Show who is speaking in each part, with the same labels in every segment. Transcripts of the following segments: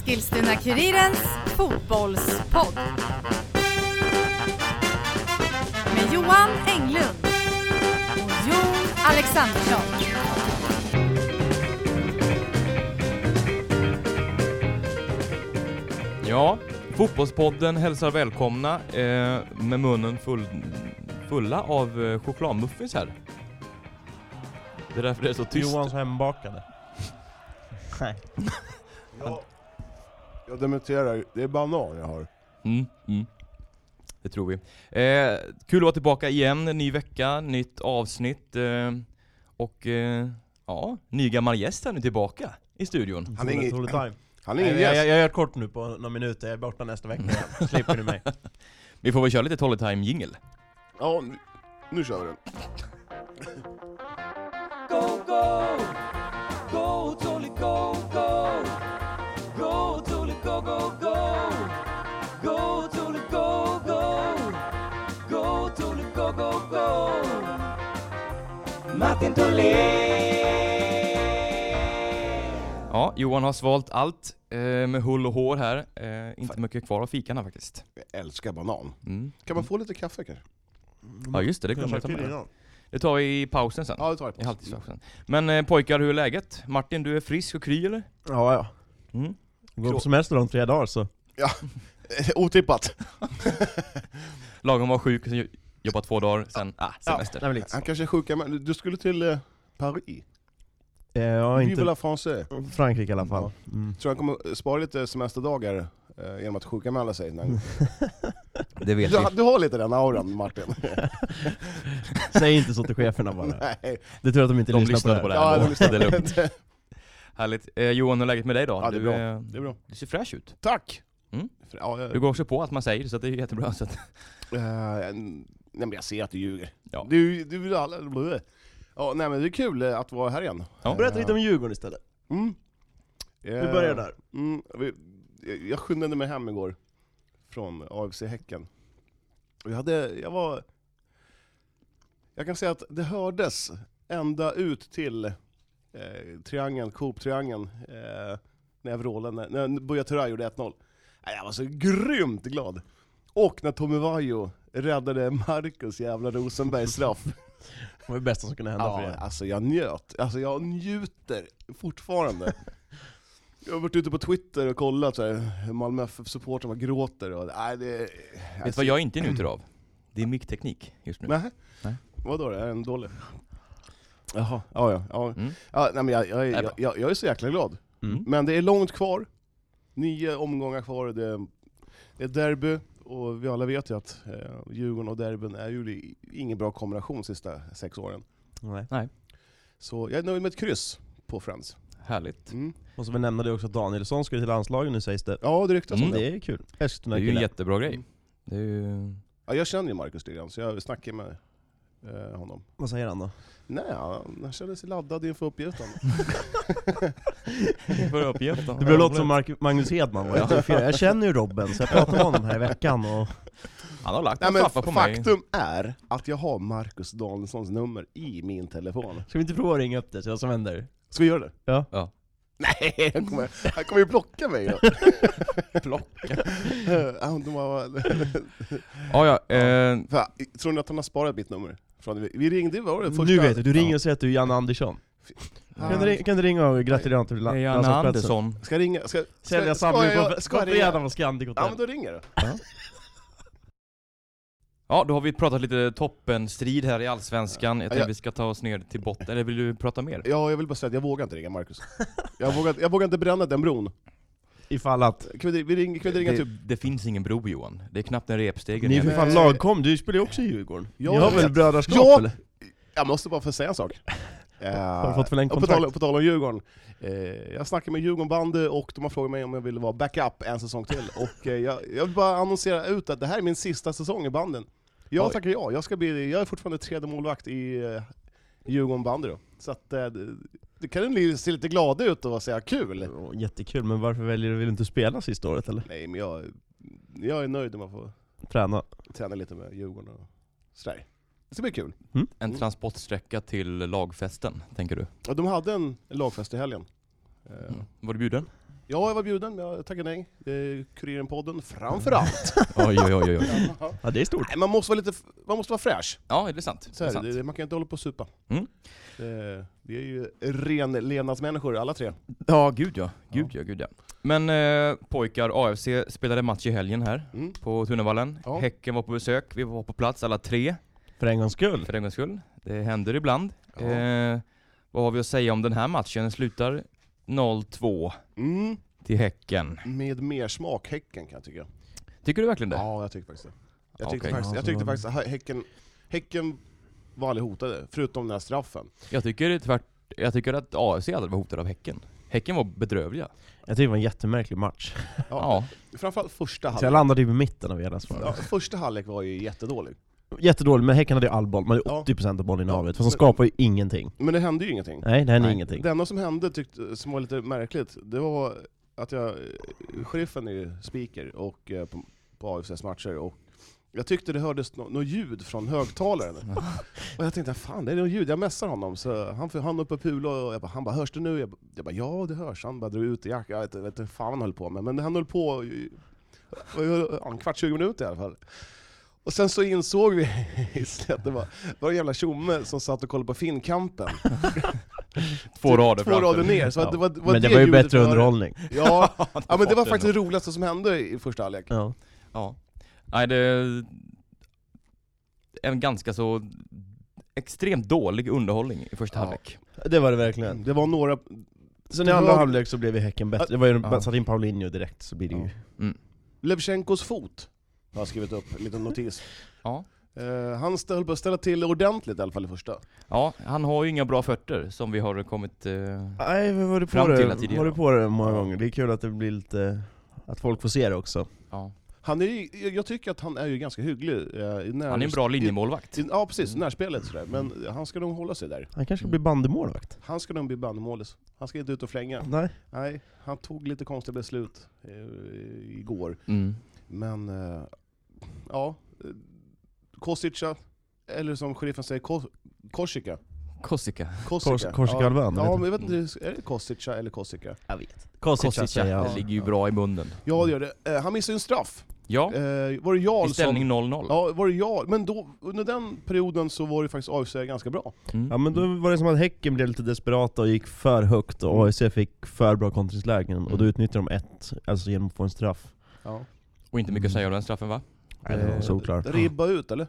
Speaker 1: Eskilstuna-Kurirens fotbollspodd. Med Johan Englund och Jon Alexandersson.
Speaker 2: Ja, Fotbollspodden hälsar välkomna eh, med munnen full, fulla av eh, chokladmuffins här. Det är därför det är så tyst.
Speaker 3: Johans hembakade. Nej.
Speaker 4: Ja, jag dementerar, det är banan jag har.
Speaker 2: Mm, mm. Det tror vi. Eh, kul att vara tillbaka igen, ny vecka, nytt avsnitt eh, och eh, ja, ny gammal gäst här nu tillbaka i studion.
Speaker 4: Han är
Speaker 3: Roligt,
Speaker 4: ingen-
Speaker 3: roligt time.
Speaker 4: Han är
Speaker 3: Nej,
Speaker 4: ingen
Speaker 3: Jag, jag,
Speaker 4: gäst.
Speaker 3: jag gör kort nu på några minuter, jag är borta nästa vecka igen. Slipper ni mig.
Speaker 2: Vi får väl köra lite Tolletime jingle.
Speaker 4: Ja, nu, nu kör vi den.
Speaker 2: Ja, Johan har svalt allt eh, med hull och hår här. Eh, inte mycket kvar av fikarna faktiskt.
Speaker 4: Jag älskar banan.
Speaker 2: Mm.
Speaker 4: Kan man få lite kaffe kanske?
Speaker 2: Ja just det, det glömde jag ta med. Det tar vi i pausen sen.
Speaker 4: Ja, det tar jag
Speaker 2: I
Speaker 4: på.
Speaker 2: halvtidspausen. Men eh, pojkar, hur är läget? Martin, du är frisk och kry eller?
Speaker 3: Ja, ja.
Speaker 2: Mm.
Speaker 3: Går på semester om tre dagar så.
Speaker 4: Otippat.
Speaker 2: Lagom var sjuk, sen jo- jobbat två dagar, sen ah, semester.
Speaker 3: Nej, men lite så.
Speaker 4: Han kanske är sjuka men du skulle till eh, Paris?
Speaker 3: Eh, Ja,
Speaker 4: Vive
Speaker 3: inte
Speaker 4: la France.
Speaker 3: Frankrike i alla fall. Mm.
Speaker 4: Tror han kommer spara lite semesterdagar eh, genom att sjukanmäla sig? När...
Speaker 2: Det vet
Speaker 4: Du,
Speaker 2: vi.
Speaker 4: du har lite den auran Martin.
Speaker 3: Säg inte så till cheferna bara.
Speaker 4: Nej.
Speaker 3: Det är tur att de inte
Speaker 2: De
Speaker 3: lyssnar,
Speaker 2: lyssnar
Speaker 3: på
Speaker 2: på
Speaker 3: det
Speaker 2: det här
Speaker 4: Ja,
Speaker 2: ändå.
Speaker 4: de lyssnar.
Speaker 2: Det är lugnt. Härligt. Eh, Johan, hur är läget med dig då?
Speaker 4: Ja, det är
Speaker 2: du,
Speaker 4: bra.
Speaker 2: eh,
Speaker 4: Det är bra.
Speaker 2: du ser fräsch ut.
Speaker 4: Tack!
Speaker 2: Mm.
Speaker 4: För- Ja, jag,
Speaker 2: Du går också på allt man säger, så att det är jättebra. Så att,
Speaker 4: eh, en- nej men jag ser att du ljuger.
Speaker 2: Ja.
Speaker 4: Du, du vill alla... blö. Ja, nej men det är kul eh, att vara här igen.
Speaker 2: Ja.
Speaker 3: Berätta lite om Djurgården istället.
Speaker 4: Mm.
Speaker 3: Vi börjar där.
Speaker 4: Mm, vi, jag- jag skyndade mig hem igår från AFC Häcken. Och Jag, hade, jag var... Jag kan säga att det hördes ända ut till eh, triangeln, Coop-triangeln, eh, när jag vrålade, när, när Buya Turay gjorde 1-0. Nej, Jag var så grymt glad! Och när Tommy Vaiho räddade Marcus jävla Rosenbergs straff.
Speaker 3: Det var det bästa som kunde hända för
Speaker 4: Ja,
Speaker 3: er.
Speaker 4: alltså jag njöt. Alltså jag njuter fortfarande. Jag har varit ute på Twitter och kollat så här, hur Malmö FF-supportrar gråter och... Nej, det... alltså,
Speaker 2: vet du vad jag inte njuter
Speaker 4: Mm.
Speaker 2: av? Det är mickteknik just nu.
Speaker 4: Nej.
Speaker 2: Nej.
Speaker 4: Vadå då? Är den dålig? Jaha, ja ja. ja.
Speaker 2: Mm.
Speaker 4: ja nej, men jag, jag,
Speaker 2: Det är
Speaker 4: är-
Speaker 2: bra.
Speaker 4: jag, jag, jag är så jäkla glad.
Speaker 2: Mm.
Speaker 4: Men det är långt kvar. Nio omgångar kvar. Det är, det är derby. Och vi alla vet ju att eh, Djurgården och derbyn är ju ingen bra kombination de sista sex åren.
Speaker 3: Nej.
Speaker 4: Så jag är nöjd med ett kryss på Friends.
Speaker 2: Härligt.
Speaker 4: Mm.
Speaker 3: Måste väl nämna det också att Danielsson ska till landslaget nu sägs det.
Speaker 4: Ja, det ryktas om
Speaker 2: Mm.
Speaker 4: det.
Speaker 3: Det är kul.
Speaker 2: Det är ju en
Speaker 3: Eskilstuna-kille.
Speaker 2: jättebra
Speaker 4: Mm.
Speaker 2: grej. Det är ju...
Speaker 4: Ja, jag känner ju Marcus lite grann, så jag snackade med eh, honom.
Speaker 3: Vad säger han då?
Speaker 4: Nej, han han kände sig laddad inför uppgiften.
Speaker 3: Det börjar låta som Mark- Magnus Hedman var jag Jag känner ju Robben, så jag pratade med honom här i veckan och...
Speaker 2: Han har lagt
Speaker 4: Nej,
Speaker 2: en
Speaker 4: men
Speaker 2: straffa på mig.
Speaker 4: faktum är att jag har Marcus Danielssons nummer i min telefon.
Speaker 3: Ska vi inte prova att ringa upp dig, se vad som händer?
Speaker 4: Ska vi göra det?
Speaker 3: Ja.
Speaker 2: Ja.
Speaker 4: Nej, han kommer, han kommer ju blocka mig då.
Speaker 2: Plocka.
Speaker 4: Han bara-
Speaker 2: Ja, ja. Eh,
Speaker 4: Fan, Tror ni att han har sparat mitt nummer? Från, vi ringde ju, vad var det första?
Speaker 3: Nu vet du, du ringer och säger att du är Janne Andersson. Kan du,
Speaker 4: Ja.
Speaker 3: ring- kan du ringa och gratulera honom till
Speaker 2: det är
Speaker 3: land-
Speaker 2: Janne
Speaker 3: landslagsplatsen?
Speaker 2: Andersson.
Speaker 4: Ska jag ringa? Ska, ska,
Speaker 3: Sälja
Speaker 4: ska
Speaker 3: samling
Speaker 4: jag-
Speaker 3: på,
Speaker 4: ska jag
Speaker 3: på
Speaker 4: ringa?
Speaker 3: fredag på Scandic
Speaker 4: Ja men
Speaker 3: Hotel.
Speaker 4: då ringer du.
Speaker 2: Ja, då har vi pratat lite toppenstrid här i Allsvenskan. Jag
Speaker 4: Ja,
Speaker 2: tänkte
Speaker 4: ja.
Speaker 2: vi ska ta oss ner till botten, eller vill du prata mer?
Speaker 4: Ja, jag vill bara säga att jag vågar inte ringa Marcus. Jag vågar, jag vågar inte bränna den bron.
Speaker 3: Ifall att...
Speaker 4: Kan vi, vi ringer, kan vi ringa
Speaker 2: Det,
Speaker 4: typ...
Speaker 2: det finns ingen bro Johan, det är knappt en repstege
Speaker 3: Ni är för
Speaker 2: ner.
Speaker 3: fan
Speaker 4: Nej.
Speaker 3: lagkom, du spelar ju också i Djurgården.
Speaker 4: Ja,
Speaker 3: Ni har
Speaker 4: jag
Speaker 3: väl
Speaker 4: vet.
Speaker 3: brödraskap
Speaker 4: Ja!
Speaker 3: eller?
Speaker 4: Jag måste bara få säga en sak. Eh,
Speaker 3: Har du fått förlängt
Speaker 4: och på, tal,
Speaker 3: kontrakt?
Speaker 4: på tal om Djurgården. Eh, jag snackade med Djurgården bandy och de har frågat mig om jag ville vara backup en säsong till. Och eh, jag, jag vill bara annonsera ut att det här är min sista säsong i banden. Jag
Speaker 3: Oj.
Speaker 4: tackar ja. Jag, ska bli, jag är fortfarande tredje målvakt i eh, Djurgården bandy då. Så att, eh, det, det kan ju se lite glad ut och säga kul.
Speaker 3: Åh, Jättekul, men varför väljer du väl inte att spela sista året eller?
Speaker 4: Nej men jag, jag är nöjd om jag får
Speaker 3: Träna?
Speaker 4: träna lite med Djurgården och sådär. Det ska bli kul.
Speaker 2: En transportsträcka till lagfesten, tänker du?
Speaker 4: Ja, de hade en lagfest i helgen. Eh,
Speaker 2: Mm. Var du bjuden?
Speaker 4: Ja, jag var bjuden, men jag tackade nej. Det är Kuriren-podden framförallt.
Speaker 2: Oj, oj, oj, oj.
Speaker 4: Mm.
Speaker 3: Ja, det är stort.
Speaker 4: nej, man måste vara lite, f- man måste vara fräsch.
Speaker 2: Ja, det är sant. det
Speaker 4: Så
Speaker 2: är
Speaker 4: här,
Speaker 2: sant.
Speaker 4: det, det- man kan inte hålla på och supa.
Speaker 2: Mm.
Speaker 4: Det, vi är ju renlevnadsmänniskor alla tre.
Speaker 2: Ja, gud ja. Gud ja, gud ja. Men eh, pojkar, AFC spelade match i helgen här
Speaker 4: Mm.
Speaker 2: på Tunavallen.
Speaker 4: Ja.
Speaker 2: Häcken var på besök, vi var på plats alla tre
Speaker 3: För en gångs skull.
Speaker 2: för en gångs skull. Det händer ibland.
Speaker 4: Ja.
Speaker 2: Eh, vad har vi att säga om den här matchen? Den slutar 0-2
Speaker 4: Mm.
Speaker 2: till Häcken.
Speaker 4: Med mer smak, Häcken kan jag tycka.
Speaker 2: Tycker du verkligen det?
Speaker 4: Ja, jag tycker faktiskt det. Jag tyckte,
Speaker 2: Okej.
Speaker 4: faktiskt,
Speaker 3: Ja,
Speaker 4: jag
Speaker 3: så
Speaker 4: tyckte
Speaker 3: var det.
Speaker 4: faktiskt att häcken, häcken var aldrig hotade, förutom den här straffen.
Speaker 2: Jag tycker tvärt... Jag tycker att AFC aldrig var hotade av Häcken. Häcken var bedrövliga.
Speaker 3: Jag tycker det var en jättemärklig match.
Speaker 2: Ja.
Speaker 4: Framförallt
Speaker 3: Så
Speaker 4: första
Speaker 3: jag
Speaker 4: halvlek.
Speaker 3: landade ju på mitten av era
Speaker 4: Ja,
Speaker 3: svar.
Speaker 4: första halvlek var ju jättedålig.
Speaker 3: Jättedålig, men Häcken hade ju all boll. Man hade
Speaker 4: Ja.
Speaker 3: 80% av bollinnehavet,
Speaker 4: Ja,
Speaker 3: för de
Speaker 4: men-
Speaker 3: skapar ju ingenting.
Speaker 4: Men det hände ju ingenting.
Speaker 3: Nej, det hände
Speaker 2: Nej.
Speaker 3: ingenting.
Speaker 4: Det enda som hände tyckte, som var lite märkligt, det var att jag... Sheriffen är ju speaker och, eh, på, på AFCs matcher och jag tyckte det hördes nå- något ljud från högtalaren. och jag tänkte, fan det är något ljud, jag messar honom. Så han, han uppe och pulade och jag bara, han bara, hörs det nu? Jag, ba- jag bara, ja det hörs. Han bara drog ut i jackan, jag vet, jag vet inte fan han höll på med. Men han höll på i- ja, en kvart, 20 minuter i alla fall. Och sen så insåg vi att det var, det var en jävla tjomme som satt och kollade på Finnkampen.
Speaker 2: Två rader
Speaker 4: Typ Två
Speaker 2: framför.
Speaker 4: rader ner. Så att det var, det var
Speaker 3: men det, var ju
Speaker 4: ljudet
Speaker 3: bättre
Speaker 4: vi hörde.
Speaker 3: underhållning.
Speaker 4: Ja, ja men det var
Speaker 2: det
Speaker 4: faktiskt det roligaste som hände i första halvlek.
Speaker 3: Ja.
Speaker 2: Ja. Nej, det... En ganska så extremt dålig underhållning i första
Speaker 4: Ja.
Speaker 2: halvlek.
Speaker 3: Det var det verkligen.
Speaker 4: Det var några...
Speaker 3: Sen i andra halvlek så blev ju Häcken bättre. Det var ju,
Speaker 2: Ja.
Speaker 3: satt in Paulinho direkt så blir det ju...
Speaker 4: Levchenkos fot har jag skrivit upp, en liten notis.
Speaker 2: Ja.
Speaker 4: Eh, han höll på att ställa till ordentligt i alla fall i första.
Speaker 2: Ja, han har ju inga bra fötter som vi har kommit... Eh...
Speaker 3: Nej, men var du på
Speaker 2: Fram till
Speaker 3: det,
Speaker 2: att tidigare.
Speaker 3: var du på det många gånger. Det är kul att det blir lite... Att folk får se det också.
Speaker 2: Ja.
Speaker 4: Han är ju, jag tycker att han är ju ganska hygglig. eh, i när,
Speaker 2: Han är en bra linjemålvakt.
Speaker 4: I, ja precis,
Speaker 3: Mm.
Speaker 4: närspelet sådär. Men han ska nog hålla sig där.
Speaker 3: Han kanske
Speaker 2: Mm.
Speaker 3: blir bandymålvakt?
Speaker 4: Han ska nog bli bandymålis. Han ska inte ut och flänga.
Speaker 3: Nej.
Speaker 4: Nej, han tog lite konstiga beslut eh, igår.
Speaker 2: Mm.
Speaker 4: Men eh, ja, eh, Kostica, eller som sheriffen säger, Ko- Korsika.
Speaker 2: Korsika.
Speaker 4: Korsika.
Speaker 3: Kors- Korsikahalvön,
Speaker 4: Ja,
Speaker 3: eller?
Speaker 4: ja men jag vet inte, är det Kostica eller Korsika?
Speaker 3: Jag vet.
Speaker 2: Korsika,
Speaker 3: Kosica säger jag.
Speaker 2: det ligger ju bra i munnen.
Speaker 4: Ja det gör det. Eh, han missade ju en straff.
Speaker 2: Ja,
Speaker 4: Eh, var det
Speaker 2: i
Speaker 4: Jarl som...
Speaker 2: ställning 0-0.
Speaker 4: Ja, var det jag? Men då, under den perioden så var det faktiskt AFC ganska bra.
Speaker 2: Mm.
Speaker 3: Ja men då var det som att Häcken blev lite desperata och gick för högt och AIC fick för bra kontringslägen och då
Speaker 2: Mm.
Speaker 3: utnyttjade de ett, alltså genom att få en straff.
Speaker 4: Ja.
Speaker 2: Och inte mycket att säga om den straffen va?
Speaker 3: Nej, det
Speaker 4: Eh,
Speaker 3: var såklart.
Speaker 4: Ribba ut eller?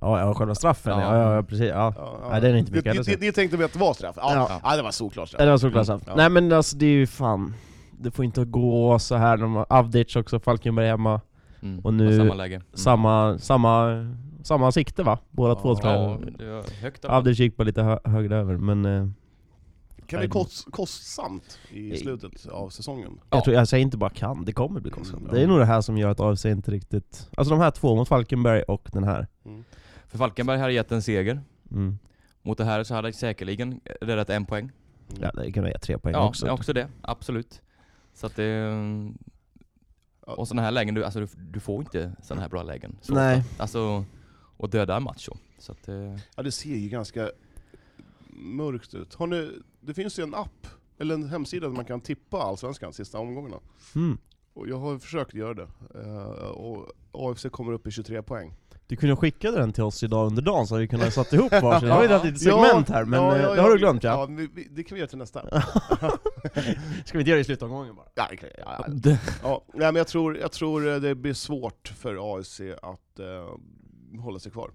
Speaker 3: Ja, ja själva straffen ja, ja, ja precis. Ja.
Speaker 4: Ja,
Speaker 3: Nej, den är inte mycket
Speaker 4: det,
Speaker 3: heller
Speaker 4: det,
Speaker 3: sett.
Speaker 4: det tänkte vi att det var straff. Ja,
Speaker 3: Ja.
Speaker 4: ja. det var såklart
Speaker 3: Ja,
Speaker 4: straff.
Speaker 3: det var såklart straff.
Speaker 4: Ja.
Speaker 3: Nej men alltså det är ju fan, det får inte gå så här. De har Avdic också, Falkenberg hemma.
Speaker 2: Mm.
Speaker 3: Och nu-
Speaker 2: Samma läge. Mm.
Speaker 3: Samma, samma, samma sikte va? Båda två tror
Speaker 2: Ja,
Speaker 3: jag.
Speaker 2: det var högt upp.
Speaker 3: Avdic gick bara lite hö högre över men eh,
Speaker 4: Kan bli kost, kostsamt i slutet av säsongen.
Speaker 2: Ja.
Speaker 3: jag, tror, jag säger inte bara kan, det kommer bli konstigt.
Speaker 4: Mm, ja.
Speaker 3: Det är nog det här som gör att AFC inte riktigt... Alltså de här två mot Falkenberg och den här.
Speaker 4: Mm.
Speaker 2: För Falkenberg hade gett en seger.
Speaker 3: Mm.
Speaker 2: Mot det här så hade jag säkerligen räddat en poäng.
Speaker 3: Ja, det kan vara tre poäng
Speaker 2: Ja,
Speaker 3: också.
Speaker 2: också. också det. Absolut. Så att det... mm,
Speaker 4: Ja.
Speaker 2: Och sådana här lägen, du, alltså, du, du får inte sådana här bra lägen. Så
Speaker 3: Nej.
Speaker 2: ofta. Alltså, och döda en match så. så att, eh,
Speaker 4: Ja, det ser ju ganska mörkt ut. Har ni, det finns ju en app, eller en hemsida där man kan tippa Allsvenskan sista omgångarna.
Speaker 3: Mm.
Speaker 4: Och jag har försökt göra det. Eh, och AFC kommer upp i 23 poäng.
Speaker 3: Du kunde skicka den till oss idag under dagen så hade vi kunnat sätta ihop varsin. Jag har ju
Speaker 2: Ja.
Speaker 3: ett litet segment här men eh, det har du glömt ja.
Speaker 4: ja vi, vi, det kan vi göra till nästa.
Speaker 3: Ska vi inte göra det i slutomgången bara?
Speaker 4: ja, det kan- ja, ja.
Speaker 2: det-
Speaker 4: ja, nej, men jag tror, jag tror eh, det blir svårt för AFC att eh, hålla sig kvar.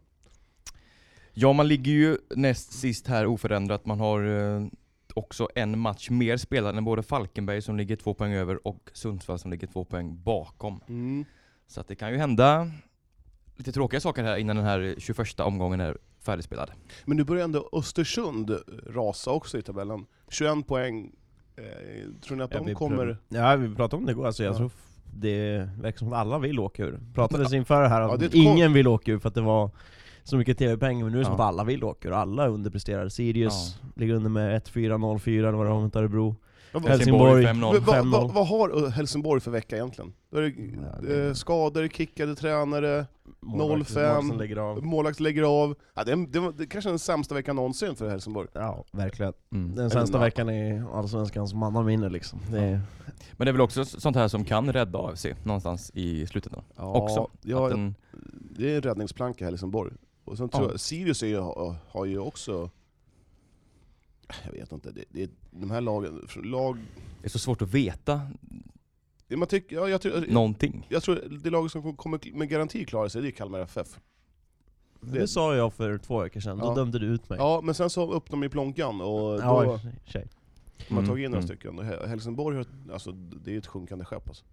Speaker 2: ja, man ligger ju näst sist här oförändrat. Man har eh, också en match mer spelad än både Falkenberg som ligger två poäng över och Sundsvall som ligger två poäng bakom.
Speaker 4: Mm.
Speaker 2: Så att det kan ju hända lite tråkiga saker här innan den här 21 omgången är färdigspelad.
Speaker 4: Men nu börjar ändå Östersund rasa också i tabellen. 21 poäng. Eh, tror ni att
Speaker 3: Ja,
Speaker 4: de
Speaker 3: vi
Speaker 4: kommer...
Speaker 3: prövar. Ja vi pratade om det igår, alltså jag
Speaker 4: Ja.
Speaker 3: tror f- det verkar som att alla vill åka ur. Pratades inför det här
Speaker 4: Ja,
Speaker 3: att
Speaker 4: det är ett
Speaker 3: ingen vill åka ur för att det var så mycket tv-pengar, men nu är det som
Speaker 2: Ja.
Speaker 3: att alla vill åka ur. Alla underpresterar. Sirius ligger under med 1-4, 0-4, det var det mot Örebro.
Speaker 4: Vad-
Speaker 2: Helsingborg
Speaker 3: Helsingborg.
Speaker 2: 5-0.
Speaker 4: vad- vad-
Speaker 3: 5-0.
Speaker 4: vad har eh, Helsingborg för vecka egentligen? Då är det, eh, skador, kickade tränare,
Speaker 3: Målvakten-
Speaker 4: 05.
Speaker 3: målvakten lägger av.
Speaker 4: målvakt lägger av. Ja, det, är, det, var, det är kanske den sämsta veckan någonsin för Helsingborg.
Speaker 3: Ja, verkligen.
Speaker 2: Mm.
Speaker 3: Den sämsta veckan i Allsvenskans mannaminne liksom. Det är,
Speaker 2: Men det är väl också sånt här som kan rädda AFC någonstans i slutet då?
Speaker 4: Ja,
Speaker 2: Också.
Speaker 4: Ja,
Speaker 2: Att den,
Speaker 4: Det är en räddningsplanka Helsingborg. Och sen tror
Speaker 2: Ja.
Speaker 4: jag, Sirius är ju, har ju också... Jag vet inte, det, det, är- de här lagen... Lag,
Speaker 2: det är så svårt att veta
Speaker 4: det man tycker, ja, jag, tror,
Speaker 2: någonting.
Speaker 4: jag tror det lag som kommer med garanti klara sig, det är Kalmar FF.
Speaker 3: det, sa jag för två veckor sedan,
Speaker 4: Ja.
Speaker 3: då dömde du ut mig.
Speaker 4: Ja, men sen så upp dem i plånkan och då
Speaker 3: Ja, i
Speaker 4: har
Speaker 3: och för sig.
Speaker 4: man
Speaker 2: Mm,
Speaker 4: tagit in några
Speaker 2: mm.
Speaker 4: stycken. Och Hel- Helsingborg, har ett- alltså, det är ett sjunkande skepp alltså.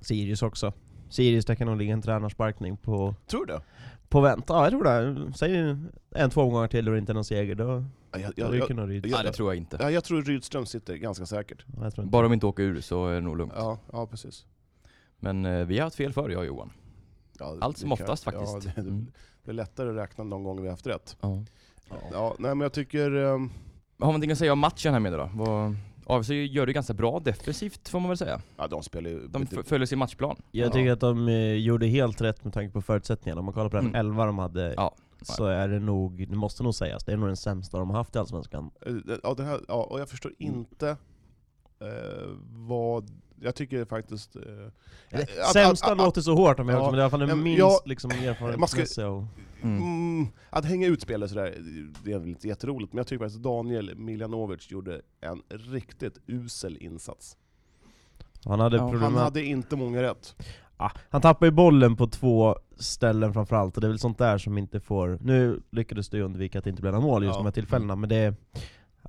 Speaker 3: Sirius också. Sirius, där kan nog ligga en tränarsparkning på,
Speaker 4: Tror du det?
Speaker 3: på vänt. Ja, jag tror det. Säg en, två gånger till och det inte är någon seger, då
Speaker 4: Ja, jag,
Speaker 3: då
Speaker 4: jag, jag,
Speaker 3: ryker nog Ryd.
Speaker 2: Nej det tror jag inte.
Speaker 4: ja, jag tror Rydström sitter ganska säkert.
Speaker 3: Ja, jag tror inte.
Speaker 2: Bara de inte åker ur så är det nog lugnt.
Speaker 4: Ja, ja precis.
Speaker 2: Men eh, vi har haft fel förr jag och Johan.
Speaker 4: Ja,
Speaker 2: Allt som
Speaker 4: det kan-
Speaker 2: oftast
Speaker 4: Ja,
Speaker 2: faktiskt.
Speaker 4: det,
Speaker 2: Mm.
Speaker 4: det är lättare att räkna någon gång vi har haft rätt.
Speaker 2: Ja.
Speaker 4: Ja, nej men jag tycker... ehm,
Speaker 2: Har man någonting att säga om matchen här med då? Vad- AFC gör det ganska bra defensivt får man väl säga.
Speaker 4: Ja, de spelar ju...
Speaker 2: De f- följer sin matchplan.
Speaker 3: Jag
Speaker 4: Ja.
Speaker 3: tycker att de eh, gjorde helt rätt med tanke på förutsättningarna. Om man kollar på den
Speaker 2: Mm.
Speaker 3: elva de hade,
Speaker 2: Ja.
Speaker 3: så är det nog, det måste nog sägas, det är nog den sämsta de har haft i Allsvenskan.
Speaker 4: Eh, ja, den här, ja, och jag förstår
Speaker 2: Mm.
Speaker 4: inte eh, vad... Jag tycker faktiskt... Eh,
Speaker 3: Eller,
Speaker 4: att-
Speaker 3: sämsta
Speaker 4: att- att-
Speaker 3: låter så hårt om jag
Speaker 4: Ja.
Speaker 3: ja, men det är i alla fall
Speaker 4: Ja,
Speaker 3: den
Speaker 4: men
Speaker 3: minst
Speaker 4: jag-
Speaker 3: liksom,
Speaker 4: man ska-
Speaker 3: erfarenhetsmässiga. Och...
Speaker 2: Mm.
Speaker 4: mm, att hänga ut spelare sådär, det är väl inte jätteroligt, men jag tycker faktiskt att Daniel Miljanovic gjorde en riktigt usel insats.
Speaker 3: Han hade
Speaker 2: Ja,
Speaker 3: problem
Speaker 4: Han
Speaker 3: med-
Speaker 4: hade inte många rätt.
Speaker 3: Ah, han tappar ju bollen på två ställen framförallt, och det är väl sånt där som inte får... Nu lyckades du undvika att det inte blev några mål just
Speaker 4: Ja.
Speaker 3: de här tillfällena, men det...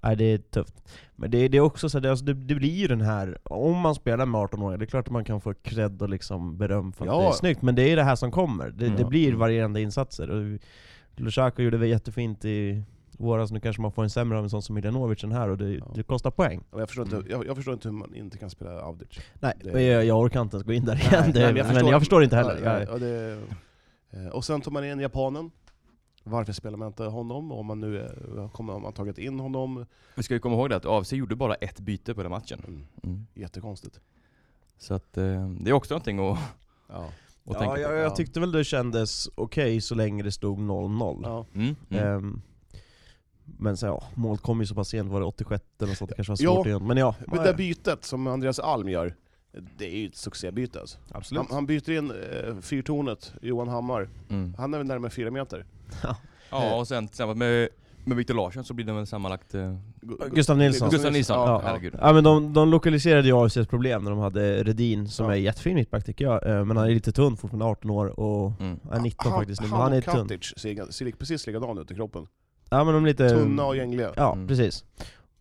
Speaker 3: Nej, det är tufft. Men det, det är också så här, det, alltså, det, det blir ju den här... Om man spelar med 18-åringar, det är klart att man kan få cred och liksom beröm för att
Speaker 4: Ja.
Speaker 3: det är snyggt, men det är det här som kommer. Det, det
Speaker 2: Ja.
Speaker 3: blir varierande insatser. Och Lushako gjorde det jättefint i våras, nu kanske man får en sämre av en sån som Miljanovic än här, och det, det kostar poäng.
Speaker 4: Och Jag förstår, inte, jag, jag förstår inte hur man inte kan spela Avdic.
Speaker 3: Nej,
Speaker 4: Det-
Speaker 3: jag, jag orkar inte ens gå in där igen,
Speaker 4: Nej,
Speaker 3: det,
Speaker 4: nej,
Speaker 3: men, jag förstår, inte heller.
Speaker 4: Ja,
Speaker 3: Jag-
Speaker 4: ja, det, eh, och sen tar man in japanen. Varför spelar man inte honom? Om man nu eh, kommer, om man tagit in honom?
Speaker 2: Vi ska ju komma ihåg det att AFC gjorde bara ett byte på den matchen.
Speaker 4: Mm,
Speaker 2: Mm.
Speaker 4: jättekonstigt.
Speaker 2: Så att eh, det är också någonting att, att
Speaker 4: Ja.
Speaker 2: tänka
Speaker 3: Ja,
Speaker 2: på.
Speaker 3: jag, jag tyckte väl det kändes okej så länge det stod 0-0.
Speaker 4: Ja.
Speaker 2: Mm, mm.
Speaker 4: Eh,
Speaker 3: Ehm, men så, ja, målet kom ju så pass sent, var det 86 eller så att det kanske var
Speaker 4: Ja.
Speaker 3: svårt igen. Men ja,
Speaker 4: Men det
Speaker 3: ja,
Speaker 4: där bytet som Andreas Alm gör, det är ju ett succébyte alltså.
Speaker 3: absolut.
Speaker 4: han, han byter in eh, fyrtornet, Johan Hammar.
Speaker 2: Mm.
Speaker 4: Han är väl närmare fyra meter. eh.
Speaker 2: Ja, och sen tillsammans med, med Victor Larsson så blir det väl sammanlagt... Eh,
Speaker 4: Gu-
Speaker 3: Gustav Nilsson.
Speaker 2: Gustav Nilsson,
Speaker 4: Ja, ja.
Speaker 2: herregud.
Speaker 3: Ja men de, de lokaliserade ju AFCs problem när de hade Redin, som
Speaker 4: Ja.
Speaker 3: är jättefin mittback tycker jag, eh, men han är lite tunn fortfarande, 18 år och...
Speaker 2: Mm.
Speaker 3: Ja, 19 faktiskt nu, men
Speaker 4: han, typ
Speaker 3: han är
Speaker 4: och
Speaker 3: tunn.
Speaker 4: Katic ser, ser precis likadan ut i kroppen.
Speaker 3: Ja men de är lite...
Speaker 4: Tunna och gängliga.
Speaker 3: Eh, Ja,
Speaker 2: Mm.
Speaker 3: precis.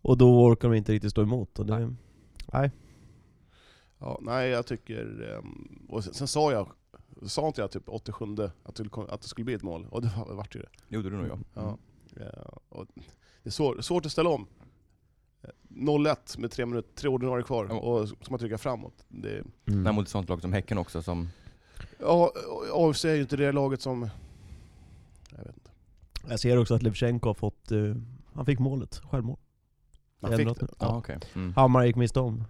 Speaker 3: Och då orkar de inte riktigt stå emot. Och det,
Speaker 2: Nej.
Speaker 4: Ja, nej, jag tycker... ehm, och sen, sen sa jag, sa inte jag typ 87 att det, kom- att det skulle bli ett mål? Och det var- vart ju det.
Speaker 2: Det gjorde du nog ja. Mm.
Speaker 4: Ja.
Speaker 3: Mm.
Speaker 4: Ja, och det är svår, svårt att ställa om. Eh, 0-1 med tre, minuter, tre ordinarie kvar,
Speaker 2: Ja.
Speaker 4: och ska man trycka framåt. Det,
Speaker 3: Mm.
Speaker 2: Nej, mot ett sånt lag som Häcken också som...
Speaker 4: ja, AFC är ju inte det laget som... Jag vet inte.
Speaker 3: Jag ser också att Levchenko har fått, eh, han fick målet, självmål.
Speaker 4: Man fick,
Speaker 3: det.
Speaker 2: Ja,
Speaker 3: Ja.
Speaker 2: okej. Mm.
Speaker 3: Hammar gick miste om.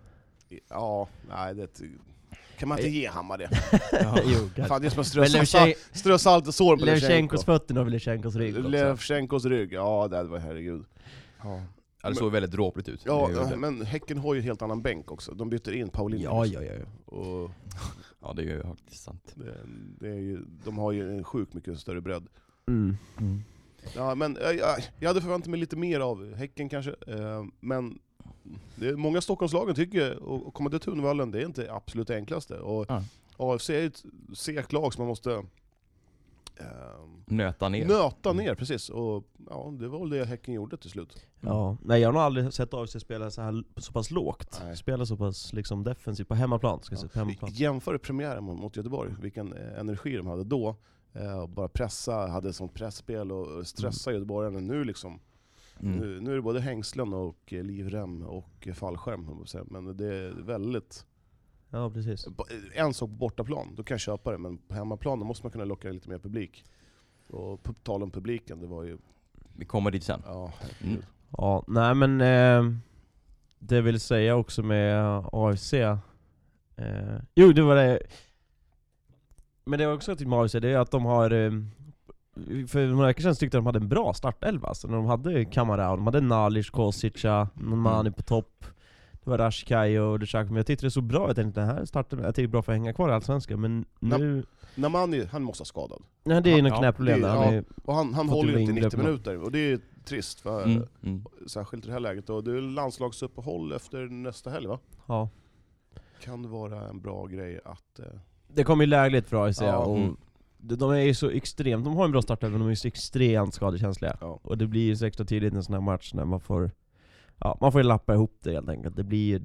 Speaker 4: ja, nej det... Kan man inte ge Hammar det?
Speaker 2: Ja.
Speaker 3: jo,
Speaker 4: Fan, det är som att strö,
Speaker 3: Eh, Men
Speaker 4: sa-
Speaker 3: Levchen-
Speaker 4: strö salt och sår på Levchenko.
Speaker 3: Levchenkos fötter och Levchenkos rygg också.
Speaker 4: Levchenkos rygg, ja det var herregud. Ja,
Speaker 2: Ja, det såg väldigt dråpligt ut.
Speaker 4: ja
Speaker 2: Det gjorde det.
Speaker 4: men Häcken har ju en helt annan bänk också. De byter in Paulinho.
Speaker 3: Ja, ja, ja. ja.
Speaker 4: Och
Speaker 2: ja, det är ju faktiskt sant.
Speaker 4: det, det är ju, de har ju en sjukt mycket större bredd.
Speaker 3: Mm.
Speaker 4: Ja, men, jag, jag, jag hade förväntat mig lite mer av Häcken kanske, eh, men det är, många Stockholmslagen tycker ju att att komma till Tunvallen, det är inte det absolut enklaste. Och
Speaker 2: Ja.
Speaker 4: AFC är ju ett segt lag som man måste eh,
Speaker 2: Nöta ner. Mm.
Speaker 4: nöta ner, precis. Och ja, det var väl det Häcken gjorde till slut.
Speaker 3: ja. Nej, jag har nog aldrig sett AFC spela så, här, så pass lågt.
Speaker 4: Nej.
Speaker 3: Spela så pass liksom, defensivt på hemmaplan. Ska jag säga, på
Speaker 2: Mm.
Speaker 3: hemmaplan.
Speaker 4: Jämför premiären mot, mot Göteborg, vilken eh, energi de hade då. Eh, och bara pressa, hade sånt pressspel och och stressa göteborgarna. Nu, liksom,
Speaker 2: Mm.
Speaker 4: nu, nu är det både hängslen och eh, livrem och eh, fallskärm, höll jag på att säga. men det är väldigt...
Speaker 3: Ja, precis.
Speaker 4: på- En sak på bortaplan, då kan jag köpa det, men på hemmaplan då måste man kunna locka lite mer publik. Och på tal om publiken, det var ju...
Speaker 2: Vi kommer dit sen.
Speaker 4: Ja,
Speaker 2: Mm.
Speaker 3: Ja, nej men... Eh, det jag ville säga också med AFC... Eh, jo, det var det. Men det var också jag tyckte med AFC, det är att de har... Eh, för några veckor sedan tyckte jag de hade en bra startelva alltså. När de hade Kamara, och de hade Nalic, Kosica,
Speaker 4: Mm.
Speaker 3: Mani på topp. Det var Rashkai och Dushak, men jag tyckte det såg bra ut enligt den här starten. Jag tyckte det var bra för att hänga kvar i Allsvenskan, men
Speaker 4: Ja.
Speaker 3: nu...
Speaker 4: Namani, han måste ha skadad.
Speaker 3: Nej, det är ju
Speaker 2: Ja,
Speaker 3: något knäproblem
Speaker 4: det-
Speaker 3: där.
Speaker 4: ja.
Speaker 3: Han är-
Speaker 4: Och han, han
Speaker 3: Fått
Speaker 4: håller ju
Speaker 3: en
Speaker 4: inte
Speaker 3: ringdöp
Speaker 4: 90
Speaker 3: med.
Speaker 4: minuter, och det är ju trist. För,
Speaker 2: Mm, mm.
Speaker 4: Särskilt i det här läget. Och det är landslagsuppehåll efter nästa helg va?
Speaker 3: ja.
Speaker 4: Kan det vara en bra grej att... Eh,
Speaker 3: Det kommer ju lägligt för AIC
Speaker 4: Ja,
Speaker 3: och
Speaker 2: mm.
Speaker 3: de de är ju så extremt, de har en bra startelva men de är ju så extremt skadekänsliga.
Speaker 4: Ja.
Speaker 3: Och det blir ju så extra tidigt i en sån här match när man får, ja man får ju lappa ihop det helt enkelt. Det blir ju,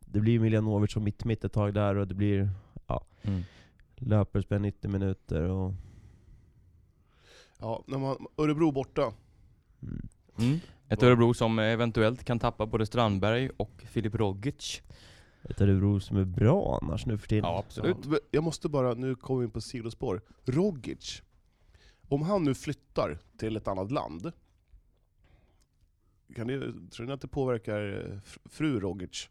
Speaker 3: det blir ju Miljanovic som mitt-mitt ett tag där och det blir
Speaker 2: Mm.
Speaker 3: löper spelar 90 minuter och...
Speaker 4: ja, när man, Örebro borta.
Speaker 3: Mm.
Speaker 2: Mm. Ett Örebro som eventuellt kan tappa både Strandberg och Filip Rogic.
Speaker 3: Ett Örebro som är bra annars nu för tiden.
Speaker 2: Ja, absolut.
Speaker 4: Ja, Jag måste bara, nu kommer vi in på sidospår. Rogic. Om han nu flyttar till ett annat land, kan det, tror ni att det påverkar eh, fr- fru Rogic?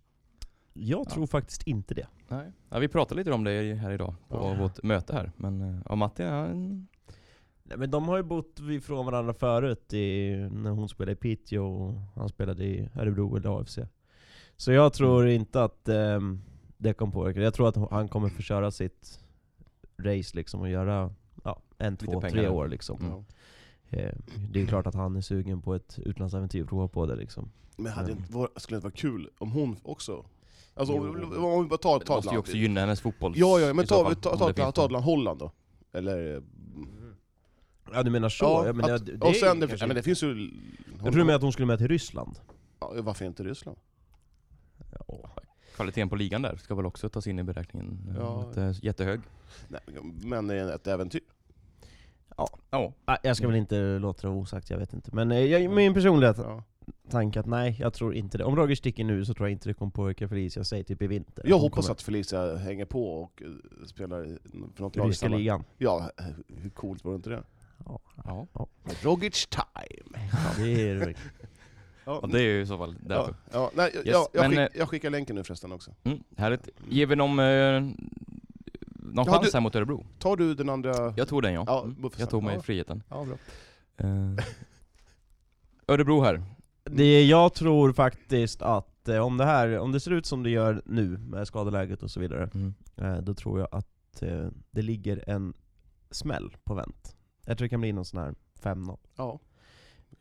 Speaker 3: Jag tror faktiskt inte det.
Speaker 2: Nej. Ja, vi pratade lite om det i- här idag på
Speaker 3: Ja.
Speaker 2: vårt möte här. Men eh, ja, Matti, han...
Speaker 3: Nej, men de har ju bott ifrån varandra förut, i, när hon spelade i Piteå och han spelade i Örebro eller AFC. Så jag tror inte att ehm, det kommer påverka. Jag tror att hon- han kommer få köra sitt race liksom och göra ja, en,
Speaker 2: Lite
Speaker 3: två,
Speaker 2: pengar
Speaker 3: tre
Speaker 2: där.
Speaker 3: år liksom.
Speaker 2: Mm.
Speaker 4: Ja.
Speaker 3: Eh, det är klart att han är sugen på ett utlandsäventyr, prova på det liksom.
Speaker 4: Men hade
Speaker 3: Mm.
Speaker 4: inte, var, skulle det inte vara kul om hon också... Alltså om,
Speaker 3: Jo.
Speaker 4: om vi bara tar,
Speaker 2: Det
Speaker 4: tar ett
Speaker 2: måste ju
Speaker 4: land.
Speaker 2: också gynna hennes fotboll.
Speaker 4: Ja, ja, men
Speaker 2: i så
Speaker 4: ta,
Speaker 2: fall,
Speaker 4: vi- ta,
Speaker 2: om
Speaker 4: ta,
Speaker 2: det
Speaker 4: ta,
Speaker 2: finns
Speaker 4: ta
Speaker 2: någon.
Speaker 4: ett land, Holland då. Eller... eh,
Speaker 3: Ja du menar så?
Speaker 4: Ja,
Speaker 3: Ja, men
Speaker 4: att,
Speaker 3: det, det
Speaker 4: och
Speaker 3: är
Speaker 4: sen,
Speaker 3: ju
Speaker 4: det,
Speaker 3: kanske-
Speaker 4: ja, men det finns ju...
Speaker 3: jag tror med att hon skulle med till Ryssland.
Speaker 4: ja, varför inte Ryssland?
Speaker 3: Ja.
Speaker 2: Kvaliteten på ligan där ska väl också tas in i beräkningen.
Speaker 4: Ja.
Speaker 2: Ja. Jätte, jättehög.
Speaker 4: Nej, men det är ett äventyr.
Speaker 2: Ja.
Speaker 3: Ah, Jag
Speaker 4: Mm.
Speaker 3: ska väl inte låta det vara osagt, jag vet inte. Men eh, jag, min personliga
Speaker 4: Ja.
Speaker 3: tanke att nej, jag tror inte det. Om Roger sticker nu så tror jag inte det kommer påverka Felicia, säg typ i vinter.
Speaker 4: Jag
Speaker 3: Hon
Speaker 4: hoppas
Speaker 3: kommer-
Speaker 4: att Felicia hänger på och eh, spelar i- för något lag i
Speaker 3: Ryska
Speaker 4: samma-
Speaker 3: ligan.
Speaker 4: Ja, eh, hur coolt var det inte det?
Speaker 3: Ja,
Speaker 2: Ja.
Speaker 4: Rogic time!
Speaker 3: det är roligt.
Speaker 4: Ja,
Speaker 2: det är ju i så fall därför.
Speaker 4: ja, ja, nej, jag-
Speaker 2: Yes,
Speaker 4: jag, jag,
Speaker 2: men,
Speaker 4: skick,
Speaker 2: eh,
Speaker 4: jag skickar länken nu förresten också.
Speaker 2: Mm, härligt. Ger vi någon, eh, någon
Speaker 4: Ja,
Speaker 2: chans
Speaker 4: du-
Speaker 2: här mot Örebro?
Speaker 4: Tar du den andra...
Speaker 2: Jag tog den ja.
Speaker 4: Ja,
Speaker 2: Mm,
Speaker 4: Buffesen.
Speaker 2: jag tog mig
Speaker 4: Ja.
Speaker 2: friheten.
Speaker 4: Ja, bra.
Speaker 2: Eh, Örebro här.
Speaker 3: Det jag tror faktiskt att eh, om det här, om det ser ut som det gör nu med skadeläget och så vidare,
Speaker 2: Mm.
Speaker 3: eh, då tror jag att eh, det ligger en smäll på vänt. Jag tror det kan bli någon sån här 5-0.
Speaker 4: Ja.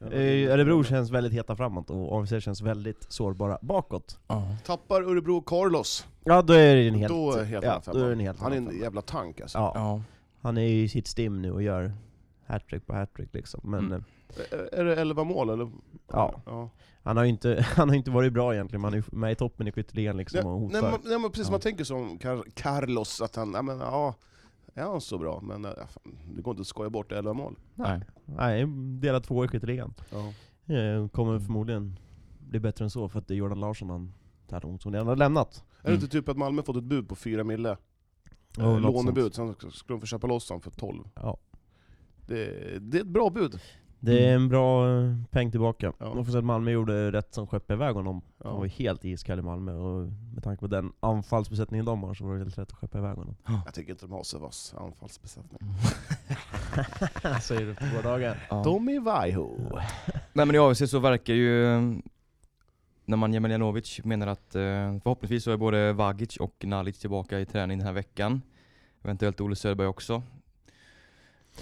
Speaker 3: Eh, Örebro känns väldigt heta framåt och AFC känns väldigt sårbara bakåt.
Speaker 4: Tappar Örebro Carlos,
Speaker 3: Ja då är det en helt...
Speaker 4: då heter
Speaker 3: ja,
Speaker 4: han
Speaker 3: då är det en
Speaker 4: femma.
Speaker 3: helt
Speaker 4: Han är
Speaker 3: annan
Speaker 4: en
Speaker 3: femma.
Speaker 4: jävla tank alltså.
Speaker 3: Ja.
Speaker 2: Ja.
Speaker 3: Han är ju i sitt stim nu och gör hattrick på hattrick liksom. Men
Speaker 2: Mm.
Speaker 3: eh,
Speaker 4: Är- Är det 11 mål eller?
Speaker 3: Ja.
Speaker 4: ja.
Speaker 3: han har ju inte, han har inte varit bra egentligen, men han är ju med i toppen i skytteligan liksom
Speaker 4: Nej,
Speaker 3: och hotar.
Speaker 4: nej, men, nej men precis,
Speaker 3: Ja.
Speaker 4: man tänker som Car- Carlos, att han, nej, men, ja, är han så bra? Men eh, ja, fan, det går inte att skoja bort 11 mål.
Speaker 2: Nej.
Speaker 3: Nej, delad två i skytteligan.
Speaker 4: Ja.
Speaker 3: Eh,
Speaker 4: Mm.
Speaker 3: Kommer förmodligen bli bättre än så för att det är Jordan Larsson han, det här ont som han har lämnat.
Speaker 4: Är det inte typ att Malmö fått ett bud på 4 mille?
Speaker 3: Mm. Ja,
Speaker 4: eh,
Speaker 3: något
Speaker 4: lånebud, sen skulle de få köpa loss honom för 12.
Speaker 3: Ja.
Speaker 4: Det, det är ett bra bud.
Speaker 3: Det är en bra eh, peng tillbaka.
Speaker 4: Mm. Ja.
Speaker 3: Man får säga att Malmö gjorde rätt som skeppade iväg honom.
Speaker 4: Ja.
Speaker 3: Han var ju helt iskall i Malmö och med tanke på den anfallsbesättningen de har så var det helt rätt att skeppa iväg honom.
Speaker 4: Jag tycker inte de har så vass anfallsbesättning.
Speaker 3: Säger du på våra dagar.
Speaker 2: Ja.
Speaker 4: Tommy Vaiho.
Speaker 2: Nej men i AFC så verkar ju eh, Nemanja Miljanovic menar att eh, förhoppningsvis så är både Vagic och Nalic tillbaka i träning den här veckan. Eventuellt Olle Söderberg också.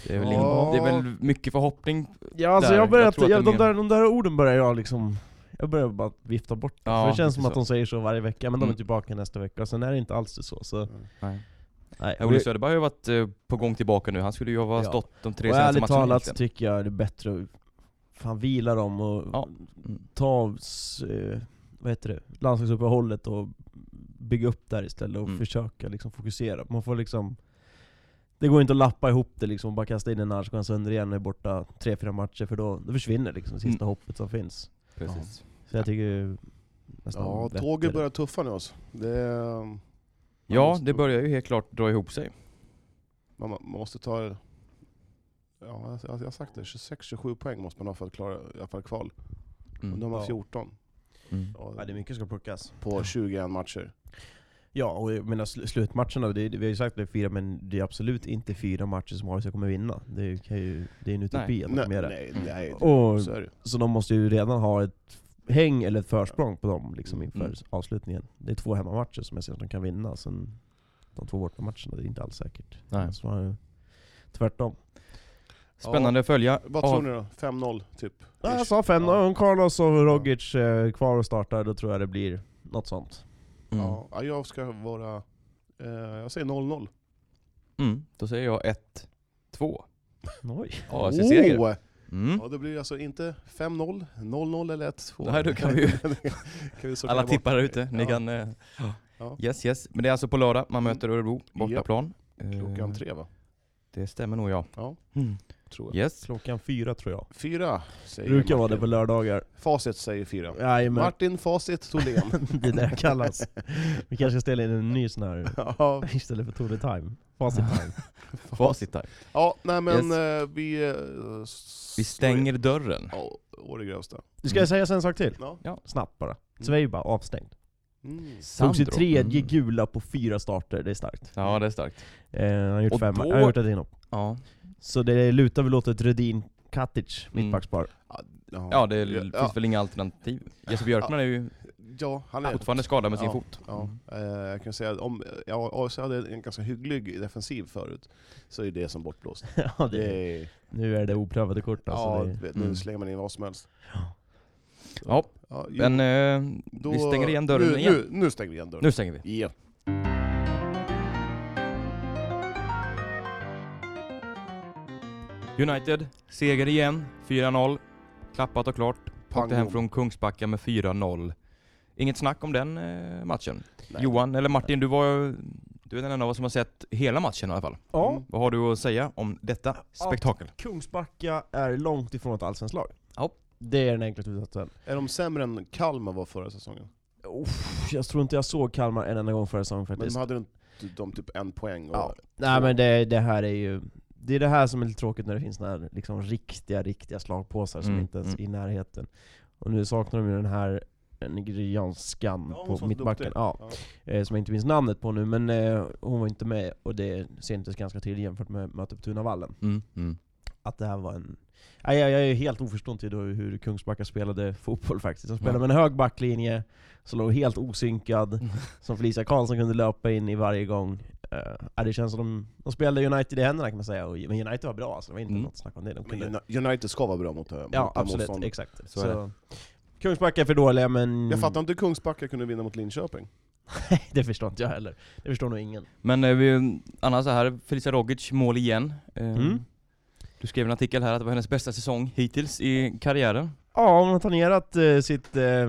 Speaker 2: Det är väl,
Speaker 4: Ja.
Speaker 2: in, det är väl mycket förhoppning.
Speaker 3: Ja alltså
Speaker 2: Där,
Speaker 3: jag börjar,
Speaker 2: jag
Speaker 3: att-
Speaker 2: tror att
Speaker 3: jag,
Speaker 2: det är
Speaker 3: de,
Speaker 2: mer-
Speaker 3: där, de där orden börjar jag liksom Jag börjar bara vifta bort det.
Speaker 2: Ja,
Speaker 3: För det känns
Speaker 2: lite
Speaker 3: som att
Speaker 2: så.
Speaker 3: de säger så varje vecka, men de
Speaker 2: Mm.
Speaker 3: är tillbaka nästa vecka och sen är det inte alls så så
Speaker 2: Nej.
Speaker 3: Nej,
Speaker 2: Olle Söderberg har ju varit eh, på gång tillbaka nu. Han skulle ju ha
Speaker 3: Ja.
Speaker 2: stått de tre
Speaker 3: och
Speaker 2: senaste
Speaker 3: ärligt
Speaker 2: matcherna
Speaker 3: talat så
Speaker 2: egentligen.
Speaker 3: tycker jag det är bättre att fan vila dem och
Speaker 2: Ja. Mm.
Speaker 3: ta av s- eh, vad heter det, landslagsuppehållet och bygga upp där istället och
Speaker 2: Mm.
Speaker 3: försöka liksom fokusera. Man får liksom det går inte att lappa ihop det liksom och bara kasta in en Arskan sönder igen och är borta 3-4 matcher för då, då försvinner liksom
Speaker 2: Mm.
Speaker 3: sista hoppet som finns.
Speaker 2: Precis.
Speaker 3: Så jag tycker ju nästan
Speaker 4: Ja,
Speaker 3: bättre.
Speaker 4: tåget börjar tuffa nu alltså. Det, är-
Speaker 2: Ja, det börjar ju helt klart dra ihop sig.
Speaker 4: man, man måste ta... Ja, alltså,
Speaker 2: Mm.
Speaker 4: jag har sagt det, 26-27 poäng måste man ha för att klara i alla fall kval. Och nu har man
Speaker 2: Ja.
Speaker 4: 14.
Speaker 2: Mm.
Speaker 4: Ja,
Speaker 3: Mm. Ja, det är mycket som ska plockas.
Speaker 4: på 21 matcher.
Speaker 3: Ja, och jag menar sl- slutmatcherna, det, det- vi har ju sagt att det är fyra, men det är absolut inte fyra matcher som AIK kommer vinna. Det, kan ju, det är Mm. en utopi att
Speaker 4: Nej,
Speaker 3: de är det.
Speaker 4: nej, nej.
Speaker 3: Och,
Speaker 4: Så är det.
Speaker 3: så de måste ju redan ha ett häng eller ett försprång på dem liksom inför
Speaker 2: Mm.
Speaker 3: avslutningen. Det är två hemmamatcher som jag ser att de kan vinna, sen de två bortamatcherna, det är inte alls säkert.
Speaker 2: Nej.
Speaker 3: Så, har jag- tvärtom.
Speaker 2: Spännande att följa.
Speaker 4: Vad tror ni då? 5-0 typ?
Speaker 3: Ja, jag
Speaker 4: Ish.
Speaker 3: sa fem,
Speaker 4: Ja.
Speaker 3: om Carlos och Rogic eh, kvar och startar, då tror jag det blir något sånt.
Speaker 2: Mm.
Speaker 4: Ja, ja, jag ska vara... Eh, jag säger 0-0.
Speaker 2: Mm. Då säger jag 1, 2.
Speaker 3: Oj.
Speaker 2: AFC-seger.
Speaker 4: Åh!
Speaker 2: Mm.
Speaker 4: Ja, det blir alltså inte 5-0, 0-0 eller 1-2.
Speaker 2: Nej, då kan vi ju-
Speaker 4: kan vi sortera
Speaker 2: Alla
Speaker 4: bort.
Speaker 2: tippar där ute. Ni
Speaker 4: Ja.
Speaker 2: kan... eh,
Speaker 4: Ja. Mm.
Speaker 2: Yes, yes. Men det är alltså på lördag man möter Örebro, bortaplan.
Speaker 4: Klockan
Speaker 2: Eh,
Speaker 4: tre va?
Speaker 2: Det stämmer nog ja.
Speaker 4: Ja,
Speaker 2: Mm.
Speaker 4: tror jag.
Speaker 2: Yes.
Speaker 3: Klockan fyra tror jag.
Speaker 4: Fyra säger
Speaker 3: Brukar vara det
Speaker 4: Martin.
Speaker 3: på lördagar.
Speaker 4: Facit säger fyra.
Speaker 3: Jajamän.
Speaker 4: Martin Facit Tholén.
Speaker 3: Det är det jag kallas. Vi kanske ska ställa in en ny sån här
Speaker 4: ja,
Speaker 3: istället för Tour de Time. Facit time.
Speaker 2: Facit där.
Speaker 4: ja, nej men
Speaker 2: Yes.
Speaker 4: eh, vi... eh,
Speaker 2: Vi stänger dörren.
Speaker 4: Ja, å det grövsta.
Speaker 3: Nu ska jag säga en sak till.
Speaker 4: Ja.
Speaker 3: Snabbt bara. Sveiba avstängd.
Speaker 4: Mm.
Speaker 3: Tog sig
Speaker 2: Sandro.
Speaker 3: tredje
Speaker 2: Mm.
Speaker 3: gula på fyra starter, det är starkt.
Speaker 2: Ja, det är starkt.
Speaker 3: Eh, han har gjort
Speaker 2: Och
Speaker 3: fem,
Speaker 2: då-
Speaker 3: han har gjort ett inhopp.
Speaker 2: Ja.
Speaker 3: Så det lutar väl åt ett Rudin Katic
Speaker 2: Mm.
Speaker 3: mittbackspar.
Speaker 2: Ja, det l-
Speaker 4: ja,
Speaker 2: finns väl inga alternativ. Jesper Björkman är ju
Speaker 4: ja, han är...
Speaker 2: fortfarande skadad med sin
Speaker 4: Ja,
Speaker 2: fot.
Speaker 4: Ja,
Speaker 2: Mm.
Speaker 4: eh, jag kan säga att om ja, AFC hade en ganska hygglig defensiv förut, så är det som bortblåst.
Speaker 3: ja,
Speaker 4: Det
Speaker 3: det,
Speaker 4: är,
Speaker 3: nu är det oprövade kort alltså.
Speaker 4: ja,
Speaker 3: det,
Speaker 4: du vet,
Speaker 2: mm.
Speaker 4: nu slänger man in vad som helst.
Speaker 2: Ja,
Speaker 4: Ja, jo,
Speaker 2: men eh, vi
Speaker 4: då-
Speaker 2: stänger igen dörren
Speaker 4: nu,
Speaker 2: igen.
Speaker 4: Nu, nu stänger vi igen dörren.
Speaker 2: Nu stänger vi.
Speaker 4: Ja.
Speaker 2: United, seger igen. 4-0. Klappat och klart. Åkte hem från Kungsbacka med 4-0. Inget snack om den eh, matchen.
Speaker 4: Nej.
Speaker 2: Johan, eller Martin, du var du är den enda av oss som har sett hela matchen i alla fall.
Speaker 3: ja,
Speaker 4: Mm.
Speaker 2: Vad har du att säga om detta spektakel?
Speaker 3: Kungsbacka är långt ifrån ett allsvenskt lag.
Speaker 2: Ja.
Speaker 3: Det är den enkla slutsatsen.
Speaker 4: Är de sämre än Kalmar var förra säsongen?
Speaker 3: Uff, Jag tror inte jag såg Kalmar en enda gång förra säsongen
Speaker 4: Men
Speaker 3: faktiskt.
Speaker 4: de hade de, de typ en poäng och...
Speaker 3: Ja. Nej men det, det här är ju, det är det här som är lite tråkigt när det finns såna här, liksom, riktiga, riktiga slagpåsar som
Speaker 2: Mm,
Speaker 3: inte ens är
Speaker 2: mm.
Speaker 3: i närheten. Och nu saknar de ju den här nigerianskan
Speaker 4: Ja, hon var
Speaker 3: på
Speaker 4: så
Speaker 3: mittbacken,
Speaker 4: duktig.
Speaker 3: ja, eh, som jag inte minns namnet på nu, men eh, hon var inte med och det syntes ganska till jämfört med mötet på Tunavallen.
Speaker 2: Mm, mm.
Speaker 3: Att det här var en... Nej, jag, jag är helt oförstående till hur- hur Kungsbacka spelade fotboll faktiskt. De spelade
Speaker 2: Ja.
Speaker 3: med en hög backlinje, som låg helt osynkad, som Felicia Karlsson kunde löpa in i varje gång. Eh, ja, det känns som de, de spelade United i händerna kan man säga, och, men United var bra alltså, det var inte
Speaker 2: Mm.
Speaker 3: något snack om det. De
Speaker 4: Men
Speaker 3: kunde,
Speaker 4: Uni- United ska vara bra mot eh, mot
Speaker 3: ja,
Speaker 4: de
Speaker 3: absolut,
Speaker 4: motståndarna.
Speaker 3: exakt.
Speaker 2: Så
Speaker 3: Så
Speaker 2: är
Speaker 3: Kungsbacka är för dåliga men...
Speaker 4: Jag
Speaker 2: Mm.
Speaker 4: fattar inte hur Kungsbacka kunde vinna mot Linköping.
Speaker 3: det förstår inte jag heller. Det förstår nog ingen.
Speaker 2: Men eh, vi, annars så här, Felicia Rogic mål igen. Eh,
Speaker 3: Mm.
Speaker 2: Du skrev en artikel här att det var hennes bästa säsong hittills i karriären.
Speaker 3: Ja, hon har tangerat eh, sitt... Eh,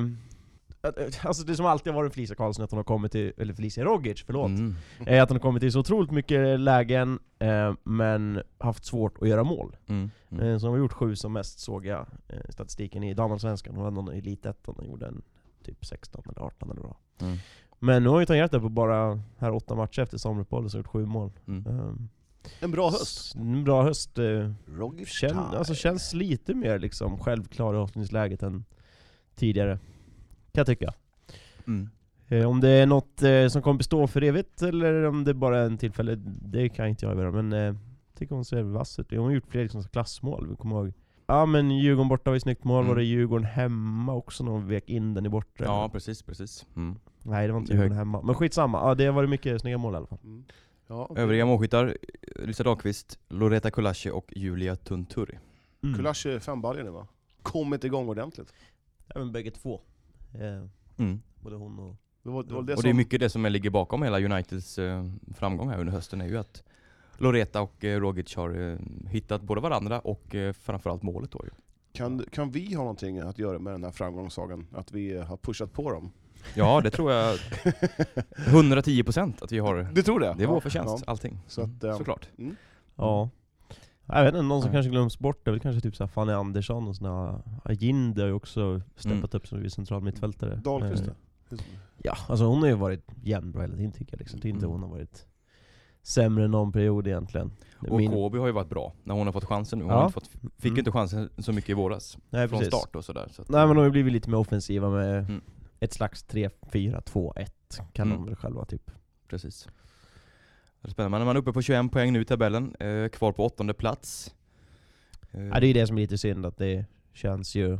Speaker 3: att- eh, alltså det som alltid har varit Felicia Karlsson, att hon har kommit till... Eller Felicia Rogic, förlåt.
Speaker 2: Mm.
Speaker 3: Eh, att hon har kommit till så otroligt mycket lägen, eh, men haft svårt att göra mål.
Speaker 2: Mm. Mm.
Speaker 3: Eh, så hon har gjort sju som mest, såg jag eh, statistiken i damallsvenskan. Hon hade någon i elitettan, hon gjorde en typ 16 eller 18 eller vad.
Speaker 2: Mm.
Speaker 3: Men nu har hon ju tangerat det på bara här åtta matcher efter sommaruppehållet, så har hon gjort sju mål.
Speaker 2: Mm.
Speaker 3: Eh,
Speaker 4: En bra höst.
Speaker 3: s- en Bra höst. Eh,
Speaker 4: Rogic
Speaker 3: Känn,
Speaker 4: time.
Speaker 3: alltså känns lite mer liksom självklar i avslutningsläget än tidigare. Kan jag tycka.
Speaker 2: Mm.
Speaker 3: Eh, om det är något eh, som kommer bestå för evigt eller om det bara är en tillfälle, det kan inte jag avgöra. Men eh, jag tycker hon ser vass ut. Hon har gjort fler liksom, klassmål, vi kommer ihåg. Ja men Djurgården borta var ju snyggt mål,
Speaker 2: Mm.
Speaker 3: var det Djurgården hemma också när hon vek in den i bortre?
Speaker 2: Ja, precis, precis. Mm.
Speaker 3: Nej det var inte
Speaker 2: Det var-
Speaker 3: Djurgården hemma. Men skitsamma, ja, det var det mycket snygga mål i alla fall.
Speaker 4: Mm. Ja, okej.
Speaker 2: Övriga målskyttar, eh, Lisa Dahlqvist, Loreta Kulaschi och Julia Tunturi.
Speaker 3: Mm.
Speaker 4: Kulasch är fem baljor nu va? Kommit igång ordentligt.
Speaker 3: Ja, men bägge två. Eh,
Speaker 2: Mm.
Speaker 3: både hon och...
Speaker 4: Det var, det var det
Speaker 2: och det är
Speaker 4: som-
Speaker 2: mycket det som ligger bakom hela Uniteds eh, framgång här under hösten är ju att Loreta och eh, Rogic har eh, hittat både varandra och eh, framförallt målet då ju.
Speaker 4: Kan, kan vi ha någonting att göra med den här framgångssagan? Att vi har pushat på dem?
Speaker 2: Ja, det tror jag 110% att vi har.
Speaker 4: Du tror det?
Speaker 2: Det är vår
Speaker 4: Ja,
Speaker 2: förtjänst,
Speaker 4: ja.
Speaker 2: allting.
Speaker 4: Så
Speaker 2: Mm,
Speaker 4: att, eh,
Speaker 2: Såklart.
Speaker 4: Mm.
Speaker 3: Ja. Jag vet inte, någon som
Speaker 2: Nej.
Speaker 3: kanske glöms bort det är väl kanske typ så här Fanny Andersson och såna Aginde har ju
Speaker 2: Mm.
Speaker 3: också steppat upp som central mittfältare.
Speaker 4: Dahlqvist
Speaker 3: Eh,
Speaker 4: då?
Speaker 3: Ja, alltså hon har ju varit jämnbra hela tiden tycker jag liksom. Det är inte
Speaker 2: Mm.
Speaker 3: hon har varit sämre än någon period egentligen.
Speaker 2: Och
Speaker 3: Min-
Speaker 2: Kobi har ju varit bra när hon har fått chansen nu. Hon
Speaker 3: Ja.
Speaker 2: har inte fått, fick
Speaker 3: Mm.
Speaker 2: inte chansen så mycket i våras.
Speaker 3: Nej,
Speaker 2: från
Speaker 3: precis.
Speaker 2: start och sådär. Så att,
Speaker 3: Nej men de har ju blivit lite mer offensiva med
Speaker 2: Mm.
Speaker 3: ett slags 3-4-2-1 kan
Speaker 2: Mm.
Speaker 3: de väl själva typ.
Speaker 2: Precis. Det är Spännande. Man är uppe på 21 poäng nu i tabellen. Eh, kvar på åttonde plats. Eh,
Speaker 3: Ja, det är ju det som är lite synd att det känns ju...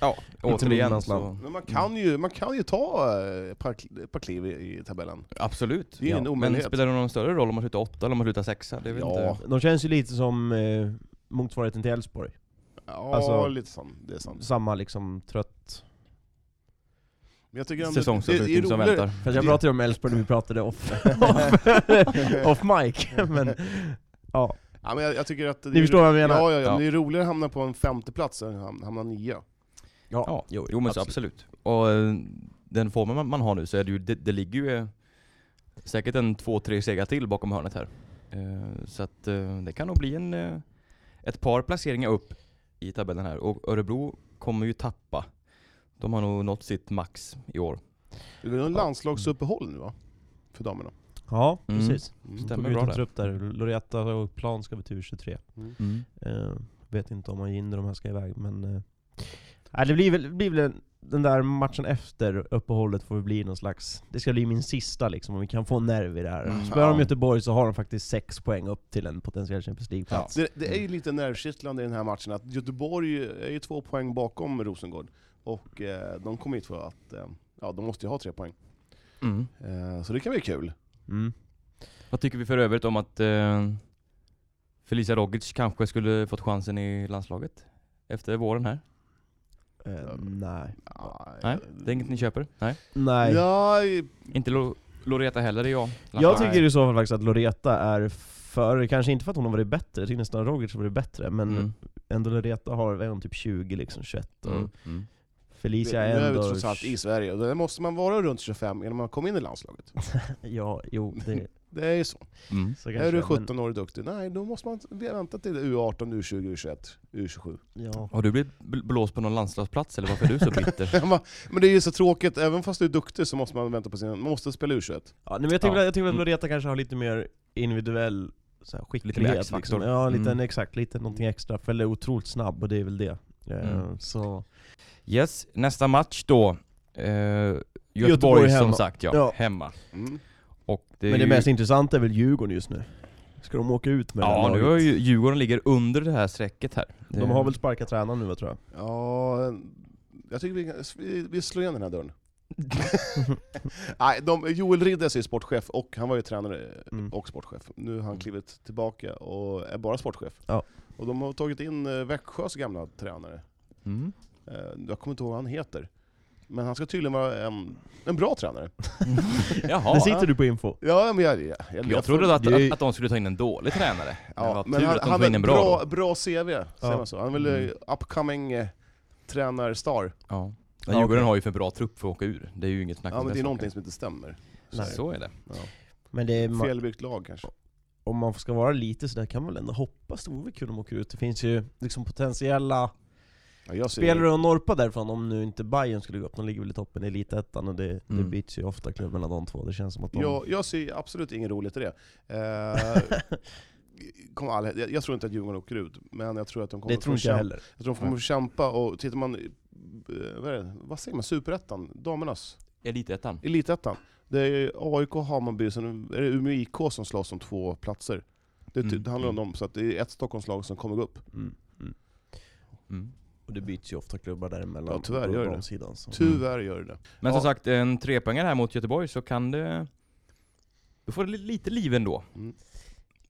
Speaker 2: ja, återigen
Speaker 3: någonstans
Speaker 2: så...
Speaker 3: land.
Speaker 4: Men man kan ju, man kan ju ta eh, ett par, kl- ett par kliv i, i tabellen.
Speaker 2: Absolut.
Speaker 4: Det är ju en
Speaker 2: Men
Speaker 4: omöjlighet.
Speaker 2: spelar det någon större roll om man slutar åtta eller om man slutar sexa? Det är väl
Speaker 4: Ja.
Speaker 2: inte...
Speaker 3: De känns ju lite som eh, motsvarigheten till Elfsborg.
Speaker 4: Ja,
Speaker 3: Alltså-
Speaker 4: lite sant. Det är sant.
Speaker 3: Samma liksom trött...
Speaker 4: Men jag tycker ändå-
Speaker 2: Säsongsavslutning som
Speaker 4: roligare-
Speaker 2: väntar.
Speaker 3: För jag
Speaker 4: Det-
Speaker 3: pratade ju om Elfsborg när vi pratade off, off mic, men... Ja,
Speaker 4: Ja, men jag, jag tycker att det
Speaker 3: ni
Speaker 4: är
Speaker 3: förstår vad jag menar?
Speaker 4: Ja, ja, ja.
Speaker 2: Ja.
Speaker 4: Det är roligare att hamna på en femteplats än att ham- hamna nia.
Speaker 2: Ja, jo, men absolut. absolut. Och eh, den formen man, man har nu så är det ju, det, det ligger ju eh, säkert en två, tre segrar till bakom hörnet här. Eh, så att eh, det kan nog bli en, eh, ett par placeringar upp i tabellen här. Och Örebro kommer ju tappa. De har nog nått sitt max i år.
Speaker 4: Det blir någon landslagsuppehåll nu va? För damerna.
Speaker 3: Ja,
Speaker 2: Mm.
Speaker 3: precis.
Speaker 4: Mm.
Speaker 2: Stämmer
Speaker 3: Tog ut
Speaker 2: bra
Speaker 3: en
Speaker 2: där.
Speaker 3: trupp där. Loretta och Plan ska på tur 23. Eh, vet inte om Ajinder de här ska iväg, men... Eh, nej, det blir väl, det blir väl en, den där matchen efter uppehållet får väl bli någon slags... Det ska bli min sista liksom, om vi kan få nerv i det här.
Speaker 2: Mm.
Speaker 3: Spelar
Speaker 4: Ja.
Speaker 3: de Göteborg så har de faktiskt sex poäng upp till en potentiell Champions League-plats.
Speaker 4: Det, det är
Speaker 2: Mm.
Speaker 4: ju lite nervkittlande i den här matchen att Göteborg är ju två poäng bakom Rosengård. Och eh, de kommer hit för att, eh, ja de måste ju ha tre poäng.
Speaker 2: Mm.
Speaker 4: Eh, så det kan bli kul.
Speaker 3: Mm.
Speaker 2: Vad tycker vi för övrigt om att eh, Felicia Rogic kanske skulle fått chansen i landslaget? Efter våren här?
Speaker 3: Eh, nej.
Speaker 2: Nej? Det är inget ni köper? Nej?
Speaker 3: Nej.
Speaker 4: Ja,
Speaker 2: Inte Lo- Loreta heller är jag.
Speaker 3: Jag tycker i så fall faktiskt att Loreta är för, kanske inte för att hon har varit bättre, jag tycker nästan Rogic har varit bättre, men
Speaker 2: Mm.
Speaker 3: ändå Loreta har väl ändå typ 20, liksom 21 och
Speaker 2: Mm. Mm.
Speaker 3: Felicia
Speaker 4: nu
Speaker 3: är
Speaker 4: är vi
Speaker 3: ändå...
Speaker 4: trots allt i Sverige och där måste man vara runt 25 innan man kommer in i landslaget.
Speaker 3: Ja, jo, det,
Speaker 4: Det är ju så.
Speaker 2: Mm.
Speaker 3: så
Speaker 4: är du
Speaker 3: men-
Speaker 4: 17 år och duktig, nej då måste man vänta till U18, U20, U21, U27.
Speaker 3: Ja.
Speaker 2: Har du blivit bl- blåst på någon landslagsplats eller varför är du så bitter?
Speaker 4: Man bara, Men det är ju så tråkigt, även fast du är duktig så måste man vänta på sin... Man måste spela U21.
Speaker 3: ja nej, men jag tycker,
Speaker 2: Ja.
Speaker 3: jag tycker att
Speaker 2: Mm.
Speaker 3: Loreta kanske har lite mer individuell så här,
Speaker 2: Lite mer
Speaker 3: skicklighet.
Speaker 2: axelfaktor.
Speaker 3: liksom. Ja, lite,
Speaker 2: Mm.
Speaker 3: exakt, lite någonting extra. För eller otroligt snabb och det är väl det. Eh,
Speaker 2: Mm.
Speaker 3: Så,
Speaker 2: Yes, nästa match då. Eh, Göteborg,
Speaker 3: Göteborg
Speaker 2: som
Speaker 3: hemma.
Speaker 2: sagt ja,
Speaker 3: Ja.
Speaker 2: hemma.
Speaker 4: Mm.
Speaker 2: Och det är
Speaker 3: men det
Speaker 2: ju,
Speaker 3: mest intressanta är väl Djurgården just nu. Ska de åka ut med det
Speaker 2: Ja, nu
Speaker 3: här laget?
Speaker 2: har ju Djurgården ligger under det här strecket här. Eh, Det,
Speaker 3: De har väl sparkat tränaren nu tror jag.
Speaker 4: Ja, jag tycker vi, kan- vi, vi slår igen den här dörren. nej, de, Joel Ridders är ju sportchef och han var ju tränare
Speaker 3: Mm.
Speaker 4: och sportchef. Nu har han
Speaker 2: Mm.
Speaker 4: klivit tillbaka och är bara sportchef.
Speaker 3: Ja.
Speaker 4: Och de har tagit in eh, Växjös gamla tränare.
Speaker 2: Mm.
Speaker 4: Eh, Jag kommer inte ihåg vad han heter. Men han ska tydligen vara en, en bra tränare.
Speaker 3: Där
Speaker 2: Jaha.
Speaker 3: sitter du på info.
Speaker 4: Ja, men jag, jag, jag,
Speaker 2: Jag trodde att,
Speaker 3: Det är-
Speaker 2: att, att de skulle ta in en dålig tränare. det var
Speaker 4: Ja, men
Speaker 2: tur
Speaker 4: han,
Speaker 2: att de
Speaker 4: han
Speaker 2: tog in
Speaker 4: har
Speaker 2: en
Speaker 4: ett
Speaker 2: bra,
Speaker 4: bra,
Speaker 2: då.
Speaker 4: bra CV, säger
Speaker 3: Ja.
Speaker 4: man så. Han är väl
Speaker 2: Mm.
Speaker 4: eh, upcoming eh, tränarstar.
Speaker 2: Ja.
Speaker 3: Ja,
Speaker 2: Men Djurgården
Speaker 3: okej.
Speaker 2: har ju för bra trupp för att åka ur. Det är ju inget snack
Speaker 4: Ja,
Speaker 2: om
Speaker 4: men det
Speaker 2: den saken.
Speaker 4: är någonting som inte stämmer.
Speaker 2: Så,
Speaker 3: Nej.
Speaker 2: så är det.
Speaker 3: Men det är, ma-
Speaker 4: Felbyggt lag kanske.
Speaker 3: om man ska vara lite sådär kan man väl ändå hoppas det vore kul om de åker ut. Det finns ju liksom potentiella
Speaker 4: Ja, jag ser
Speaker 3: spelare att norpa därifrån om nu inte Bayern skulle gå upp. De ligger väl i toppen i elitettan och det, det
Speaker 2: Mm.
Speaker 3: byts ju ofta klubb mellan de två. Det känns som att de...
Speaker 4: jag, jag ser absolut inget roligt i det. Eh, kommer aldrig, jag, jag tror inte att Djurgården åker ut, men jag tror att de kommer
Speaker 3: det tror
Speaker 4: få
Speaker 3: inte jag
Speaker 4: kämpa-
Speaker 3: heller.
Speaker 4: jag tror de kommer få kämpa, och tittar man, i- eh, vad, är det, vad säger man, superettan? Damernas?
Speaker 2: Elitettan.
Speaker 4: Mm. Elitettan? Det är AIK, Hammarby, sen är det Umeå IK som slåss om två platser. Det, ty-
Speaker 2: Mm.
Speaker 4: det handlar om dem, så att det är ett Stockholmslag som kommer gå upp.
Speaker 3: Mm. Mm.
Speaker 2: Mm.
Speaker 3: Och det byts ju ofta klubbar däremellan.
Speaker 4: Ja, tyvärr gör det.
Speaker 3: det. Sidan, så. Mm.
Speaker 4: Tyvärr gör det det.
Speaker 2: Men
Speaker 4: Ja.
Speaker 2: som sagt, en trepoängare här mot Göteborg så kan det... Då får det li- lite liv ändå.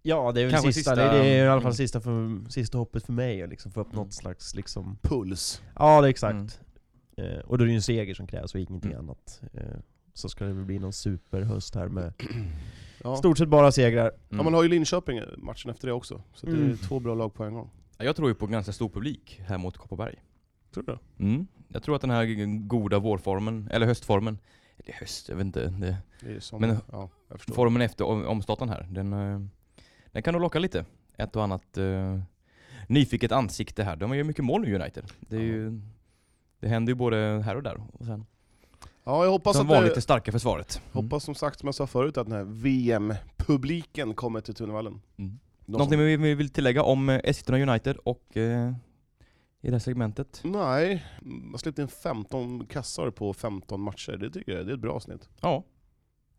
Speaker 3: Ja, det är väl
Speaker 2: Kanske
Speaker 3: sista,
Speaker 2: sista-
Speaker 3: Det, det är i alla
Speaker 2: Mm.
Speaker 3: fall sista, för, sista hoppet för mig att liksom få upp
Speaker 2: Mm.
Speaker 3: något slags liksom...
Speaker 4: Puls.
Speaker 3: Ja, det är exakt.
Speaker 4: Mm.
Speaker 3: Eh, och då är det ju en seger som krävs och ingenting
Speaker 2: Mm.
Speaker 3: annat. Eh, så ska det väl bli någon superhöst här med
Speaker 4: Ja.
Speaker 3: stort sett bara segrar.
Speaker 2: Mm.
Speaker 4: Ja, man har ju Linköping eh, matchen efter det också, så att det
Speaker 3: Mm.
Speaker 4: är två bra lag på en gång.
Speaker 2: Jag tror ju på ganska stor publik här mot Kopparberg.
Speaker 4: Tror du det?
Speaker 2: Mm. Jag tror att den här g- goda vårformen, eller höstformen, eller höst, jag vet inte. Det,
Speaker 4: det? är som,
Speaker 2: Men-
Speaker 4: ja, jag förstår.
Speaker 2: formen efter om- omstarten här, den, eh, den kan nog locka lite. Ett och annat eh, nyfiket ansikte här. De gör mycket mål nu United. Det, är ju, det händer ju både här och där. Och sen,
Speaker 4: Ja, jag hoppas
Speaker 2: Som
Speaker 4: att
Speaker 2: vanligt
Speaker 4: det,
Speaker 2: det starka försvaret.
Speaker 4: Hoppas som sagt, som jag sa förut, att den här VM-publiken kommer till Tunavallen.
Speaker 2: Mm.
Speaker 4: De
Speaker 2: Någonting vi vi vill tillägga om eh, Eskilstuna United och eh, i det här segmentet?
Speaker 4: Som, nej, man har släppt in 15 kassar på 15 matcher. Det tycker jag det är ett bra snitt.
Speaker 2: Ja. Ja,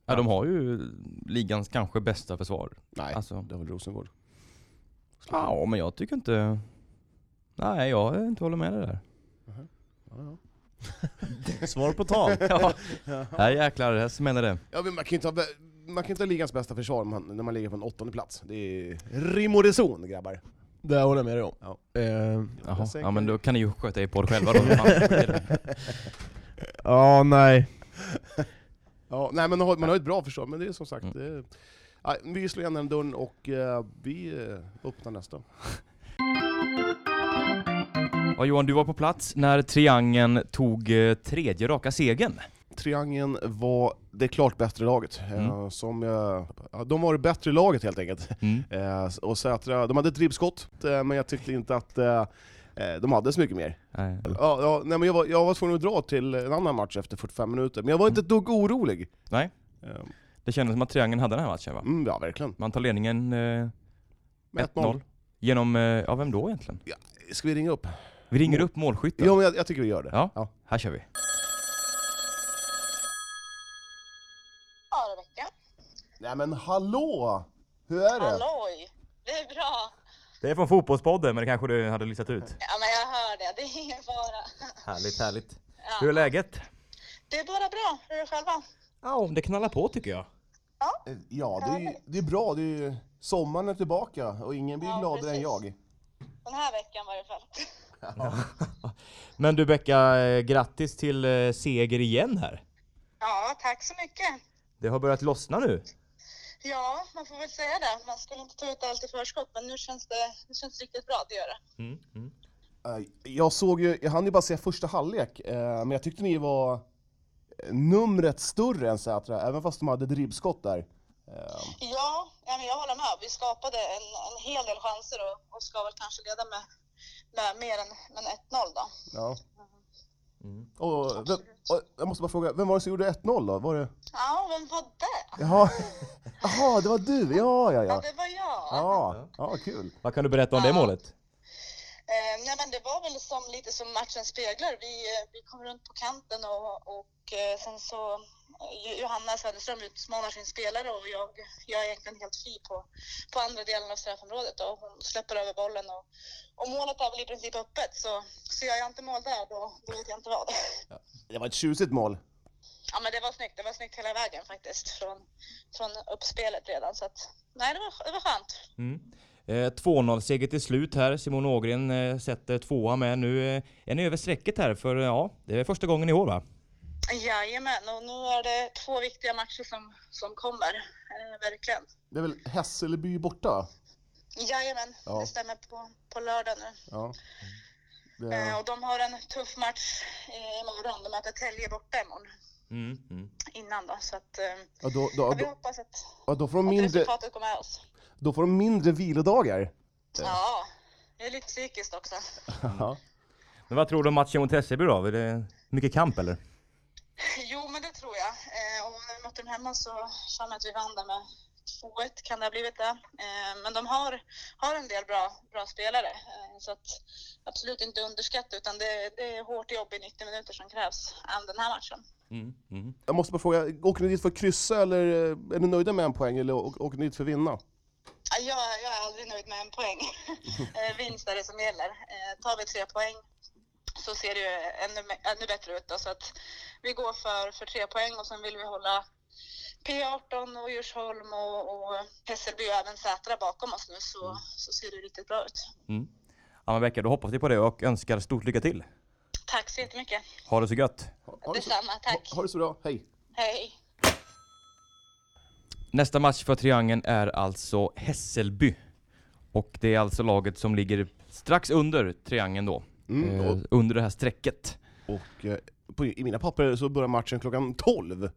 Speaker 4: Ja.
Speaker 2: de har ju ligans kanske bästa försvar.
Speaker 4: Nej,
Speaker 2: Alltså,
Speaker 4: det har väl Rosengård.
Speaker 2: ja, men jag tycker inte... Nej, jag är inte håller med dig där.
Speaker 4: Ja,
Speaker 3: Svar på tal.
Speaker 2: Ja,
Speaker 4: ja.
Speaker 2: här jäklar, här smäller det.
Speaker 4: Ja, men man kan ju inte ha, man kan inte ha ligans bästa försvar om man, när man ligger på en åttonde plats. Det är rim och reson, grabbar.
Speaker 3: Det håller jag med dig om.
Speaker 4: Ja.
Speaker 3: Eh,
Speaker 2: Jaha.
Speaker 4: Jag säger-
Speaker 2: Ja, men då kan ni ju sköta er podd själva då. Fan.
Speaker 3: Ja, nej.
Speaker 4: Ja, nej, men man har, man har ett bra försvar, men det är som sagt...
Speaker 2: Mm.
Speaker 4: Det, nej, vi slår igen den dörren och eh, vi eh, öppnar nästa.
Speaker 2: Ja, Johan, du var på plats när Triangeln tog eh, tredje raka segern.
Speaker 4: Triangeln var det klart bättre laget. Eh,
Speaker 2: Mm.
Speaker 4: Som, eh, ja, de var det bättre laget helt enkelt. Eh, och Sätra, de hade ett ribbskott, eh, men jag tyckte inte att eh, eh, de hade så mycket mer.
Speaker 2: Nej.
Speaker 4: Ja, ja, nej, men jag, var, jag var tvungen att dra till en annan match efter 45 minuter, men jag var inte ett dugg orolig.
Speaker 2: Nej.
Speaker 4: Eh,
Speaker 2: Det kändes som att Triangeln hade den här matchen va?
Speaker 4: Mm, ja, verkligen.
Speaker 2: Man tar ledningen eh,
Speaker 4: Med
Speaker 2: 1-0. Genom, eh, ja vem då egentligen?
Speaker 4: Ska vi ringa upp?
Speaker 2: Vi ringer
Speaker 4: Mål-
Speaker 2: upp målskytten.
Speaker 4: Ja, men jag, jag tycker vi gör det.
Speaker 2: Ja.
Speaker 4: Ja.
Speaker 2: Här kör vi.
Speaker 5: Ja, Rebecka.
Speaker 4: Nej men hallå! Hur är det?
Speaker 5: Halloj! Det är bra.
Speaker 2: Det är från Fotbollspodden, men det kanske du hade listat ut.
Speaker 5: Ja, men jag hör det. Det är ingen fara.
Speaker 2: Härligt, härligt.
Speaker 5: Ja.
Speaker 2: Hur är läget?
Speaker 5: Det är bara bra. Hur är det själva?
Speaker 2: Ja, det knallar på tycker jag.
Speaker 4: Eh, Ja, det är, ju- det är bra. Det är, ju- sommaren är tillbaka och ingen blir
Speaker 5: Ja,
Speaker 4: gladare än
Speaker 5: precis.
Speaker 4: jag.
Speaker 5: Den här veckan var det fall.
Speaker 2: Men du Becka, eh, grattis till eh, seger igen här.
Speaker 5: Ja, tack så mycket.
Speaker 2: Det har börjat lossna nu.
Speaker 5: Ja, man får väl säga det. Man skulle inte ta ut allt i förskott, men nu känns det, det känns riktigt bra. Det gör det.
Speaker 2: Mm,
Speaker 4: Eh, Jag såg ju, jag hann ju bara se första halvlek, eh, men jag tyckte ni var numret större än Sätra, även fast de hade ett ribbskott där. Eh,
Speaker 5: Ja, ja men jag håller med. Vi skapade en, en hel del chanser och, och ska väl kanske leda med, med mer än, men 1-0 då.
Speaker 4: Ja. Och, vem, och, jag måste bara fråga, vem var det som gjorde 1-0 då? Var det...
Speaker 5: Ja, vem var det?
Speaker 4: Jaha. Jaha, det var du! Ja, ja,
Speaker 5: Ja,
Speaker 4: ja.
Speaker 5: det var jag.
Speaker 4: Ja, ja kul.
Speaker 2: Vad kan du berätta om det målet?
Speaker 5: Eh, nej men det var väl som, lite som matchen speglar. Vi, eh, vi kom runt på kanten och, och eh, sen så eh, Jo- Johanna Söderström utmanar sin spelare och jag, jag är egentligen helt fri på, på andra delen av straffområdet och hon släpper över bollen och, och målet är väl i princip öppet så, så gör jag inte mål där då, då vet jag inte vad.
Speaker 4: Det var ett tjusigt mål.
Speaker 5: Ja men det var snyggt, det var snyggt hela vägen faktiskt från, från uppspelet redan så att nej det var, det var skönt.
Speaker 2: Mm. Eh, 2-0-seger till slut här. Simon Ågren eh, sätter tvåa med. Nu eh, är ni över strecket här för eh, ja, det är första gången i år va?
Speaker 5: Jajamän och nu är det två viktiga matcher som, som kommer, eh, verkligen.
Speaker 4: Det är väl Hässelby borta?
Speaker 5: Jajamän,
Speaker 4: Ja.
Speaker 5: det stämmer på, på lördag nu.
Speaker 4: Ja.
Speaker 5: Eh,
Speaker 4: Det,
Speaker 5: och de har en tuff match eh, imorgon. De möter Tälje borta imorgon
Speaker 2: Mm. Mm.
Speaker 5: innan då. Så att, eh,
Speaker 4: ja, då, då,
Speaker 5: ja, vi
Speaker 4: då,
Speaker 5: hoppas att,
Speaker 4: ja, då, får de
Speaker 5: att
Speaker 4: mindre,
Speaker 5: resultatet går med oss.
Speaker 4: då får de mindre vilodagar.
Speaker 5: Ja, det är lite psykiskt också.
Speaker 4: Ja.
Speaker 2: Men vad tror du om matchen mot Hässelby då? Är det mycket kamp eller?
Speaker 5: Jo, men det tror jag. Eh, och när vi mötte dem hemma så känner jag att vi vann där med 2-1, kan det ha blivit det. Eh, men de har, har en del bra, bra spelare. Eh, så att absolut inte underskatta, utan det, det är hårt jobb i 90 minuter som krävs även den här matchen.
Speaker 2: Mm. Mm.
Speaker 4: Jag måste bara fråga, åker ni dit för att kryssa eller eh, är ni nöjda med en poäng eller å- åker ni dit för att vinna?
Speaker 5: Ja, Jag, jag är aldrig nöjd med en poäng. Eh, Vinst är det som gäller. Eh, Tar vi tre poäng så ser det ju ännu, me- ännu bättre ut. Då. Så att vi går för, för tre poäng och sen vill vi hålla P18 och Djursholm och, och Hässelby och även Sätra bakom oss nu
Speaker 4: Mm.
Speaker 5: så, så ser det riktigt bra ut.
Speaker 2: Mm. Ja men Becka, då hoppas vi på det och önskar stort lycka till.
Speaker 5: Tack så jättemycket.
Speaker 2: Ha det så gött!
Speaker 4: Ha, ha, det, så,
Speaker 5: Detsamma, tack.
Speaker 4: ha, ha det så bra, hej!
Speaker 5: Hej.
Speaker 2: Nästa match för Triangeln är alltså Hässelby. Och det är alltså laget som ligger strax under Triangeln då.
Speaker 4: Mm,
Speaker 2: Eh,
Speaker 4: och
Speaker 2: under det här strecket.
Speaker 4: och eh, på, i mina papper så börjar matchen klockan 12.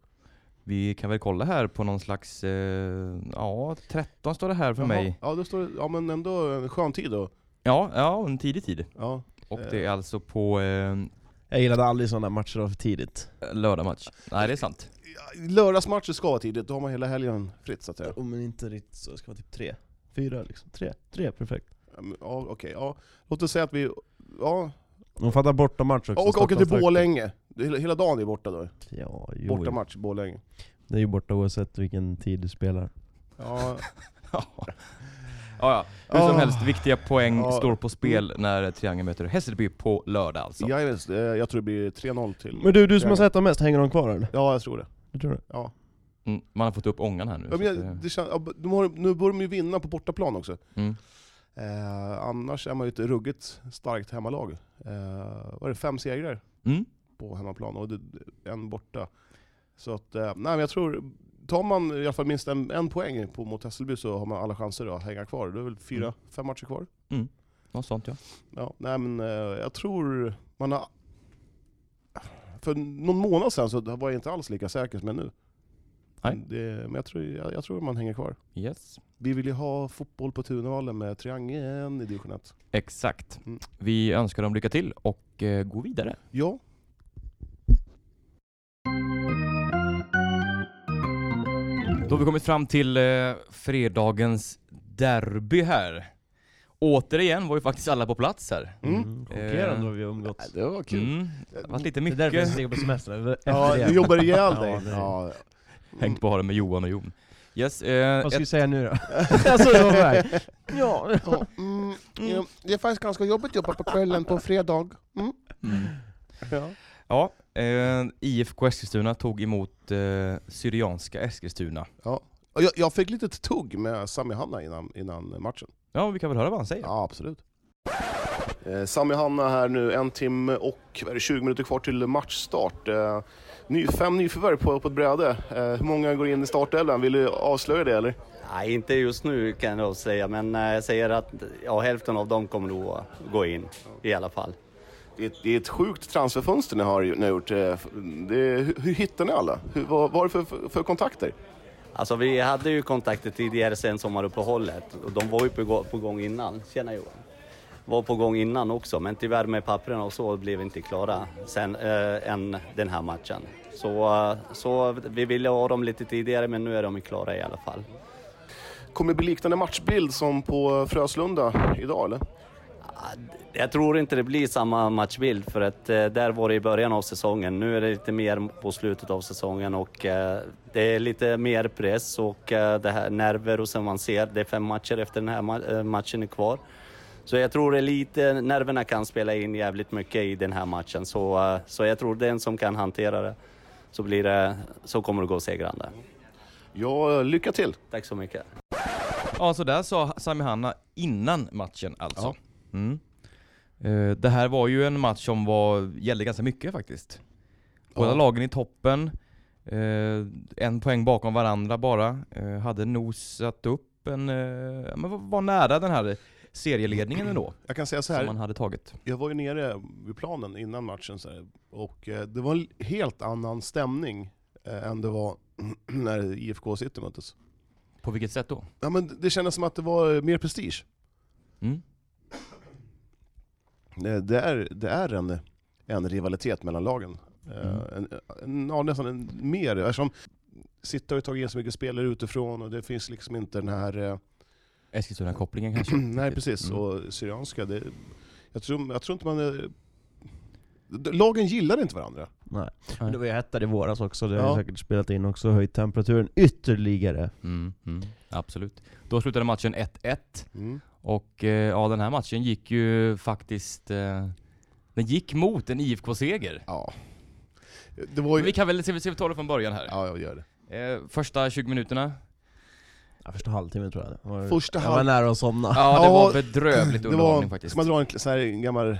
Speaker 2: Vi kan väl kolla här på någon slags, eh, ja 13 står det här för mig.
Speaker 4: Ja, då står det, ja men ändå en skön tid då.
Speaker 2: Ja, ja, en tidig tid.
Speaker 4: Ja.
Speaker 2: Och
Speaker 4: Eh.
Speaker 2: det är alltså på eh,
Speaker 3: Jag gillade aldrig sådana matcher för tidigt.
Speaker 2: Lördagmatch. Nej, det är sant.
Speaker 4: Ja, Lördagsmatcher ska vara tidigt, då har man hela helgen fritt så att säga.
Speaker 3: Om men inte riktigt så, det ska vara typ tre. Fyra liksom. Tre, tre perfekt.
Speaker 4: Ja, men, Mm, Ja, okej. ja. Låt oss säga att vi... Ja,
Speaker 3: De fattar bortamatch också.
Speaker 4: och åker till
Speaker 3: Stockholms-
Speaker 4: Borlänge. Det är hela- Hela dagen är borta då.
Speaker 3: Ja, jo, jo.
Speaker 4: Bortamatch, Borlänge.
Speaker 3: Det är ju borta oavsett vilken tid du spelar.
Speaker 4: Ja,
Speaker 2: ja, ja. Hur som
Speaker 4: Ah.
Speaker 2: helst, viktiga poäng
Speaker 4: Ja. Mm.
Speaker 2: står på spel när Triangeln möter Hässelby på lördag alltså.
Speaker 4: Jajamens, det- jag tror det blir 3-0 till...
Speaker 3: Men du, du som har sett dem mest, hänger de kvar eller?
Speaker 4: Ja, jag tror det.
Speaker 3: Jag tror det.
Speaker 2: Mm, man har fått upp ångan här nu.
Speaker 4: Ja,
Speaker 2: så
Speaker 4: men
Speaker 2: att eh,
Speaker 4: jag,
Speaker 2: det-
Speaker 4: det känns, ja, de har, nu börjar de ju vinna på bortaplan också.
Speaker 2: mm.
Speaker 4: Eh, annars är man ju ett ruggigt starkt hemmalag. Eh, var det fem segrar
Speaker 2: Mm.
Speaker 4: på hemmaplan och det, en borta. Så att, eh, nej men jag tror, tar man i alla fall minst en, en poäng på, mot Hässelby så har man alla chanser att hänga kvar. Det är väl fyra,
Speaker 2: Mm.
Speaker 4: fem matcher kvar.
Speaker 2: Något sånt ja.
Speaker 4: Ja, nej men eh, jag tror man har... För någon månad sedan så var jag inte alls lika säker som jag är nu.
Speaker 2: Nej.
Speaker 4: Det, men jag tror, jag, jag tror man hänger kvar.
Speaker 2: Yes.
Speaker 4: Vi vill ju ha fotboll på Tunavallen med triangeln i division 1.
Speaker 2: Exakt.
Speaker 4: Mm.
Speaker 2: Vi önskar dem lycka till och eh, gå vidare.
Speaker 4: Ja,
Speaker 2: Då har vi kommit fram till eh, fredagens derby här. Återigen var ju faktiskt alla på plats här.
Speaker 4: Mm.
Speaker 3: Chockerande vad vi har umgåtts.
Speaker 4: det var
Speaker 2: Mm. Det var lite
Speaker 3: Det är därför jag
Speaker 2: mycket
Speaker 3: ligger på semester.
Speaker 4: Ja, du jobbar ihjäl
Speaker 3: Ja,
Speaker 4: dig.
Speaker 3: det är-
Speaker 4: Ja,
Speaker 2: hängt på har det med Johan och Jon. Yes, eh,
Speaker 3: Vad
Speaker 2: ett,
Speaker 3: ska vi säga nu då? alltså, det var väl. Ja.
Speaker 4: Ja, mm, ja, det är faktiskt ganska jobbigt att jobba på kvällen på en fredag. Mm.
Speaker 2: mm.
Speaker 4: Ja.
Speaker 2: Ja, eh, IFK Eskilstuna tog emot eh, Syrianska Eskilstuna.
Speaker 4: Och Jag, jag fick lite tugg med Sami Hanna innan, innan matchen.
Speaker 2: Ja, vi kan väl höra vad han säger.
Speaker 4: Ja, absolut. Eh, Sami Hanna här nu, en timme och vad är det, 20 minuter kvar till matchstart. Eh, ny, fem nyförvärv på, på ett bräde. Eh, hur många går in i startelvan? Vill du avslöja det eller?
Speaker 6: Nej, inte just nu kan jag nog säga, men eh, jag säger att ja, hälften av dem kommer nog att gå in i alla fall.
Speaker 4: Det är, ett- det är ett sjukt transferfönster ni har, ni har gjort. Eh, f- Det, hur, hur hittar ni alla? Hur, vad, vad är det för, för, för kontakter?
Speaker 6: Alltså vi hade ju kontakter tidigare sen sommaruppehållet och de var ju på, gå- på gång innan. Tjena Johan! Var på gång innan också, men tyvärr med papperna och så blev vi inte klara sen eh, än den här matchen. Så, eh, så vi ville ha dem lite tidigare, men nu är de klara i alla fall.
Speaker 4: Kommer det bli liknande matchbild som på Fröslunda idag eller?
Speaker 6: Jag tror inte det blir samma matchbild för att eh, där var det i början av säsongen. Nu är det lite mer på slutet av säsongen och eh, det är lite mer press och eh, det här nerver och som man ser, det är fem matcher efter den här ma- eh, matchen är kvar. Så jag tror det är lite, nerverna kan spela in jävligt mycket i den här matchen. Så, eh, så jag tror den som kan hantera det så, blir det, så kommer det gå segrande.
Speaker 4: Ja, lycka till!
Speaker 6: Tack så mycket.
Speaker 2: Ja, så där sa Sami Hanna innan matchen alltså. Mm. Eh, det här var ju en match som var, gällde ganska mycket faktiskt. Båda
Speaker 4: Ja.
Speaker 2: lagen i toppen, eh, en poäng bakom varandra bara. Eh, hade nosat upp en, eh, ja, men var- var nära den här serieledningen ändå,
Speaker 4: Jag kan säga så
Speaker 2: som
Speaker 4: här,
Speaker 2: man hade tagit.
Speaker 4: jag var ju nere vid planen innan matchen så här, och eh, det var en helt annan stämning eh, än det var när IFK och City möttes.
Speaker 2: På vilket sätt då?
Speaker 4: Ja, men det kändes som att det var eh, mer prestige.
Speaker 2: Mm.
Speaker 4: Det, det är, det är en, en rivalitet mellan lagen. Eh,
Speaker 2: Mm.
Speaker 4: En, en, ja, nästan en, mer, eftersom City har ju tagit in så mycket spelare utifrån och det finns liksom inte den här eh,
Speaker 2: Eskilstuna-kopplingen kanske?
Speaker 4: Nej precis,
Speaker 2: Mm.
Speaker 4: och Syrianska, det, jag, tror, jag tror inte man... är- D- Lagen gillar inte varandra.
Speaker 3: Men det var ju hettare i våras också, det har
Speaker 4: Ja.
Speaker 3: ju säkert spelat in också, höjt temperaturen ytterligare.
Speaker 2: Mm, mm, absolut. Då slutade matchen 1-1. Och eh, ja, den här matchen gick ju faktiskt... Eh, den gick mot en IFK-seger.
Speaker 4: Ja. Det var ju...
Speaker 2: Vi kan väl, ska vi, ska vi ta det från början här?
Speaker 4: Ja, jag gör det.
Speaker 2: Eh, första 20 minuterna.
Speaker 3: Ja, första halvtimmen tror jag det var.
Speaker 4: Första
Speaker 3: Jag var
Speaker 4: halv-
Speaker 3: nära att somna.
Speaker 2: Ja, det
Speaker 4: Ja,
Speaker 2: var bedrövligt
Speaker 4: det
Speaker 2: underhållning
Speaker 4: var,
Speaker 2: faktiskt.
Speaker 4: Ska man dra en så här en gammal eh,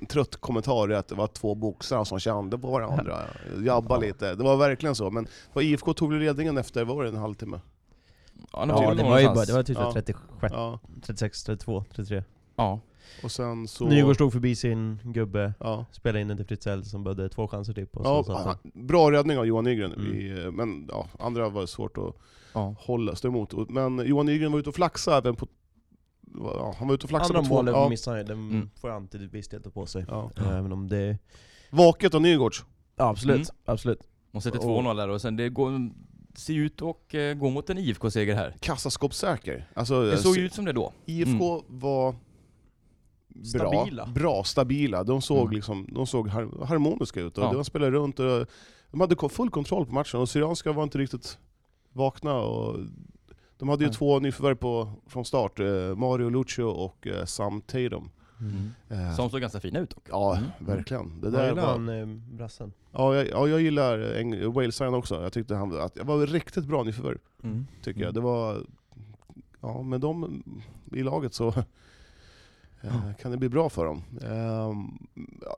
Speaker 4: en trött kommentar är att det var två boxare som kände på varandra, jabba lite. Det var verkligen så, men vad IFK tog ledningen efter, vad var det, en halvtimme?
Speaker 2: Ja,
Speaker 3: Ja, det var ju bara, det var typ
Speaker 4: Ja.
Speaker 3: 36,
Speaker 4: Ja,
Speaker 3: 36, 32, 33.
Speaker 2: Ja.
Speaker 4: och sen så...
Speaker 3: Nygård stod förbi sin gubbe,
Speaker 4: Ja.
Speaker 3: spelade in den till Fritzell som behövde två chanser typ. Och så,
Speaker 4: Ja,
Speaker 3: satt han.
Speaker 4: bra räddning av Johan Nygren,
Speaker 3: Mm.
Speaker 4: Vi, eh, men ja, andra var svårt att
Speaker 2: ja.
Speaker 4: hålla, stå emot. Och- Men Johan Nygren var ute och flaxade även på ja, han var ute och flaxade
Speaker 3: Andra
Speaker 4: på två.
Speaker 3: målet
Speaker 4: Ja.
Speaker 3: missar han ju, den
Speaker 2: Mm.
Speaker 3: får jag alltid ett visst del ta på sig.
Speaker 4: Ja.
Speaker 3: Eh, Även om det...
Speaker 4: Vaket av Nygårds.
Speaker 3: Ja, absolut.
Speaker 2: Mm.
Speaker 3: absolut.
Speaker 2: De sätter 2-0 där och sen det går, ser ut och eh, går mot en IFK-seger här.
Speaker 4: Kassaskåpssäker. Alltså,
Speaker 2: Det
Speaker 4: jag
Speaker 2: såg
Speaker 4: ser-
Speaker 2: ju ut som det då.
Speaker 4: IFK
Speaker 2: Mm.
Speaker 4: var bra,
Speaker 3: Stabila.
Speaker 4: bra, stabila. De såg,
Speaker 2: Mm.
Speaker 4: liksom, de såg har, harmoniska ut. Och
Speaker 2: Ja.
Speaker 4: De spelade runt och de hade ko- full kontroll på matchen. Och Syrianska var inte riktigt vakna. Och de hade ju
Speaker 3: Nej.
Speaker 4: två nyförvärv på- från start, eh, Mario Lucio och eh, Sam Tatum. Eh,
Speaker 2: Som såg ganska fina ut dock.
Speaker 4: Ja,
Speaker 2: Mm.
Speaker 4: verkligen. Det
Speaker 3: Där
Speaker 4: där
Speaker 3: gillar
Speaker 4: var,
Speaker 3: han eh, brassen.
Speaker 4: ja, jag, ja, jag gillar Eng- Walesaren också. Jag tyckte han att, det var riktigt bra nyförvärv,
Speaker 2: Mm.
Speaker 4: tycker
Speaker 2: Mm.
Speaker 4: jag. Det var, ja, med dem i laget så eh, kan det bli bra för dem. Ehm, ja,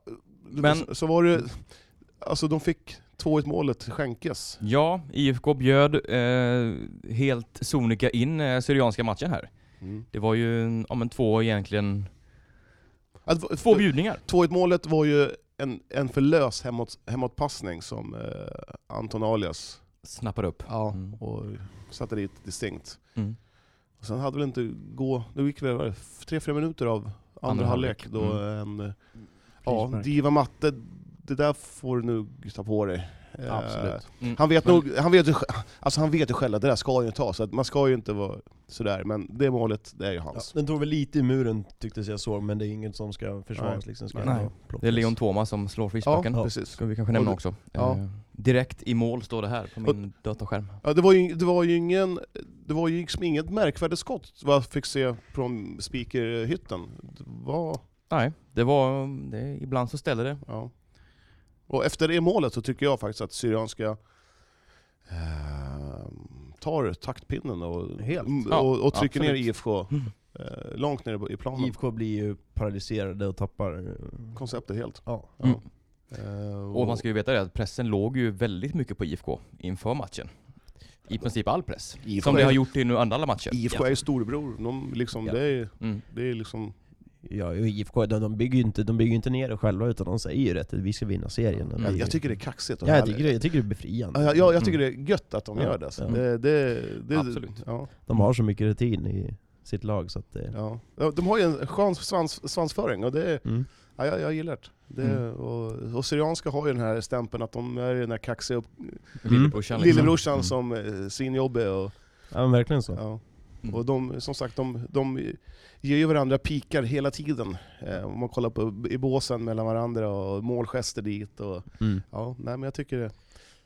Speaker 2: Men-
Speaker 4: så, så var det, alltså de fick 2-1 målet skänkes.
Speaker 2: Ja, IFK bjöd eh, helt sonika in eh, Syrianska matchen här. Det var ju ja, men två egentligen,
Speaker 4: Att, få-
Speaker 2: två bjudningar.
Speaker 4: 2-1 målet var ju en, en för lös hemåt, hemåtpassning som eh, Anton Alias
Speaker 2: Snappar upp.
Speaker 4: Ja,
Speaker 2: Mm.
Speaker 4: och satte dit distinkt.
Speaker 2: Mm.
Speaker 4: Och sen hade väl inte gå, det gick väl vad var det, f- tre, fyra minuter av andra,
Speaker 2: Andra
Speaker 4: halvlek
Speaker 2: halvlek, Mm.
Speaker 4: då en, eh, ja, Diva Matte, det där får du nog ta på dig. Eh,
Speaker 3: Absolut.
Speaker 2: Mm.
Speaker 4: Han vet
Speaker 2: Men-
Speaker 4: nog, han vet ju, sj- alltså han vet ju själv att det där ska ju ta, så att man ska ju inte vara sådär, men det målet, det är ju
Speaker 3: Ja,
Speaker 4: hans.
Speaker 3: den tog väl lite i muren tycktes jag såg, men det är inget som ska försvaras
Speaker 4: Nej.
Speaker 3: liksom. Ska
Speaker 4: Nej.
Speaker 3: ändå plockas.
Speaker 2: Det är Leon Thomas som slår
Speaker 4: Ja,
Speaker 2: frisparken.
Speaker 4: precis.
Speaker 2: Ska vi kanske nämna
Speaker 4: Och-
Speaker 2: också.
Speaker 4: ja.
Speaker 2: Eh, direkt i mål står det här på min dataskärm.
Speaker 4: Ja, det, var ju, det var ju ingen, det var ju liksom inget märkvärdigt skott vad jag fick se från speakerhytten. Det var,
Speaker 2: Nej, det var, det, ibland så ställer det.
Speaker 4: Ja. Och efter det målet så tycker jag faktiskt att Syrianska eh, tar taktpinnen och,
Speaker 3: Helt.
Speaker 4: m-
Speaker 2: Ja,
Speaker 4: och, och trycker
Speaker 2: absolut.
Speaker 4: ner IFK
Speaker 2: Mm.
Speaker 4: eh, långt ner i planen.
Speaker 3: IFK blir ju paralyserade och tappar... eh,
Speaker 4: Konceptet helt.
Speaker 3: Ja.
Speaker 4: Ja.
Speaker 2: Mm.
Speaker 4: Eh,
Speaker 2: Och man ska ju veta det att pressen låg ju väldigt mycket på IFK inför matchen. I princip all press.
Speaker 4: IFK
Speaker 2: Som det har
Speaker 4: är-
Speaker 2: gjort i nu andra alla matcher.
Speaker 4: IFK är ju storebror. De liksom,
Speaker 2: Ja.
Speaker 4: det, är,
Speaker 2: Mm.
Speaker 4: det är liksom...
Speaker 3: Ja, och IFK de, de bygger ju inte, de bygger ju inte ner det själva utan de säger ju rätt att vi ska vinna serien.
Speaker 2: Mm.
Speaker 3: Det är
Speaker 4: Jag,
Speaker 3: ju-
Speaker 4: jag tycker det är kaxigt och
Speaker 3: ja, jag,
Speaker 4: härligt.
Speaker 3: tycker det, jag tycker det är befriande.
Speaker 4: Ja, jag, jag, jag tycker det är gött att de
Speaker 3: Ja.
Speaker 4: gör det.
Speaker 3: Ja.
Speaker 4: Alltså. det, det, det
Speaker 2: Absolut.
Speaker 4: Ja,
Speaker 3: De har så mycket rutin i sitt lag så att eh, det...
Speaker 4: ja. Ja, De har ju en skön svans, svansföring och det,
Speaker 3: Mm.
Speaker 4: Ja, jag, jag gillar det. det och, och Syrianska har ju den här stämpeln att de är den här kaxiga upp,
Speaker 2: Lillebrorsan. liksom.
Speaker 4: Mm. lillebrorsan
Speaker 2: Mm.
Speaker 4: som eh, sinjobbe och,
Speaker 3: Ja men verkligen så.
Speaker 4: ja.
Speaker 2: Mm.
Speaker 4: och de, som sagt, de, de ger ju varandra pikar hela tiden. Eh, om man kollar på i båsen mellan varandra och målgester dit. Och,
Speaker 3: Mm.
Speaker 4: ja, nej, men jag tycker det.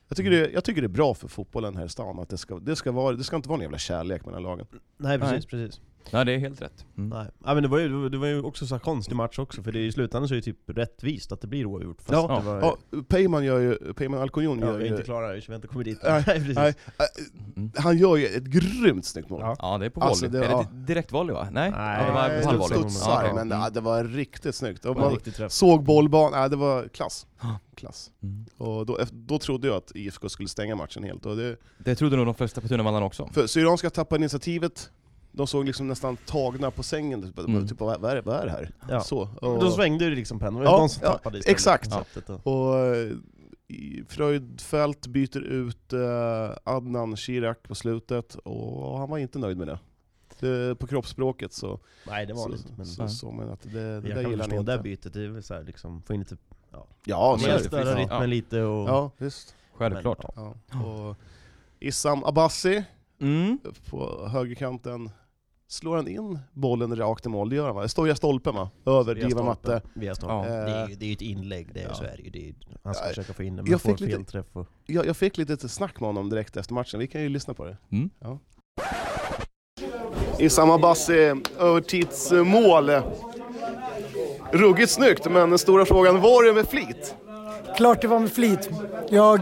Speaker 4: Jag tycker, det, jag tycker det är bra för fotbollen här i stan, att det ska, det ska, vara, det ska inte vara någon jävla kärlek mellan lagen.
Speaker 3: Nej precis, precis.
Speaker 2: Nej, det är helt rätt. Mm.
Speaker 3: Nej. Ja, men det, var ju, det var ju också så här konstig match också, för det är i slutändan så är det typ rättvist att det blir oavgjort. Fast
Speaker 2: Ja.
Speaker 3: det var,
Speaker 4: Ja, Peyman gör ju, Peyman Alconion
Speaker 3: ja,
Speaker 4: gör
Speaker 3: vi är inte
Speaker 4: ju,
Speaker 3: klara, vi har inte kommit dit.
Speaker 4: Nej,
Speaker 3: precis.
Speaker 4: nej.
Speaker 2: Mm.
Speaker 4: han gör ju ett grymt snyggt mål.
Speaker 3: Ja.
Speaker 2: Ja, det är på volley.
Speaker 4: Alltså, det-
Speaker 2: är det
Speaker 4: ja.
Speaker 2: di- direktvolley va? Nej,
Speaker 3: Nej,
Speaker 2: ja, det var
Speaker 4: Nej,
Speaker 2: halvvolley.
Speaker 4: de studsar,
Speaker 2: Ja, okej. Mm.
Speaker 4: men ja, det var riktigt snyggt. Och
Speaker 3: Det var en
Speaker 4: man
Speaker 3: riktig träff.
Speaker 4: såg bollbanan, ja, det var klass.
Speaker 2: Ja.
Speaker 4: klass.
Speaker 2: Mm.
Speaker 4: Och då, efter- då trodde jag att IFK skulle stänga matchen helt. Och det,
Speaker 2: Det trodde nog de flesta på Tunavallan också.
Speaker 4: för Syrianska tappade initiativet, de såg liksom nästan tagna på sängen, typ,
Speaker 2: Mm.
Speaker 4: typ vad, vad, är det, vad är det här?
Speaker 3: Ja.
Speaker 4: Så, och,
Speaker 3: Då svängde ju liksom pennan,
Speaker 4: Ja,
Speaker 3: de som
Speaker 4: ja,
Speaker 3: tappade
Speaker 4: exakt.
Speaker 3: konceptet då.
Speaker 4: och eh, i- Fröjdfält byter ut eh, Adnan Shirak på slutet, och han var inte nöjd med det. det på kroppsspråket så
Speaker 3: Nej det var det
Speaker 4: så,
Speaker 3: inte, men
Speaker 4: så, så, men att det, det
Speaker 3: jag
Speaker 4: där
Speaker 3: kan
Speaker 4: gillar han
Speaker 3: förstå det
Speaker 4: inte.
Speaker 3: där bytet, det är väl så här, liksom, få in lite,
Speaker 4: ja, så
Speaker 2: Men-
Speaker 4: är
Speaker 3: mer
Speaker 4: det.
Speaker 3: störa
Speaker 2: Ja.
Speaker 3: rytmen lite och...
Speaker 4: Ja, visst.
Speaker 2: Självklart.
Speaker 3: Men,
Speaker 4: Ja. Och Issam Abassi
Speaker 2: Mm.
Speaker 4: på högerkanten slår han in bollen rakt i mål, det gör han va? Det står ju stolpen va? Över
Speaker 3: Via
Speaker 4: Diva
Speaker 3: stolpen.
Speaker 4: Matte. Eh,
Speaker 3: Via stolpen.
Speaker 2: Ja.
Speaker 3: Det är ju- det är ju ett inlägg, det är,
Speaker 4: Ja.
Speaker 3: så är det ju. Det är, han ska
Speaker 4: Ja,
Speaker 3: försöka få in den, men
Speaker 4: jag
Speaker 3: får
Speaker 4: fick lite-
Speaker 3: fel träff. Och,
Speaker 4: Jag, jag fick lite snack med honom direkt efter matchen, vi kan ju lyssna på det.
Speaker 2: Mm.
Speaker 4: Ja. Issam Abassi, övertidsmål. Ruggigt snyggt, men den stora frågan, var det med flit?
Speaker 7: Klart det var med flit. Jag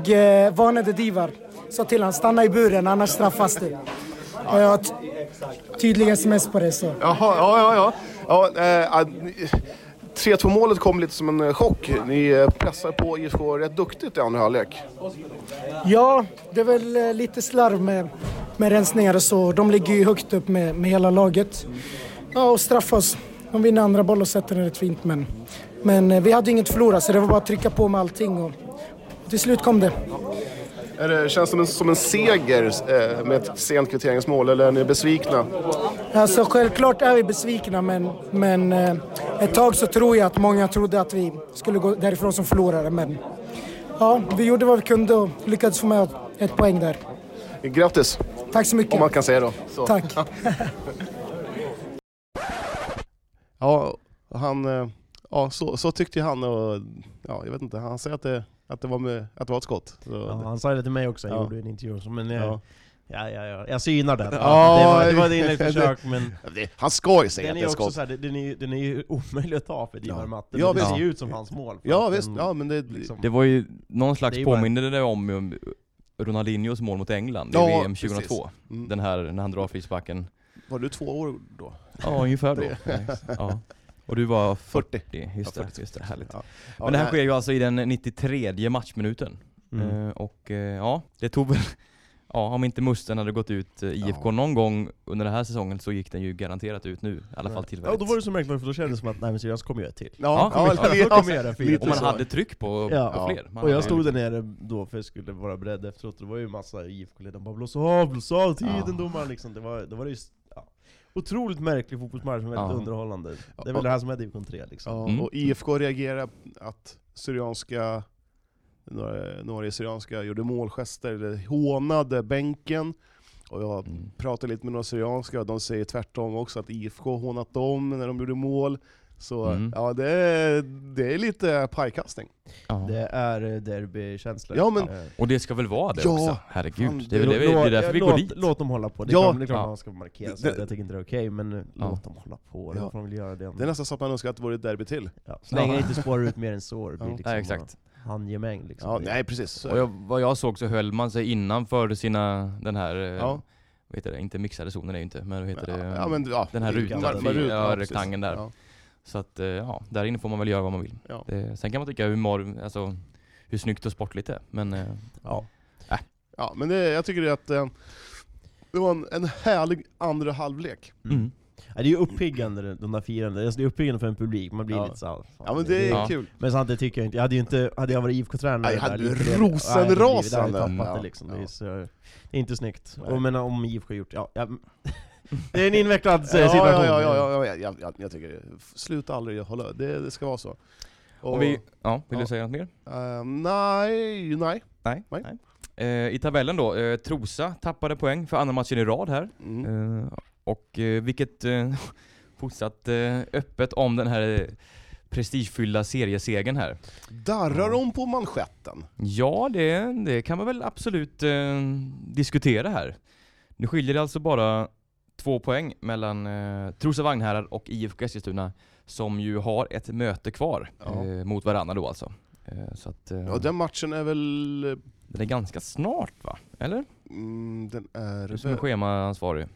Speaker 7: eh, varnade Divar. Sa till honom, stanna i buren annars straffas du. Och jag har t- tydliga sms på det så.
Speaker 4: Jaha, ja, ja, ja. ja eh, eh, ni- 3-2 målet kom lite som en eh, chock. Ni eh, pressar på IFK rätt duktigt i andra halvlek.
Speaker 7: Ja, det är väl eh, lite slarv med, med rensningar och så. De ligger ju högt upp med, med hela laget. Ja, och straffa oss. De vinner andra boll och sätter den rätt fint men... Men eh, vi hade inget att förlora så det var bara att trycka på med allting och... Till slut kom det.
Speaker 4: Är det, känns det som en, som en seger eh, med ett sent kvitteringsmål eller är ni besvikna?
Speaker 7: Alltså självklart är vi besvikna men, men eh, ett tag så tror jag att många trodde att vi skulle gå därifrån som förlorare men ja, vi gjorde vad vi kunde och lyckades få med ett poäng där.
Speaker 4: Grattis,
Speaker 7: Tack så
Speaker 4: om man
Speaker 7: mycket.
Speaker 4: kan säga då. Så.
Speaker 7: Tack.
Speaker 4: Ja, han, eh, ja så, så tyckte ju han och ja, jag vet inte, han säger att det, att det, var, med, att det var ett skott. Så,
Speaker 3: Ja, han sa det till mig också, jag
Speaker 4: Ja.
Speaker 3: gjorde en intervju också, men jag,
Speaker 4: Ja.
Speaker 3: ja. Ja, ja, Jag synar den.
Speaker 4: Ja,
Speaker 3: det var, det var ett
Speaker 4: det-
Speaker 3: försök, men
Speaker 4: Det- Han ska ju säga
Speaker 3: den
Speaker 4: att
Speaker 3: är
Speaker 4: det är
Speaker 3: ju
Speaker 4: ett
Speaker 3: också
Speaker 4: skott.
Speaker 3: så här, den, är, ju- den är ju omöjlig att ta för Divar Matte,
Speaker 4: Ja,
Speaker 3: men det
Speaker 4: visst.
Speaker 3: ser ju ut som hans mål. för
Speaker 4: Ja
Speaker 3: att
Speaker 4: visst,
Speaker 3: den-
Speaker 4: ja men det...
Speaker 3: liksom-
Speaker 2: Det var ju någon slags
Speaker 3: Det är ju bara-
Speaker 2: påminnelse om um, Ronaldinhos mål mot England
Speaker 4: Ja,
Speaker 2: i VM
Speaker 4: precis.
Speaker 2: 2002.
Speaker 4: Mm.
Speaker 2: Den här, när han drar frisparken.
Speaker 4: Var du två år då?
Speaker 2: Ja, ungefär då.
Speaker 4: Tre.
Speaker 2: Ja, just- ja. Och du var 40,
Speaker 4: 40.
Speaker 2: just
Speaker 4: Ja,
Speaker 2: det.
Speaker 4: 40.
Speaker 2: Just det härligt.
Speaker 4: Ja. Ja,
Speaker 2: Men det här sker ju alltså i den 93 matchminuten.
Speaker 3: Mm.
Speaker 2: Eh, och eh, ja, det tog väl... Ja, om inte musten hade gått ut eh, IFK
Speaker 4: Ja.
Speaker 2: någon gång under den här säsongen så gick den ju garanterat ut nu. I alla fall
Speaker 3: Ja,
Speaker 2: tillfälligt.
Speaker 3: då var det så märkligt, för då kändes det som att nej men seriöst, kommer jag ett till.
Speaker 4: Ja,
Speaker 2: Ja,
Speaker 4: ja,
Speaker 2: kommer-
Speaker 4: ja,
Speaker 3: Då kommer jag det
Speaker 4: lite
Speaker 3: fint.
Speaker 2: och man
Speaker 4: så.
Speaker 2: hade tryck på,
Speaker 3: Ja.
Speaker 2: på fler. Man
Speaker 3: Och
Speaker 2: hade-
Speaker 3: jag
Speaker 2: liksom-
Speaker 3: stod där nere då för jag skulle vara beredd efteråt, det var ju massa IFK-ledare som bara 'Blås av, blås av tiden
Speaker 4: Ja.
Speaker 3: domaren' liksom. Det var, det var ju... s- Ja. Otroligt märklig fotbollsmatch, men väldigt
Speaker 2: Ja.
Speaker 3: underhållande. Det är
Speaker 4: Ja.
Speaker 3: väl det här som är division 3 liksom.
Speaker 4: Ja,
Speaker 2: Mm.
Speaker 4: och IFK reagerade att Syrianska, några, några Syrianska gjorde målgester, eller hånade bänken. Och jag
Speaker 2: Mm.
Speaker 4: pratade lite med några Syrianska, och de säger tvärtom också, att IFK hånat dem när de gjorde mål. Så
Speaker 2: Mm.
Speaker 4: ja, det är, det är lite pajkastning.
Speaker 2: Ja.
Speaker 3: Det är eh, derbykänslor.
Speaker 4: Ja, men-
Speaker 3: Eh,
Speaker 2: Och det ska väl vara det
Speaker 4: Ja,
Speaker 2: också? Herregud,
Speaker 4: fan,
Speaker 2: det, är väl det, vi- det är därför vi går
Speaker 3: låt,
Speaker 2: dit.
Speaker 3: Låt dem hålla på, det är
Speaker 4: Ja.
Speaker 3: klart, det är klart
Speaker 2: Ja.
Speaker 3: man ska markera
Speaker 4: Det-
Speaker 3: sig, jag tycker inte det är okej, men eh,
Speaker 2: Ja.
Speaker 3: låt dem hålla på, det
Speaker 4: Ja.
Speaker 3: får de väl göra det.
Speaker 4: Det är
Speaker 3: om-
Speaker 4: nästan så att man önskar att det vore ett derby till.
Speaker 3: Ja. Så länge
Speaker 2: Ja.
Speaker 3: det inte spårar ut mer än så, det blir
Speaker 4: Ja.
Speaker 3: liksom
Speaker 2: Nej, exakt.
Speaker 3: bara handgemäng liksom.
Speaker 4: Ja,
Speaker 3: Det-
Speaker 4: nej precis. Så är
Speaker 2: Och
Speaker 4: det.
Speaker 2: jag, vad jag såg så höll man sig innanför sina, den här, ja.
Speaker 4: Ja.
Speaker 2: vad heter det, inte mixade zonen är det ju inte, men vad heter det?
Speaker 4: ja, men, ja,
Speaker 2: den här rutan,
Speaker 4: var- var
Speaker 2: fi- ja,
Speaker 4: precis.
Speaker 2: rektangeln där.
Speaker 4: Ja.
Speaker 2: Så att eh, ja, där inne får man väl göra vad man vill.
Speaker 4: Ja.
Speaker 2: Det, sen kan man tycka hur, mor, alltså, hur snyggt och sportligt det är, men eh,
Speaker 3: Ja.
Speaker 4: Ja, men det, jag tycker att eh, det var en, en härlig andra halvlek.
Speaker 2: mm.
Speaker 3: Ja, det är ju uppiggande det- de där firandena, alltså, det är uppiggande för en publik, man blir
Speaker 4: Ja.
Speaker 3: lite såhär... fan,
Speaker 4: Ja men det är
Speaker 2: Ja.
Speaker 4: kul.
Speaker 3: Men samtidigt tycker jag inte, jag hade ju inte, hade jag varit IFK-tränare
Speaker 4: Nej,
Speaker 3: där,
Speaker 4: hade
Speaker 3: det
Speaker 4: du
Speaker 3: är inte-
Speaker 4: rosenrasande.
Speaker 3: Nej, det hade blivit- det hade jag tappat
Speaker 4: Ja,
Speaker 3: det liksom, det
Speaker 4: ja.
Speaker 3: är, så, det är inte snyggt.
Speaker 4: Nej.
Speaker 3: Och men om IFK gjort, ja, jag, det är en invecklad eh,
Speaker 4: Ja,
Speaker 3: situation.
Speaker 4: ja, ja, ja, ja, ja, jag, jag, jag tycker, f- sluta aldrig hålla, det, det ska vara så. Och,
Speaker 2: Om vi, ja, vill
Speaker 4: ja.
Speaker 2: du säga något mer?
Speaker 4: eh, nej, nej.
Speaker 2: Nej.
Speaker 4: Nej.
Speaker 2: Eh, I tabellen då, eh, Trosa tappade poäng för andra matchen i rad här.
Speaker 4: Mm.
Speaker 2: Eh, och eh, vilket eh, fortsatt eh, öppet om den här eh, prestigefyllda seriesegen här.
Speaker 4: Darrar de på manschetten?
Speaker 2: Ja, det, det kan man väl absolut eh, diskutera här. Nu skiljer det alltså bara två poäng mellan eh, Trosa Vagnhärad och IFK Eskilstuna som ju har ett möte kvar
Speaker 4: Ja.
Speaker 2: eh, mot varandra då alltså. Eh, så att, eh,
Speaker 4: Ja, den matchen är väl... eh,
Speaker 2: den är ganska snart va? Eller?
Speaker 4: Mm, den är
Speaker 2: Du som är
Speaker 4: väl,
Speaker 2: schemaansvarig.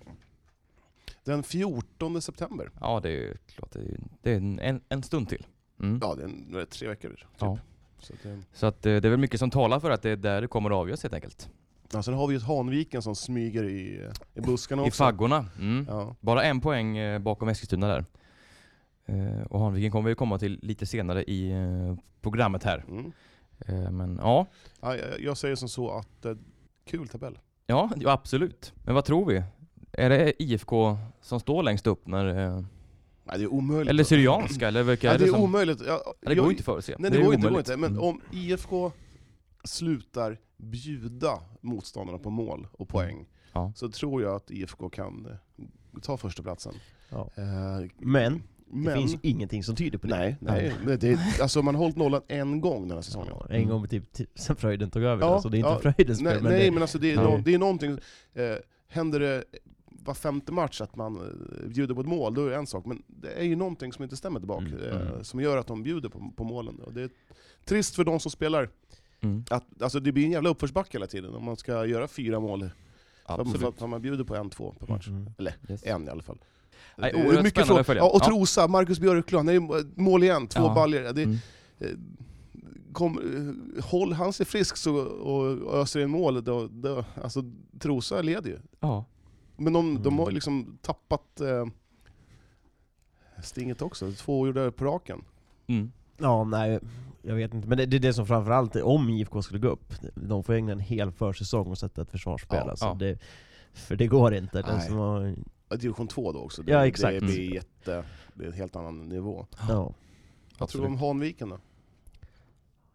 Speaker 4: den 14 september.
Speaker 2: Ja, det är ju klart. Det är, ju- det är en, en, en stund till. Mm.
Speaker 4: Ja, det är, en- det är tre veckor typ.
Speaker 2: Ja.
Speaker 4: Så, att, eh,
Speaker 2: Så att, eh, det är väl mycket som talar för att det är där det kommer att avgöras helt enkelt.
Speaker 4: ja, sen har vi ju ett Hanviken som smyger i, eh, i buskarna
Speaker 2: I
Speaker 4: också.
Speaker 2: faggorna. Mm.
Speaker 4: Ja.
Speaker 2: Bara en poäng eh, bakom Eskilstuna där. Eh, och Hanviken kommer vi komma till lite senare i eh, programmet här.
Speaker 4: Mm.
Speaker 2: Eh, men ja.
Speaker 4: Ja, jag, jag säger som så att, eh, kul tabell.
Speaker 2: ja, ja, absolut. Men vad tror vi? Är det IFK som står längst upp? När, eh,
Speaker 4: Nej, det är omöjligt.
Speaker 2: eller Syrianska? Eller vilka
Speaker 4: Ja,
Speaker 2: är
Speaker 4: det
Speaker 2: det,
Speaker 4: är
Speaker 2: som,
Speaker 4: omöjligt. Ja,
Speaker 2: ja, det går
Speaker 4: jag-
Speaker 2: ju inte förutse.
Speaker 4: Nej det, går inte, det går
Speaker 2: omöjligt.
Speaker 4: inte. Men
Speaker 2: Mm.
Speaker 4: om IFK slutar bjuda motståndarna på mål och poäng,
Speaker 2: Mm. Ja.
Speaker 4: så tror jag att IFK kan eh, ta förstaplatsen.
Speaker 3: Ja.
Speaker 4: Eh,
Speaker 3: Men, det
Speaker 4: men...
Speaker 3: finns ingenting som tyder på det.
Speaker 4: Nej, nej. men Det är, alltså man har hållit nollan en gång den här säsongen.
Speaker 3: Ja, En gång med typ, t- sen Fröjden tog över,
Speaker 4: Ja,
Speaker 3: alltså det är inte
Speaker 4: ja,
Speaker 3: Fröjdens
Speaker 4: nej,
Speaker 3: fel, men
Speaker 4: men, nej,
Speaker 3: det,
Speaker 4: men alltså det är,
Speaker 3: Ja.
Speaker 4: nå- det är någonting... Eh, händer det var femte match att man eh, bjuder på ett mål, då är det en sak. Men det är ju någonting som inte stämmer tillbaka,
Speaker 3: Mm,
Speaker 4: eh,
Speaker 3: mm.
Speaker 4: som gör att de bjuder på, på målen. Och det är trist för de som spelar.
Speaker 2: Mm.
Speaker 4: Att, alltså det blir en jävla uppförsbacke hela tiden om man ska göra fyra mål. För, för,
Speaker 2: Absolut. Mm-hmm.
Speaker 4: för man bjuder på en, två per match.
Speaker 3: Mm.
Speaker 2: Yes.
Speaker 4: En i alla fall.
Speaker 2: Nej,
Speaker 4: Det är
Speaker 2: oerhört
Speaker 4: mycket
Speaker 2: spännande
Speaker 4: frågor.
Speaker 2: att följa.
Speaker 4: Ja, och
Speaker 2: Ja.
Speaker 4: Trosa, Marcus Björklund, det är ju mål igen, två
Speaker 2: Ja.
Speaker 4: baljor. Det-
Speaker 2: Mm.
Speaker 4: eh, Kom, eh, håll han sig frisk så, och öser in mål, då, då, alltså Trosa leder ju.
Speaker 2: Ja.
Speaker 4: Men de, de
Speaker 3: Mm.
Speaker 4: har ju liksom tappat eh, stinget också. Två gjorda på raken.
Speaker 2: Mm.
Speaker 3: Ja, nej. Jag vet inte, men det, det är det som framförallt, är om IFK skulle gå upp, de får ägna en hel försäsong och sätta ett försvarsspel
Speaker 4: Ja,
Speaker 3: alltså.
Speaker 2: ja.
Speaker 3: Det, för det går inte. Den
Speaker 2: Nej.
Speaker 3: som har,
Speaker 4: Ja, Division 2 då också.
Speaker 3: Ja, exakt.
Speaker 4: Det blir jätte... Det är en helt annan nivå.
Speaker 3: ja,
Speaker 4: Vad tror du om Hanviken då?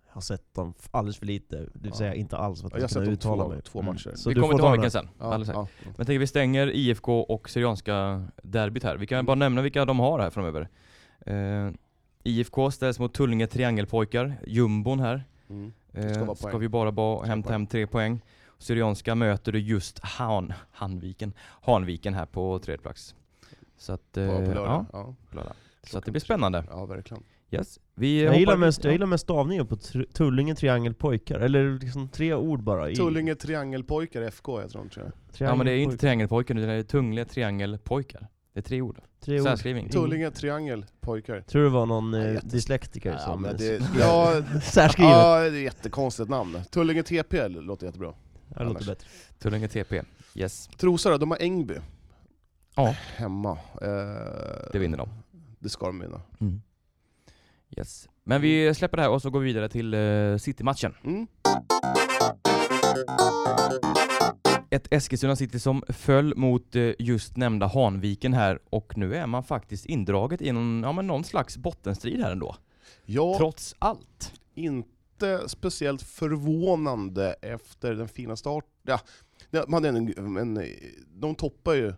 Speaker 3: jag har sett dem f- alldeles för lite, det vill
Speaker 4: Ja.
Speaker 3: säga inte alls för att
Speaker 4: Ja, jag har
Speaker 3: kunna
Speaker 4: sett dem
Speaker 3: uttala
Speaker 4: två-
Speaker 3: mig. Mm.
Speaker 4: två matcher.
Speaker 3: Så
Speaker 2: vi
Speaker 3: du
Speaker 2: kommer
Speaker 3: får
Speaker 2: till
Speaker 3: ta
Speaker 2: Hanviken
Speaker 3: den.
Speaker 2: sen.
Speaker 4: Ja,
Speaker 2: Alldeles säkert.
Speaker 4: ja.
Speaker 2: Men jag tänker vi stänger IFK och Syrianska derbyt här. Vi kan bara nämna vilka de har här framöver. Eh, IFK ställs mot Tullinge Triangelpojkar, jumbon här.
Speaker 4: Mm.
Speaker 2: Eh,
Speaker 4: ska vara
Speaker 2: ska
Speaker 4: poäng.
Speaker 2: vi bara bara hämta hem tre poäng. Syrianska möter du just Han, Hanviken, Hanviken här på tredje plats. Så att, eh,
Speaker 4: På, på
Speaker 2: ja,
Speaker 4: lördag. Ja.
Speaker 2: lördag. Så att det blir spännande.
Speaker 4: ja, verkligen.
Speaker 2: Yes. Vi
Speaker 3: Jag
Speaker 2: hoppar-
Speaker 3: gillar, mest, jag gillar mest stavningen på tr- Tullinge triangel pojkar, eller liksom tre ord bara. I,
Speaker 4: Tullinge Triangelpojkar FK heter de tror jag.
Speaker 2: Ja men det är inte
Speaker 3: triangel.
Speaker 2: triangelpojkar utan det är tungliga triangelpojkar. Det är tre ord.
Speaker 3: Tre ord.
Speaker 2: Särskrivning.
Speaker 3: Tull-
Speaker 4: Tullinge Triangelpojkar.
Speaker 3: Tror du det var någon
Speaker 4: Nej,
Speaker 3: eh,
Speaker 4: jag-
Speaker 3: dyslektiker
Speaker 4: Ja,
Speaker 3: som...
Speaker 4: men det, ja,
Speaker 3: Särskrivet. Ja,
Speaker 4: ja, det är ett jättekonstigt namn. Tullinge TP låter jättebra.
Speaker 3: det låter
Speaker 4: annars.
Speaker 3: bättre.
Speaker 2: Tullinge TP. Yes.
Speaker 4: Trosa då, de har Ängby.
Speaker 2: Ja.
Speaker 4: Hemma. Eh,
Speaker 2: Det vinner de.
Speaker 4: det ska de vinna.
Speaker 2: Yes. Men vi släpper det här och så går vi vidare till eh, City-matchen.
Speaker 4: Mm.
Speaker 2: Ett Eskilstuna City som föll mot eh, just nämnda Hanviken här och nu är man faktiskt indraget i någon, ja, men någon slags bottenstrid här ändå.
Speaker 4: Ja,
Speaker 2: Trots allt.
Speaker 4: inte speciellt förvånande efter den fina starten. Ja, det- man hade en, en, de toppar ju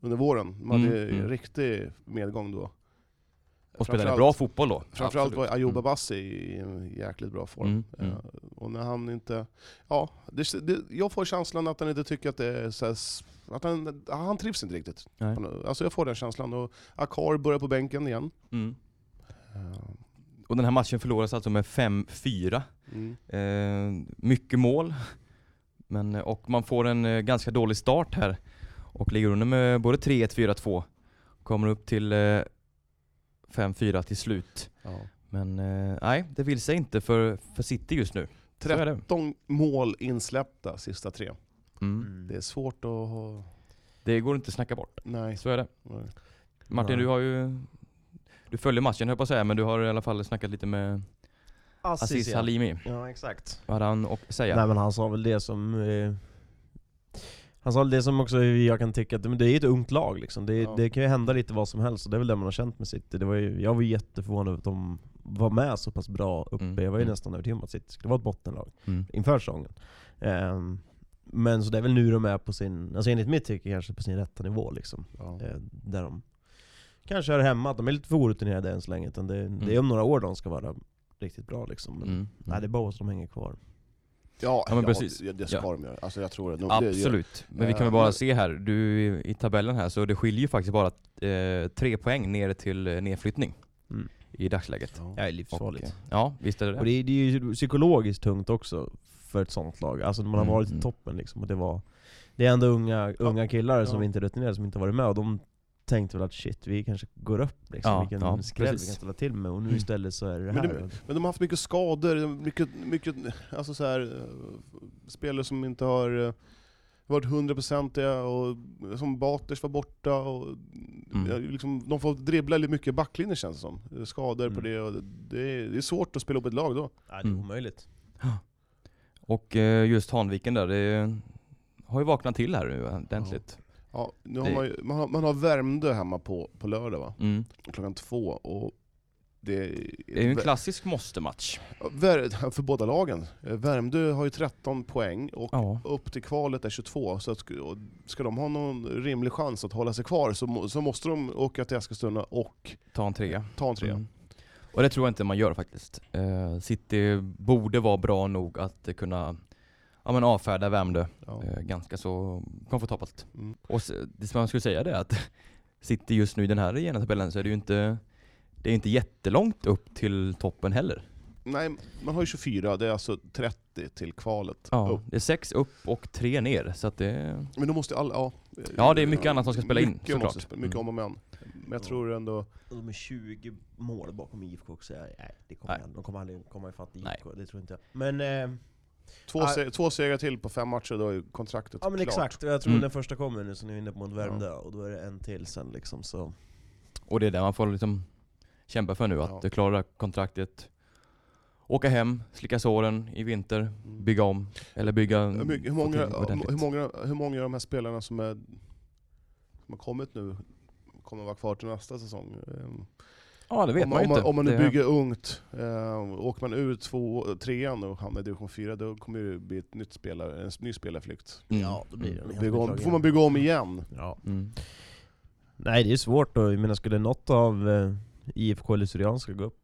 Speaker 4: under våren. De hade
Speaker 2: Mm,
Speaker 4: ju
Speaker 2: mm.
Speaker 4: riktig medgång då.
Speaker 2: Och spelade
Speaker 4: Framförallt-
Speaker 2: bra fotboll då.
Speaker 4: Framförallt var
Speaker 2: Absolut.
Speaker 4: Ayoub Abassi i en jäkligt bra form.
Speaker 2: Mm, mm.
Speaker 4: Eh, Och när han inte... Ja, det, det, jag får känslan att han inte tycker att det är så här, s- att han, han trivs inte riktigt.
Speaker 2: Nej.
Speaker 4: Han- Alltså jag får den känslan. Och Akar börjar på bänken igen.
Speaker 2: Mm.
Speaker 4: Eh,
Speaker 2: Och den här matchen förlorades alltså med 5-4.
Speaker 4: Mm.
Speaker 2: Eh, mycket mål. Men, eh, och man får en eh, ganska dålig start här. Och ligger under med både 3-1, 4-2. Kommer upp till eh, 5-4 till slut. Men eh, nej, det vill sig inte för, för City just nu. Så är det.
Speaker 4: 13 mål insläppta sista tre.
Speaker 2: Mm.
Speaker 4: Det är svårt att... ha-
Speaker 2: Det går inte att snacka bort.
Speaker 4: Nej.
Speaker 2: Så är det.
Speaker 4: nej.
Speaker 2: Martin,
Speaker 3: Nej.
Speaker 2: du har ju... Du följer matchen höll jag på att säga, men du har i alla fall snackat lite med Aziz
Speaker 3: ja.
Speaker 2: Halimi.
Speaker 3: Ja, exakt.
Speaker 2: Vad hade han att säga?
Speaker 3: Nej men han sa väl det som... Eh, han sa väl det som också jag kan tycka, att men det är ett ungt lag liksom. Det,
Speaker 4: Ja.
Speaker 3: det kan ju hända lite vad som helst, och det är väl det man har känt med City. Det var ju, jag var ju jätteförvånad över att de var med så pass bra uppe.
Speaker 2: Mm,
Speaker 3: Jag var ju
Speaker 2: mm.
Speaker 3: nästan övertygad om att City skulle vara ett bottenlag
Speaker 2: Mm.
Speaker 3: inför säsongen. Ehm, men så det är väl nu de är på sin, alltså enligt mitt tycke kanske på sin rätta nivå liksom.
Speaker 4: Ja.
Speaker 3: Eh, där de kanske hör hemma, att de är lite för orutinerade än så länge. Utan det, det är om några år de ska vara riktigt bra liksom. Men,
Speaker 2: Mm.
Speaker 3: Nej det är bara att de hänger kvar.
Speaker 4: Ja,
Speaker 2: Ja, men precis.
Speaker 4: Det, det
Speaker 2: Ja.
Speaker 4: ska de göra. Alltså jag tror det. De, det-
Speaker 2: Absolut, men vi kan väl
Speaker 4: Eh,
Speaker 2: bara
Speaker 4: men-
Speaker 2: se här, du i tabellen här, så det skiljer ju faktiskt bara eh, tre poäng ner till eh, nedflyttning
Speaker 3: Mm.
Speaker 2: i dagsläget.
Speaker 4: Ja.
Speaker 3: Det är
Speaker 2: Och,
Speaker 3: livsfarligt.
Speaker 2: eh, ja, visst är det
Speaker 3: Och
Speaker 2: det.
Speaker 3: det, är- det är ju psykologiskt tungt också för ett sånt lag. Alltså när man har
Speaker 2: Mm,
Speaker 3: varit i
Speaker 2: mm.
Speaker 3: toppen liksom, och det var... Det är ändå unga, unga killar som inte är rutinerade, som inte har varit med och de tänkte väl att shit, vi kanske går upp liksom,
Speaker 2: Ja,
Speaker 3: vilken
Speaker 2: ja,
Speaker 3: skräll vi
Speaker 2: precis.
Speaker 3: kan ställa till med och nu
Speaker 2: Mm.
Speaker 3: istället så är det det
Speaker 4: Men
Speaker 3: här.
Speaker 4: det- Men de har haft mycket skador, mycket, mycket alltså så här, eh, spelare som inte har eh, varit hundraprocentiga, och som Baters var borta. Och,
Speaker 2: Mm.
Speaker 4: ja, liksom, de får dribbla lite mycket i backlinjen känns det som. Eh, Skador på
Speaker 2: Mm.
Speaker 4: det, och det, det, är, det är svårt att spela upp ett lag då.
Speaker 3: Nej, det är
Speaker 2: Mm.
Speaker 3: omöjligt.
Speaker 2: Och eh, just Hanviken där, det har ju vaknat till här nu eh, ordentligt.
Speaker 4: Ja, nu
Speaker 2: Det-
Speaker 4: har man, ju, man, har, man har Värmdö hemma på, på lördag va?
Speaker 2: Mm.
Speaker 4: klockan två. Och det är,
Speaker 2: Det är ju en klassisk måste-match.
Speaker 4: Vär- för båda lagen. Eh, Värmdö har ju 13 poäng och
Speaker 2: Ja.
Speaker 4: upp till kvalet är 22, så att, sk- och ska de ha någon rimlig chans att hålla sig kvar så, må- så måste de åka till Eskilstuna och
Speaker 2: Ta en trea.
Speaker 4: ta en trea.
Speaker 2: Mm. Och det tror jag inte man gör faktiskt. Eh, City borde vara bra nog att eh, kunna ja, men avfärda Värmdö
Speaker 4: Ja.
Speaker 2: Eh, ganska så komfortabelt.
Speaker 4: Mm.
Speaker 2: Och s- det som man skulle säga det är att sitter just nu i den här rena tabellen så är det ju inte det är inte jättelångt upp till toppen heller.
Speaker 4: Nej, man har ju 24, det är alltså 30 till kvalet. upp.
Speaker 2: Det är sex upp och tre ner. Så att det,
Speaker 4: Men då måste alla... Ja,
Speaker 2: Ja, det är mycket annat som ska spela in,
Speaker 4: mycket måste
Speaker 2: såklart.
Speaker 4: spe- Mycket
Speaker 2: Mm.
Speaker 4: om och men. Men jag
Speaker 3: Ja.
Speaker 4: tror ändå...
Speaker 3: Och de är 20 mål bakom IFK också. Nej, det kommer
Speaker 2: Nej.
Speaker 3: aldrig- de kommer aldrig komma ifatt IFK,
Speaker 2: Nej.
Speaker 3: det tror inte jag. Men, eh,
Speaker 4: Två,
Speaker 3: Ja.
Speaker 4: se, två segrar till på fem matcher, då är ju kontraktet
Speaker 3: ja men
Speaker 4: klart.
Speaker 3: exakt. Jag tror
Speaker 2: Mm.
Speaker 3: den första kommer nu, så nu är vi inne på mot Värmdö, och då är det en till sen liksom så...
Speaker 2: och det är det man får liksom kämpa för nu, att
Speaker 4: Ja.
Speaker 2: klara kontraktet Åka hem, slicka såren i vinter, bygga om. Eller bygga...
Speaker 4: Mm. Hur, mycket, hur,
Speaker 2: få
Speaker 4: många,
Speaker 2: till ordentligt.
Speaker 4: hur, många, hur många av de här spelarna som, är, som har kommit nu kommer vara kvar till nästa säsong? Ehm,
Speaker 2: Ja, det vet
Speaker 4: om,
Speaker 2: man ju
Speaker 4: om, man,
Speaker 2: inte.
Speaker 4: om man nu
Speaker 2: Det-
Speaker 4: bygger ungt, eh, åker man ur två, trean och hamnar i division 4, då kommer det bli ett nytt spelare, en ny spelarflykt.
Speaker 2: Mm.
Speaker 8: Ja, då blir det en
Speaker 4: Bygga
Speaker 8: helt
Speaker 4: om,
Speaker 8: beklaglig.
Speaker 4: får man bygga om igen.
Speaker 3: Ja.
Speaker 2: Mm.
Speaker 3: Nej det är svårt då, jag menar skulle något av eh, IFK eller Syrianska gå upp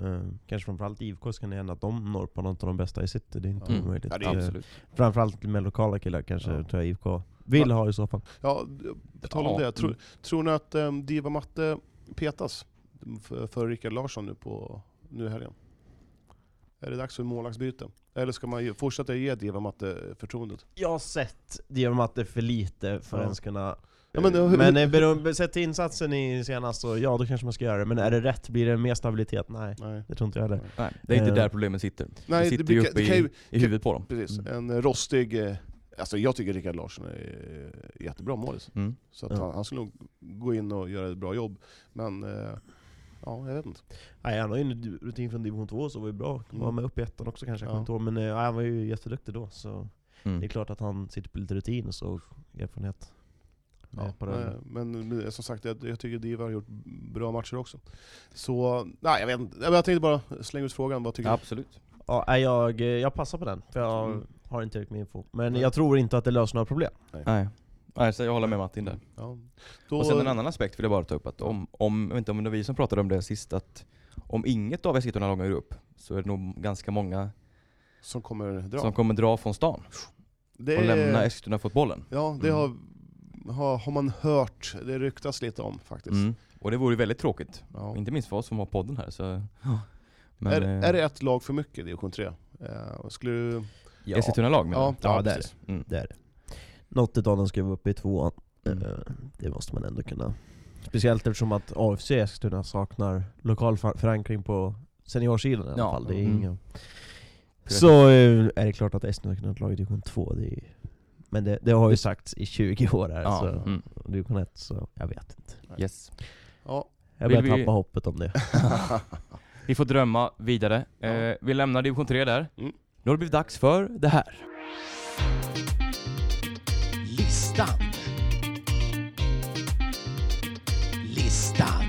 Speaker 3: eh, Kanske framförallt IFK så kan det hända att de når på något av de bästa i sitt, det är inte
Speaker 2: Mm.
Speaker 3: omöjligt
Speaker 4: Ja, det är
Speaker 3: Eh,
Speaker 2: Absolut.
Speaker 3: Framförallt med lokala killar kanske,
Speaker 4: Ja.
Speaker 3: tror jag IFK vill ha i så fall
Speaker 4: Ja, d- på tal om
Speaker 2: Ja. mm.
Speaker 4: det, tror, tror ni att um, Diva Matte petas för, för Rickard Larsson nu, på, nu i helgen? Är det dags för målvaktsbyte? Eller ska man ge, fortsätta ge Diva Matte förtroendet?
Speaker 3: Jag har sett Diamante för lite för
Speaker 4: Ja.
Speaker 3: att ens kunna...
Speaker 4: Ja, men, hur-
Speaker 3: men
Speaker 4: hur-
Speaker 3: eh, bero- sett till insatsen i senast så ja, då kanske man ska göra det. Men är det rätt? Blir det mer stabilitet? Nej,
Speaker 4: Nej.
Speaker 3: det tror inte jag heller.
Speaker 2: Nej, det är inte
Speaker 3: Eh.
Speaker 2: där problemen sitter.
Speaker 4: Nej,
Speaker 2: det
Speaker 4: det
Speaker 2: sitter
Speaker 4: brukar-
Speaker 2: ju uppe
Speaker 4: det kan
Speaker 2: i,
Speaker 4: ju-
Speaker 2: i huvudet på dem.
Speaker 4: Precis,
Speaker 3: Mm.
Speaker 4: en rostig... eh, Alltså jag tycker Rickard Larsson är eh, jättebra målis.
Speaker 2: Mm.
Speaker 4: Så att
Speaker 3: Ja.
Speaker 4: han, han skulle nog gå in och göra ett bra jobb. Men eh, ja, jag vet inte.
Speaker 3: Nej, han har ju en rutin från division 2 så var ju bra. Han var
Speaker 4: Mm.
Speaker 3: med upp i ettan också kanske, jag
Speaker 4: Ja.
Speaker 3: kommer inte ihåg. Men eh, han var ju jätteduktig då. Så
Speaker 2: Mm.
Speaker 3: det är klart att han sitter på lite rutin och så erfarenhet.
Speaker 4: Ja,
Speaker 3: Ja, på det.
Speaker 4: eh, men eh, som sagt, jag, jag tycker Diva har gjort bra matcher också. Så, nej jag vet inte. Jag tänkte bara slänga ut frågan, vad tycker
Speaker 2: Absolut.
Speaker 3: Ja, nej, jag, eh, jag passar på den, för jag
Speaker 4: Mm.
Speaker 3: har inte tillräckligt med info. Men
Speaker 4: Nej.
Speaker 3: jag tror inte att det löser några problem.
Speaker 2: Nej. Nej, så jag håller med Martin där.
Speaker 4: du? Ja. Då,
Speaker 2: Och sen en annan aspekt vill jag bara ta upp, att om, om, jag vet inte om det var vi som pratade om det sist, att om inget av Eskilstuna lagar går upp, så är det nog ganska många
Speaker 4: Som kommer dra.
Speaker 2: som kommer dra från stan
Speaker 4: det
Speaker 2: och
Speaker 4: är-
Speaker 2: lämna Eskilstuna-fotbollen.
Speaker 4: Ja, det har, har, har man hört. Det ryktas lite om faktiskt.
Speaker 2: Mm. Och det vore ju väldigt tråkigt.
Speaker 4: Ja.
Speaker 2: Inte minst för oss som har podden här. Så. Men,
Speaker 4: är,
Speaker 2: eh,
Speaker 4: är det ett lag för mycket i division 3? Eh, skulle du...
Speaker 3: Ja,
Speaker 2: eh, Eskilstuna-lag menar
Speaker 4: Ja,
Speaker 2: du?
Speaker 3: ja, det är
Speaker 2: precis. Mm.
Speaker 3: det är det. Något utav dem ska vara uppe i tvåan.
Speaker 2: Mm.
Speaker 3: Eh, Det måste man ändå kunna. Speciellt eftersom att AFC Eskilstuna saknar lokal fa- förankring på seniorsidan i alla
Speaker 2: Ja.
Speaker 3: fall. Det är
Speaker 2: Mm.
Speaker 3: inga... Så eh, är det klart att Eskilstuna kunde ha ett lag i division 2. Det är... Men det, det har ju sagts i 20 år här,
Speaker 2: Ja,
Speaker 3: så
Speaker 4: Alltså,
Speaker 2: mm.
Speaker 3: och division 1, så jag vet inte.
Speaker 2: Yes.
Speaker 4: Ja,
Speaker 3: Jag
Speaker 2: Vill
Speaker 3: börjar
Speaker 2: vi-
Speaker 3: tappa hoppet om det.
Speaker 2: Vi får drömma vidare.
Speaker 4: Ja.
Speaker 2: Eh, vi lämnar division 3 där.
Speaker 4: Mm.
Speaker 2: Nu har det blivit dags för det här.
Speaker 8: Listan. Listan.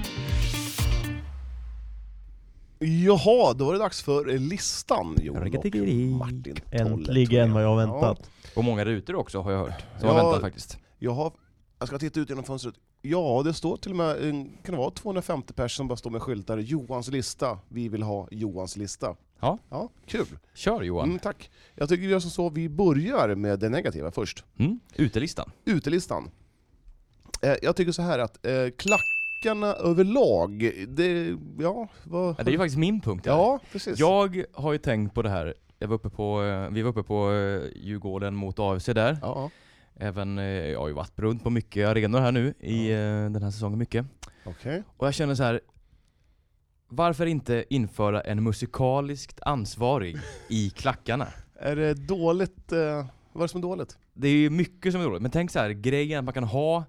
Speaker 4: Jaha, då var det dags för listan Jon och
Speaker 2: Rikitikiri.
Speaker 4: Martin Tolle, tror
Speaker 3: Äntligen vad jag har väntat.
Speaker 4: Ja,
Speaker 2: Och många där ute också har jag hört. Som
Speaker 4: Ja.
Speaker 2: har väntat faktiskt.
Speaker 4: jag, har, jag ska titta ut genom fönstret. Ja, det står till och med, en- kan det vara 250 personer som bara står med skyltar Johans lista, vi vill ha Johans lista.
Speaker 2: Ja.
Speaker 4: Ja, kul.
Speaker 2: Kör Johan.
Speaker 4: Mm,
Speaker 2: Mm.
Speaker 4: tack. Jag tycker vi gör som så, vi börjar med det negativa först.
Speaker 2: Mm. Utelistan.
Speaker 4: Utelistan. Eh, jag tycker så här att eh, klackarna överlag, det, ja, vad...
Speaker 2: Ja, det är ju faktiskt min punkt. här.
Speaker 4: Ja, precis.
Speaker 2: Jag har ju tänkt på det här. Jag var uppe på, eh, vi var uppe på eh, Djurgården mot AFC där.
Speaker 4: Ja,
Speaker 2: Även, eh, jag har ju varit runt på mycket arenor här nu i eh, den här säsongen. Mycket.
Speaker 4: okej.
Speaker 2: Och jag känner så här. Varför inte införa en musikaliskt ansvarig i klackarna?
Speaker 4: Är det dåligt? Eh, vad är det som är dåligt?
Speaker 2: Det är ju mycket som är roligt, men tänk så här, grejen att man kan ha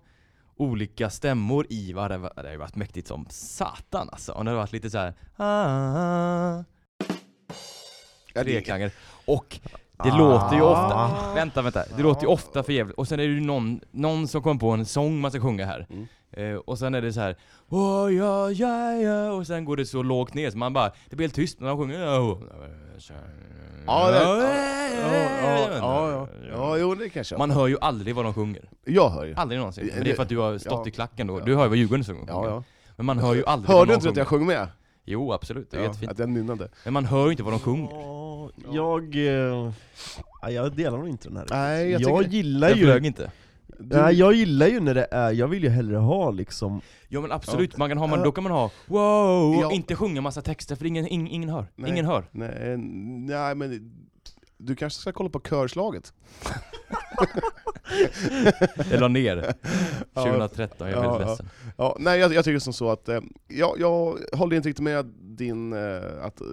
Speaker 2: olika stämmor i vad det det har ju varit mäktigt som satan alltså. Om det hade varit lite så här. ah, ah, ah,
Speaker 4: Ja, det- Ah.
Speaker 2: treklanger. Och det låter ju ofta, vänta vänta, det låter ju ofta för jävligt. Och sen är det ju någon, någon som kommer på en sång man ska sjunga här.
Speaker 4: Mm.
Speaker 2: Eh, och sen är det så här. Oh, ja, ja, ja, och sen går det så lågt ner så man bara, det blir helt tyst när de sjunger. Ja,
Speaker 4: Ja, det- ja, ja, ja. ja, jo det kanske jag.
Speaker 2: Man hör ju aldrig vad de sjunger.
Speaker 4: jag hör ju.
Speaker 2: Aldrig någonsin. Men det är
Speaker 4: Det-
Speaker 2: för att du har stått
Speaker 4: ja.
Speaker 2: i klacken då.
Speaker 4: Ja.
Speaker 2: Du hör ju vad Djurgården sjunger.
Speaker 4: Ja, ja.
Speaker 2: Men man hör ju aldrig vad
Speaker 4: Hörde
Speaker 2: de
Speaker 4: du inte att
Speaker 2: sjunger.
Speaker 4: jag sjöng med?
Speaker 2: Jo, absolut. Det är
Speaker 4: ja,
Speaker 2: jättefint.
Speaker 4: Att jag nynnade.
Speaker 2: Men man hör ju inte vad de sjunger.
Speaker 3: Ja, Jag... eh, ja, Jag delar nog inte den här.
Speaker 4: Nej, jag
Speaker 3: jag
Speaker 4: tycker-
Speaker 3: gillar
Speaker 2: Jag
Speaker 3: ju...
Speaker 2: flög inte.
Speaker 3: Nej, jag gillar ju när det är, jag vill ju hellre ha liksom
Speaker 2: Ja men absolut, man kan ha, man, då kan man ha wow,
Speaker 4: Ja.
Speaker 2: och inte sjunga massa texter för ingen, ingen, ingen hör.
Speaker 4: Nej.
Speaker 2: Ingen hör.
Speaker 4: Nej, nej men du kanske ska kolla på körslaget?
Speaker 2: Jag la ner 2013, jag är
Speaker 4: Ja,
Speaker 2: väldigt
Speaker 4: ja.
Speaker 2: ledsen.
Speaker 4: Ja, nej jag, jag tycker som så att, eh, ja, jag håller inte riktigt med din, eh, att, eh,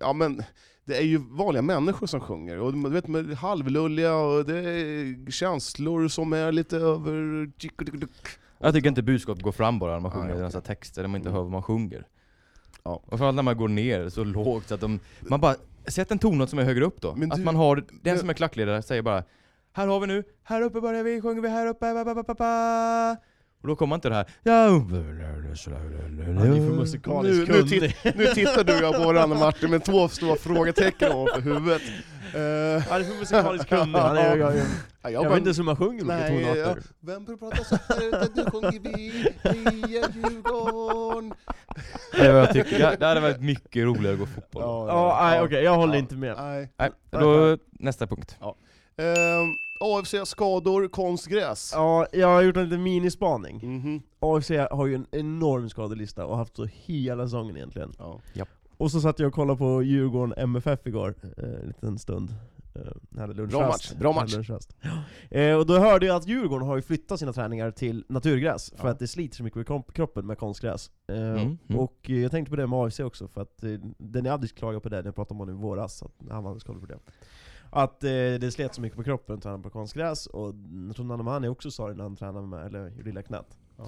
Speaker 4: ja men det är ju vanliga människor som sjunger, och du vet med halvlulliga och det är känslor som är lite över...
Speaker 2: Jag tycker inte budskapet går fram bara när man
Speaker 4: Nej,
Speaker 2: sjunger en
Speaker 4: okej.
Speaker 2: massa texter, när man inte
Speaker 4: Mm.
Speaker 2: hör vad man sjunger.
Speaker 4: Ja.
Speaker 2: Och framförallt när man går ner så lågt så att de... Man bara... Sätt en tonart som är högre upp då.
Speaker 4: Men
Speaker 2: att
Speaker 4: du-
Speaker 2: man har... Den
Speaker 4: men-
Speaker 2: som är klackledare säger bara Här har vi nu, här uppe börjar vi, sjunger vi här uppe, ba, ba, ba, ba, ba. Och då kommer inte det här... Ja,
Speaker 3: Han är ju för musikaliskt
Speaker 4: Nu- nu
Speaker 3: kunnig.
Speaker 4: Nu tittar du och jag på varandra Martin med två stora frågetecken ovanför huvudet. Eh,
Speaker 3: Han är för musikaliskt kunnig. Han är, jag, jag,
Speaker 4: jag
Speaker 3: jag
Speaker 4: bara-
Speaker 3: vet inte ens hur man sjunger olika
Speaker 4: Nej, ja.
Speaker 3: tonarter.
Speaker 4: Vem får prata så här? Du sjunger vi, vi är Djurgården.
Speaker 2: Det, var jag tycker, Ja, det hade varit mycket roligare att gå fotboll.
Speaker 3: Ja, nej okej, jag håller
Speaker 4: Ja.
Speaker 3: inte med.
Speaker 4: Nej.
Speaker 2: Nej, då nästa punkt.
Speaker 4: Ehm, AFC skador, konstgräs.
Speaker 3: Ja, jag har gjort en liten minispaning.
Speaker 4: Mhm.
Speaker 3: AFC har ju en enorm skadelista och har haft så hela säsongen egentligen.
Speaker 4: Ja.
Speaker 3: Och så satt jag och kollade på Djurgården MFF igår, eh, en liten stund. Eh, hade lunchrast.
Speaker 4: Bra match, bra
Speaker 3: Hade
Speaker 4: match.
Speaker 3: lunchrast. Eh, och då hörde jag att Djurgården har ju flyttat sina träningar till naturgräs, för
Speaker 4: Ja.
Speaker 3: att det sliter så mycket med kom- kroppen med konstgräs. Eh,
Speaker 2: Mm, mm.
Speaker 3: Och eh, jag tänkte på det med AFC också, för att eh, Denny Abdic klagade på det, när jag pratade om honom i våras, så att han hade skador på det. Att eh, det slet så mycket på kroppen, tränade på konstgräs, och jag tror Nanne Mahani också sa det när han tränade med, eller gjorde lilla knät.
Speaker 4: Ja.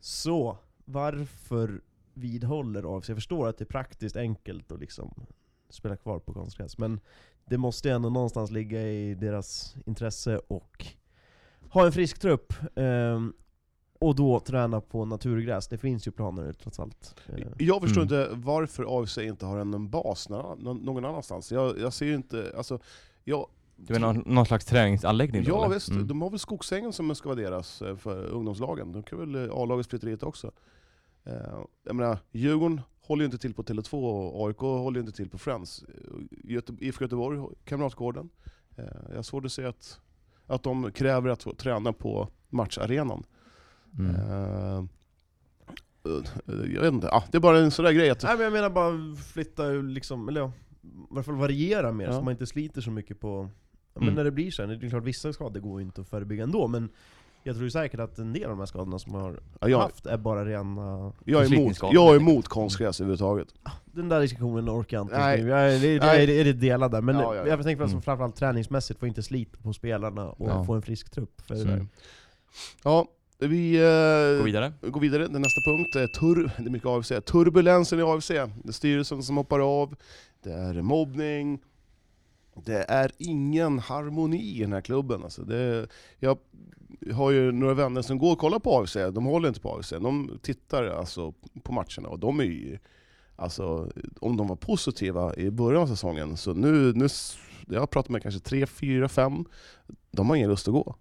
Speaker 3: Så, varför vidhåller AFC? Jag förstår att det är praktiskt enkelt att liksom spela kvar på konstgräs, men det måste ju ändå någonstans ligga i deras intresse och ha en frisk trupp. ehm, och då träna på naturgräs, det finns ju planer trots allt. Eh,
Speaker 4: Jag förstår
Speaker 2: Mm.
Speaker 4: inte varför AFC inte har en bas nå- nå- någon annanstans. Jag, jag ser ju inte, alltså, jag,
Speaker 2: Du menar någon slags träningsanläggning? då,
Speaker 4: Ja
Speaker 2: eller?
Speaker 4: visst,
Speaker 2: Mm.
Speaker 4: de har väl Skogsängen som ska vara deras eh, för ungdomslagen. De kan väl eh, A-laget flytta dit också. Eh, Jag menar, Djurgården håller ju inte till på Tele2 och AIK håller ju inte till på Friends. Eh, Göte- IFK Göteborg, Kamratgården. Eh, Jag har svårt att se att, att de kräver att få träna på matcharenan.
Speaker 2: Mm.
Speaker 4: Eh, eh, Jag vet inte, ah, det är bara en sån där grej att...
Speaker 3: Nej men jag menar bara flytta ur liksom, eller ja, i alla fall variera mer så
Speaker 4: Ja.
Speaker 3: man inte sliter så mycket på... Ja, men
Speaker 2: Mm.
Speaker 3: när det blir så här, det är klart vissa skador går ju inte att förebygga ändå, men jag tror ju säkert att en del av de här skadorna som jag har
Speaker 4: Ja, jag,
Speaker 3: haft är bara rena...
Speaker 4: jag, är emot,
Speaker 2: Förslitningsskador.
Speaker 4: jag är emot konstgräs överhuvudtaget.
Speaker 3: Den där diskussionen orkar jag inte
Speaker 4: Nej.
Speaker 3: just nu. Jag är, det, det,
Speaker 4: Nej.
Speaker 3: är, är det delad där, men
Speaker 4: Ja, ja, ja.
Speaker 3: jag tänker
Speaker 2: Mm.
Speaker 3: mm. framförallt träningsmässigt, få inte slita på spelarna och
Speaker 2: Ja.
Speaker 3: få en frisk trupp. För
Speaker 2: Så är det.
Speaker 4: Ja, vi...
Speaker 2: Mm. Gå
Speaker 4: eh,
Speaker 2: vidare.
Speaker 4: Vi går vidare till nästa punkt. Eh, Tur det är mycket AFC. Turbulensen i AFC. Det är styrelsen som hoppar av. Det är mobbning. Det är ingen harmoni i den här klubben. Alltså det, jag har ju några vänner som går och kollar på AFC. De håller inte på AFC. De tittar alltså på matcherna och de är ju... Alltså, om de var positiva i början av säsongen, så nu... nu s- jag har pratat med kanske tre, fyra, fem. De har ingen lust att gå.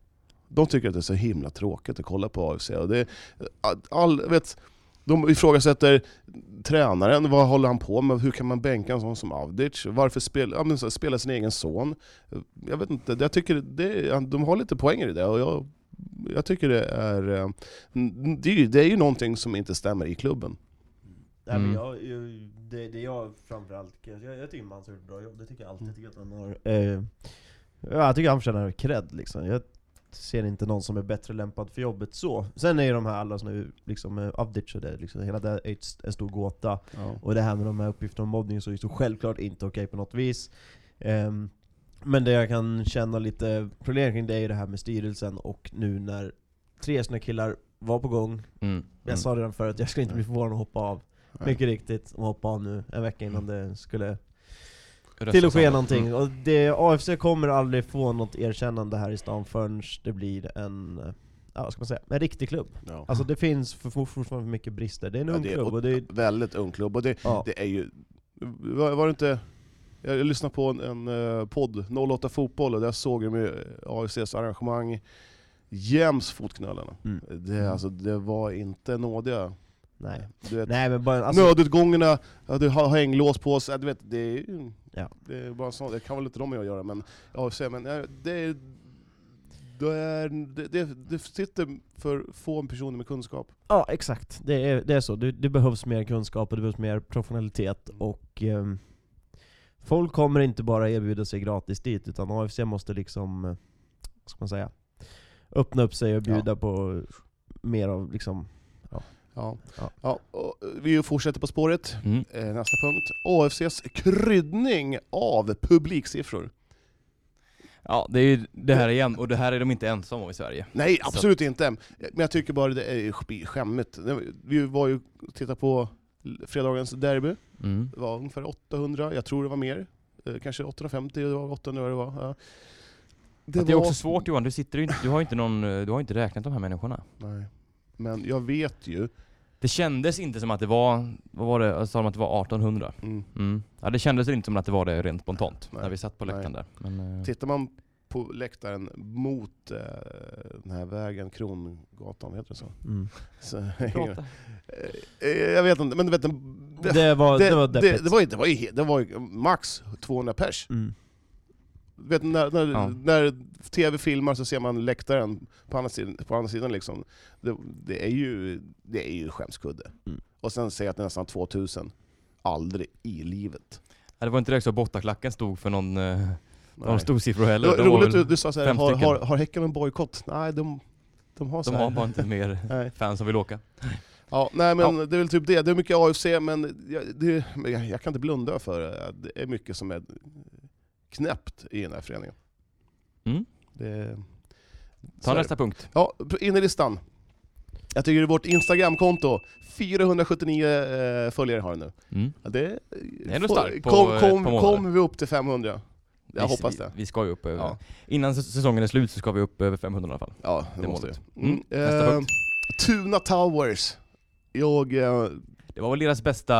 Speaker 4: De tycker att det är så himla tråkigt att kolla på AFC. Och det, att all, vet, de ifrågasätter tränaren, vad håller han på med? Hur kan man bänka en sån som Avdic? Varför spela, ja, men så här, spela sin egen son? Jag vet inte, jag tycker det, de har lite poänger i det och jag, jag tycker det är... eh, n- Det är, ju, det är ju någonting som inte stämmer i klubben.
Speaker 3: Nej,
Speaker 2: Mm.
Speaker 3: men jag, jag, det, det jag framförallt, jag, jag tycker Mans har gjort ett bra jobb, det tycker jag
Speaker 2: Mm.
Speaker 3: alltid. Jag tycker att han har, eh, ja, jag tycker han förtjänar cred liksom. Jag ser inte någon som är bättre lämpad för jobbet så. Sen är ju de här alla som är liksom, eh, Avdic och det, liksom, hela det är ett st- en stor gåta. Och det här med de här uppgifterna om mobbning så är ju så självklart inte okej på något vis. Ehm, men det jag kan känna lite problem kring det är ju det här med styrelsen och nu när tre såna killar var på gång,
Speaker 2: Mm. Mm.
Speaker 3: jag sa redan förut, jag skulle inte bli förvånad att hoppa av.
Speaker 4: Nej.
Speaker 3: Mycket riktigt, de hoppade av nu en vecka innan det skulle
Speaker 2: Rösta
Speaker 3: till att ske
Speaker 2: samma.
Speaker 3: någonting.
Speaker 2: Mm.
Speaker 3: Och det, AFC kommer aldrig få något erkännande här i stan förrän det blir en, eh, ja, vad ska man säga, en riktig klubb.
Speaker 4: Ja.
Speaker 3: Alltså det finns för, for- fortfarande för mycket brister. Det är en
Speaker 4: Ja,
Speaker 3: ung
Speaker 4: det är
Speaker 3: klubb och det är,
Speaker 4: Väldigt ung klubb och det,
Speaker 3: ja.
Speaker 4: det är ju... Var, var det inte... Jag jag lyssnade på en, en eh, podd, 08 Fotboll, och där såg jag med AFCs arrangemang jäms fotknölarna.
Speaker 3: Mm.
Speaker 4: Det, alltså, det var inte nådiga.
Speaker 3: Nej.
Speaker 4: Du vet,
Speaker 3: Nej men bara, alltså,
Speaker 4: nödutgångarna, ja, du har hänglås på sig, du vet, det är ju...
Speaker 3: Ja.
Speaker 4: Det är bara sånt, det kan väl inte de och jag göra, men AFC, men eh, det är... Det, är, det, det, det sitter för få personer med kunskap.
Speaker 3: ja exakt. Det är, det är så. Det, det behövs mer kunskap och det behövs mer professionalitet och ehm, folk kommer inte bara erbjuda sig gratis dit utan AFC måste liksom, eh, vad ska man säga, öppna upp sig och bjuda på mer av liksom
Speaker 4: Ja.
Speaker 3: Ja.
Speaker 4: Ja, och eh, vi fortsätter på spåret.
Speaker 2: Mm.
Speaker 4: Eh, Nästa punkt. AFCs kryddning av publiksiffror.
Speaker 2: Ja, det är ju det här igen, och det här är de inte ensamma om i Sverige.
Speaker 4: Nej, absolut inte. Men jag tycker bara det är sk- skämmigt. Vi var ju och tittade på fredagens derby.
Speaker 2: Mm.
Speaker 4: Det var ungefär 800, jag tror det var mer. Eh, Kanske 850, det var 800 vad det var. Ja.
Speaker 2: Det, det är också svårt Johan, du, sitter ju, inte- du, har ju inte någon, eh, du har ju inte räknat de här människorna.
Speaker 4: Nej. Men jag vet ju...
Speaker 2: Det kändes inte som att det var, vad var det, sa de att det var 1800?
Speaker 4: Mm.
Speaker 2: Mm. Ja, det kändes inte som att det var det rent spontant,
Speaker 4: Nej.
Speaker 2: när vi satt på läktaren där. Men, eh,
Speaker 4: Tittar man på läktaren mot eh, den här vägen, Krongatan, heter det så?
Speaker 3: Mm.
Speaker 4: så Eh, jag vet inte, men du vet... den- Det,
Speaker 3: Det var, det, var
Speaker 4: det,
Speaker 3: deppigt.
Speaker 4: det, var ju, det, var ju, he- det var ju max 200 pers.
Speaker 3: Mm.
Speaker 4: Du vet, när, när,
Speaker 2: Ja.
Speaker 4: när tv filmar så ser man läktaren på andra sidan. På andra sidan liksom. det, det, är ju, det är ju skämskudde.
Speaker 3: Mm.
Speaker 4: Och sen säger jag att det är nästan 2000. Aldrig i livet.
Speaker 2: ja, det var inte direkt så att bottaklacken stod för någon, eh, någon
Speaker 4: Nej.
Speaker 2: storsiffror
Speaker 4: Det
Speaker 2: heller.
Speaker 4: var
Speaker 2: De var
Speaker 4: roligt,
Speaker 2: väl-
Speaker 4: du, du sa såhär,
Speaker 2: fem
Speaker 4: har,
Speaker 2: stycken.
Speaker 4: har, har Häcken en bojkott? Nej, de, de har så
Speaker 2: De
Speaker 4: här.
Speaker 2: har bara inte mer
Speaker 4: Nej.
Speaker 2: fans som vill åka.
Speaker 4: Ja, nej men det är väl typ det. Det är mycket AFC, men jag, det, men jag, jag kan inte blunda för att det är mycket som är knäppt i den här föreningen.
Speaker 2: Mm.
Speaker 4: Det, så
Speaker 2: Ta
Speaker 4: är det.
Speaker 2: nästa punkt.
Speaker 4: Ja, in i listan. Jag tycker vårt Instagramkonto, 479 eh, följare har det nu.
Speaker 2: Mm.
Speaker 4: Ja, Det,
Speaker 2: är ändå
Speaker 4: får-
Speaker 2: starkt på-
Speaker 4: kom,
Speaker 2: ett par
Speaker 4: kom,
Speaker 2: månader.
Speaker 4: Kommer vi upp till 500? Jag
Speaker 2: Vi-
Speaker 4: hoppas det.
Speaker 2: Vi, vi ska ju upp över...
Speaker 4: Ja.
Speaker 2: Innan säs- säsongen är slut så ska vi upp över 500 i alla fall.
Speaker 4: Ja, det,
Speaker 2: Det är
Speaker 4: måste vi.
Speaker 2: målet.
Speaker 4: Mm.
Speaker 2: Mm. Nästa
Speaker 4: Eh,
Speaker 2: punkt.
Speaker 4: Tuna Towers. Jag, eh,
Speaker 2: Det var väl deras bästa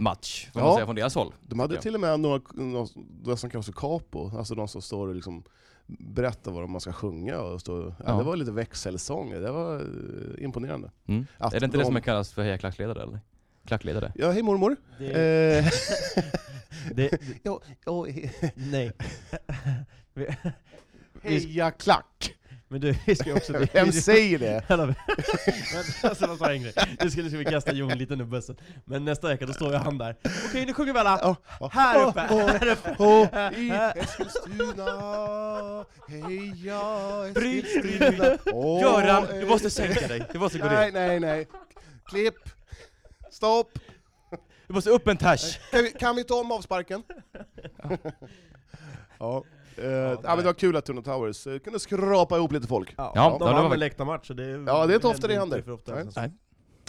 Speaker 2: match, får
Speaker 4: Ja.
Speaker 2: man säga, från deras håll.
Speaker 4: de hade
Speaker 2: Ja.
Speaker 4: till och med några, några, några som kallas för capo, alltså de som står och liksom berättar vad man ska sjunga. Och står, ja.
Speaker 2: Ja.
Speaker 4: det var lite växelsånger, det var eh, imponerande.
Speaker 2: Mm.
Speaker 4: Att
Speaker 2: Är det inte
Speaker 4: de-
Speaker 2: det som kallas för heja klackledare eller? Klackledare?
Speaker 4: Ja, hej mormor.
Speaker 3: Det,
Speaker 4: Eh,
Speaker 3: det,
Speaker 4: ja, ja, he-
Speaker 3: nej. Vi-
Speaker 4: heja klack!
Speaker 3: Men du, vi ska också...
Speaker 4: Vem säger det?
Speaker 3: Alla- Men, alltså, vad fan, Ingrid? Nu skulle vi kasta Jon lite nu bussen. Men nästa vecka då står ju han där. Okej nu sjunger vi alla! Här uppe! Här uppe!
Speaker 4: Åh, i Eskilstuna, heja
Speaker 2: Bryd,
Speaker 4: Eskilstuna Åh,
Speaker 2: Göran,
Speaker 4: eh,
Speaker 2: du måste sänka dig. Du måste gå ner.
Speaker 4: Nej, nej, nej. Klipp. Stopp.
Speaker 2: Du måste upp en tash.
Speaker 4: Kan vi, kan vi ta om avsparken? ja. Eh, ja, men det var kul att Tuna Towers eh, kunde skrapa ihop lite folk.
Speaker 3: Ja,
Speaker 2: Ja,
Speaker 3: de
Speaker 2: det
Speaker 3: vann
Speaker 2: var-
Speaker 3: väl läktarmatch så det...
Speaker 4: Ja, det är inte ofta det händer.
Speaker 3: inte för ofta,
Speaker 4: Nej.
Speaker 3: alltså.
Speaker 2: Nej.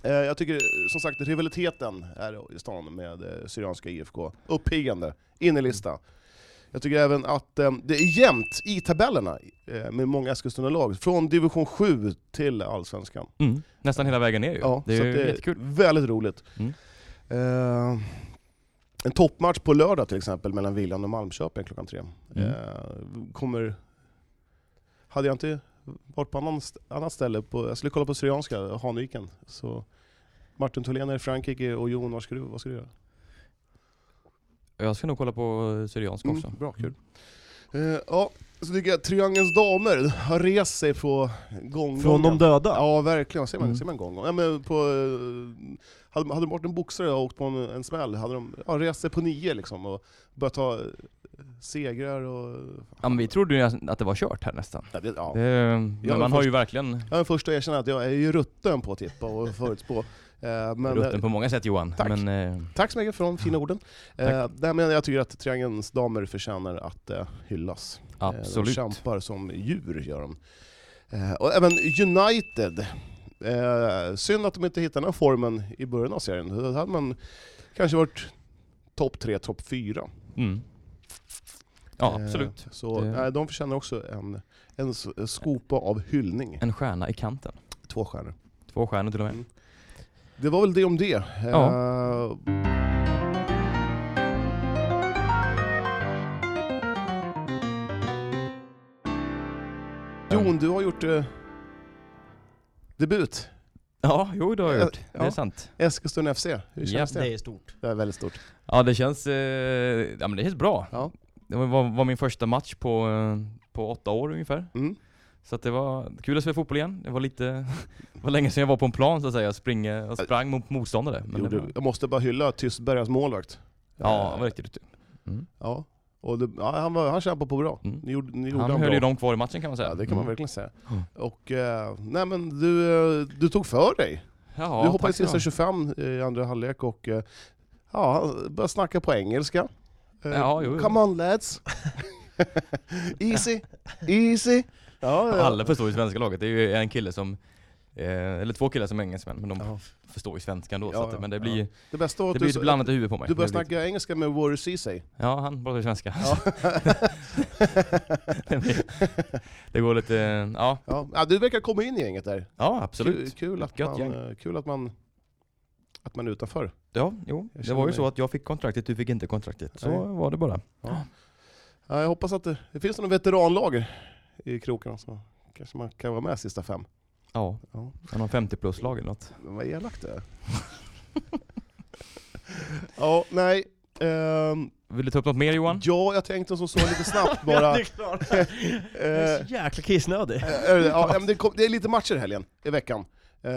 Speaker 4: Eh, jag tycker som sagt rivaliteten här i stan med eh, Syrianska IFK, uppiggande, in i lista. Jag tycker även att eh, det är jämnt i tabellerna eh, med många Eskilstuna-lag, från division 7 till Allsvenskan.
Speaker 2: Mm. Nästan hela vägen ner ju.
Speaker 4: Ja,
Speaker 2: det
Speaker 4: så
Speaker 2: är
Speaker 4: att
Speaker 2: ju jättekul.
Speaker 4: Väldigt roligt.
Speaker 2: Mm.
Speaker 4: Eh, en toppmatch på lördag till exempel mellan Villan och Malmköping klockan tre.
Speaker 2: Mm.
Speaker 4: Eh, kommer... Hade jag inte varit på annan st- annat ställe, på, jag skulle kolla på Syrianska, Hanviken, så Martin Tholén är i Frankrike och Jon, vad ska du, vad ska du göra?
Speaker 2: Jag ska nog kolla på eh, Syrianska också.
Speaker 4: Mm, bra, kul. Eh, ja, så tycker jag att Triangelns damer har rest sig på gånggången.
Speaker 3: Från de döda?
Speaker 4: Ja, verkligen. Ser man,
Speaker 3: Mm.
Speaker 4: ser man gång. Ja, men på, eh, hade, hade de varit en boxare och åkt på en, en smäll, hade de ja, rest sig på nio liksom och börjat ta eh, segrar och...
Speaker 2: Ja, men vi trodde ju att det var kört här nästan.
Speaker 4: Ja, det, ja.
Speaker 2: Det, eh, men
Speaker 4: Ja,
Speaker 2: man
Speaker 4: men
Speaker 2: har
Speaker 4: först-
Speaker 2: ju verkligen
Speaker 4: Jag är den första att erkänna att jag är ju rutten på att tippa och förutspå. Eh, men,
Speaker 2: rutten
Speaker 4: eh,
Speaker 2: på många sätt Johan.
Speaker 4: tack.
Speaker 2: Men, eh,
Speaker 4: tack så mycket för de fina orden. Eh, nej, men jag tycker att Triangelns damer förtjänar att eh, hyllas. Eh, De
Speaker 2: absolut.
Speaker 4: kämpar som djur gör de. Eh, Och även United. Eh, synd att de inte hittade den här formen i början av serien. Då hade man kanske varit topp tre, topp fyra.
Speaker 2: Mm. Ja,
Speaker 4: Eh,
Speaker 2: absolut.
Speaker 4: Så
Speaker 2: Det-
Speaker 4: nej, de förtjänar också en, en s- en skopa av hyllning.
Speaker 2: En stjärna i kanten.
Speaker 4: Två stjärnor.
Speaker 2: Två stjärnor till och med.
Speaker 4: Mm. Det var väl det om det. Eh, Jon, du har gjort eh, debut.
Speaker 2: Ja, jo det har jag
Speaker 4: Eh,
Speaker 2: gjort. Det
Speaker 4: ja.
Speaker 2: är sant.
Speaker 4: Eskilstuna FC, hur
Speaker 2: Ja,
Speaker 4: känns
Speaker 3: Det
Speaker 4: det?
Speaker 3: är stort.
Speaker 4: Det är väldigt stort.
Speaker 2: Ja det känns, eh, ja men det känns bra.
Speaker 4: Ja.
Speaker 2: Det var- var, var min första match på, eh, på åtta år ungefär.
Speaker 4: Mm.
Speaker 2: Så att det var kul att spela fotboll igen. Det var lite, det var länge sedan jag var på en plan så att säga. Jag, springer, jag sprang mot motståndare. Men det
Speaker 4: Gjorde,
Speaker 2: var,
Speaker 4: jag måste bara hylla Tystbergas målvakt.
Speaker 2: ja, det
Speaker 4: Eh,
Speaker 2: var riktigt duktig. Mm.
Speaker 4: ja. Och det, ja, han, var, han kämpade på bra.
Speaker 2: Mm.
Speaker 4: Ni gjorde, ni gjorde
Speaker 2: Han
Speaker 4: han
Speaker 2: höll
Speaker 4: bra.
Speaker 2: ju dem kvar i matchen kan man säga.
Speaker 4: Ja, det kan man
Speaker 2: Mm.
Speaker 4: verkligen säga.
Speaker 2: Mm.
Speaker 4: Och eh, nej men du, eh, du tog för dig.
Speaker 2: Ja,
Speaker 4: du hoppade i
Speaker 2: tack ska
Speaker 4: sista
Speaker 2: du
Speaker 4: 25 i andra halvlek och eh, ja, började snacka på engelska. Eh,
Speaker 2: Ja, jo, jo.
Speaker 4: Come on lads! easy, easy! Ja,
Speaker 2: ha.
Speaker 4: ja.
Speaker 2: Alla förstår ju svenska laget. Det är ju en kille som Eh, eller två killar som är engelsmän, men de
Speaker 4: Ja.
Speaker 2: förstår ju svenskan då. så
Speaker 4: Ja,
Speaker 2: att,
Speaker 4: ja,
Speaker 2: men det
Speaker 4: ja.
Speaker 2: blir,
Speaker 4: Det bästa var att
Speaker 2: det
Speaker 4: du,
Speaker 2: blir ett blandat i huvudet på mig.
Speaker 4: du började
Speaker 2: Det blir-
Speaker 4: snacka engelska med Warrior Ceesay.
Speaker 2: Ja, han pratar ju svenska. det, blir, det går lite, ja,
Speaker 4: Ja. Ja, du verkar komma in i gänget där.
Speaker 2: ja
Speaker 4: Kul,
Speaker 2: absolut.
Speaker 4: kul, att,
Speaker 2: Gött
Speaker 4: man,
Speaker 2: gäng.
Speaker 4: eh, kul att man att man är utanför.
Speaker 2: Ja, jo.
Speaker 4: Jag
Speaker 2: Det
Speaker 4: känner
Speaker 2: var ju
Speaker 4: mig-
Speaker 2: så att jag fick kontraktet, du fick inte kontraktet. Så
Speaker 4: Nej.
Speaker 2: var det bara.
Speaker 4: Ja, jag hoppas att det, det finns någon veteranlager i krokarna så kanske man kan vara med sista fem.
Speaker 2: Ja,
Speaker 4: Ja.
Speaker 2: han har 50 plus lag eller något.
Speaker 4: Men vad elakt det är. ja, nej. ehm,
Speaker 2: Vill du ta upp något mer Johan?
Speaker 4: ja, jag tänkte som så lite snabbt bara.
Speaker 3: det är klart! Jag är så jäkla kissnödig.
Speaker 4: Eh, eh, ja, men det, kom, det är lite matcher i helgen, i veckan. Eh,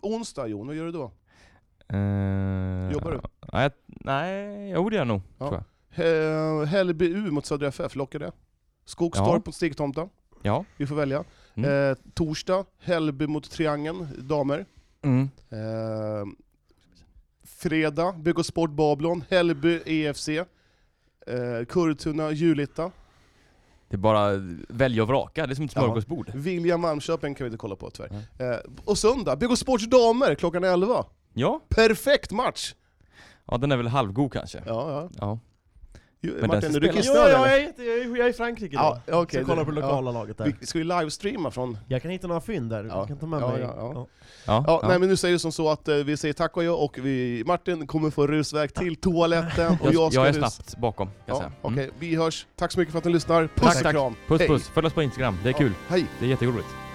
Speaker 4: onsdag Jon, vad gör du då?
Speaker 2: Eh,
Speaker 4: Jobbar du?
Speaker 2: Nej, nej jo det gör jag nog.
Speaker 4: Ja.
Speaker 2: Tror jag.
Speaker 4: Uh, Hällby mot Södra FF, lockar det? Skogstorp
Speaker 2: Ja.
Speaker 4: mot Stigtomta,
Speaker 2: ja.
Speaker 4: vi får välja.
Speaker 2: Mm.
Speaker 4: Eh, torsdag, Hällby mot Triangeln, damer.
Speaker 2: Mm.
Speaker 4: Eh, fredag, BK Sport Babylon, Hällby E EFC. Eh, Kurtuna, Julita.
Speaker 2: Det är bara välja och vraka, det är som ett
Speaker 4: Ja.
Speaker 2: smörgåsbord.
Speaker 4: Vilja Malmköping kan vi inte kolla på tyvärr. Eh, och söndag, BK Sports damer klockan 11.
Speaker 2: Ja.
Speaker 4: Perfekt match!
Speaker 2: ja, den är väl halvgod kanske.
Speaker 4: Ja, ja.
Speaker 2: Ja.
Speaker 4: Ju-
Speaker 2: den
Speaker 4: Martin, är
Speaker 2: som
Speaker 4: du
Speaker 2: spelar-
Speaker 3: Jo,
Speaker 4: kissnödig
Speaker 3: jag, jag,
Speaker 4: eller?
Speaker 3: är, jätte- jag, är, jag är i Frankrike idag.
Speaker 4: Ja, okej,
Speaker 3: så jag kollar
Speaker 4: det-
Speaker 3: på det lokala laget där.
Speaker 4: Vi ska ju livestreama från...
Speaker 3: Jag kan hitta några fynd där,
Speaker 4: Ja.
Speaker 3: jag kan ta med
Speaker 4: Ja,
Speaker 3: mig.
Speaker 4: ja, ja.
Speaker 2: Ja,
Speaker 4: Ja, Nej men nu säger det som så att eh, vi säger tack och jag och vi, Martin kommer få rusväg till toaletten och
Speaker 2: Jag,
Speaker 4: jag
Speaker 2: jag,
Speaker 4: ska
Speaker 2: är
Speaker 4: rus-
Speaker 2: snabbt bakom kan jag
Speaker 4: Ja,
Speaker 2: säga.
Speaker 4: Okej,
Speaker 2: Mm.
Speaker 4: vi hörs. Tack så mycket för att ni lyssnar. Puss
Speaker 2: Tack,
Speaker 4: och
Speaker 2: tack.
Speaker 4: kram.
Speaker 2: Puss
Speaker 4: Hej.
Speaker 2: puss, följ oss på Instagram, det är kul.
Speaker 4: Hej.
Speaker 2: Det är jätteroligt.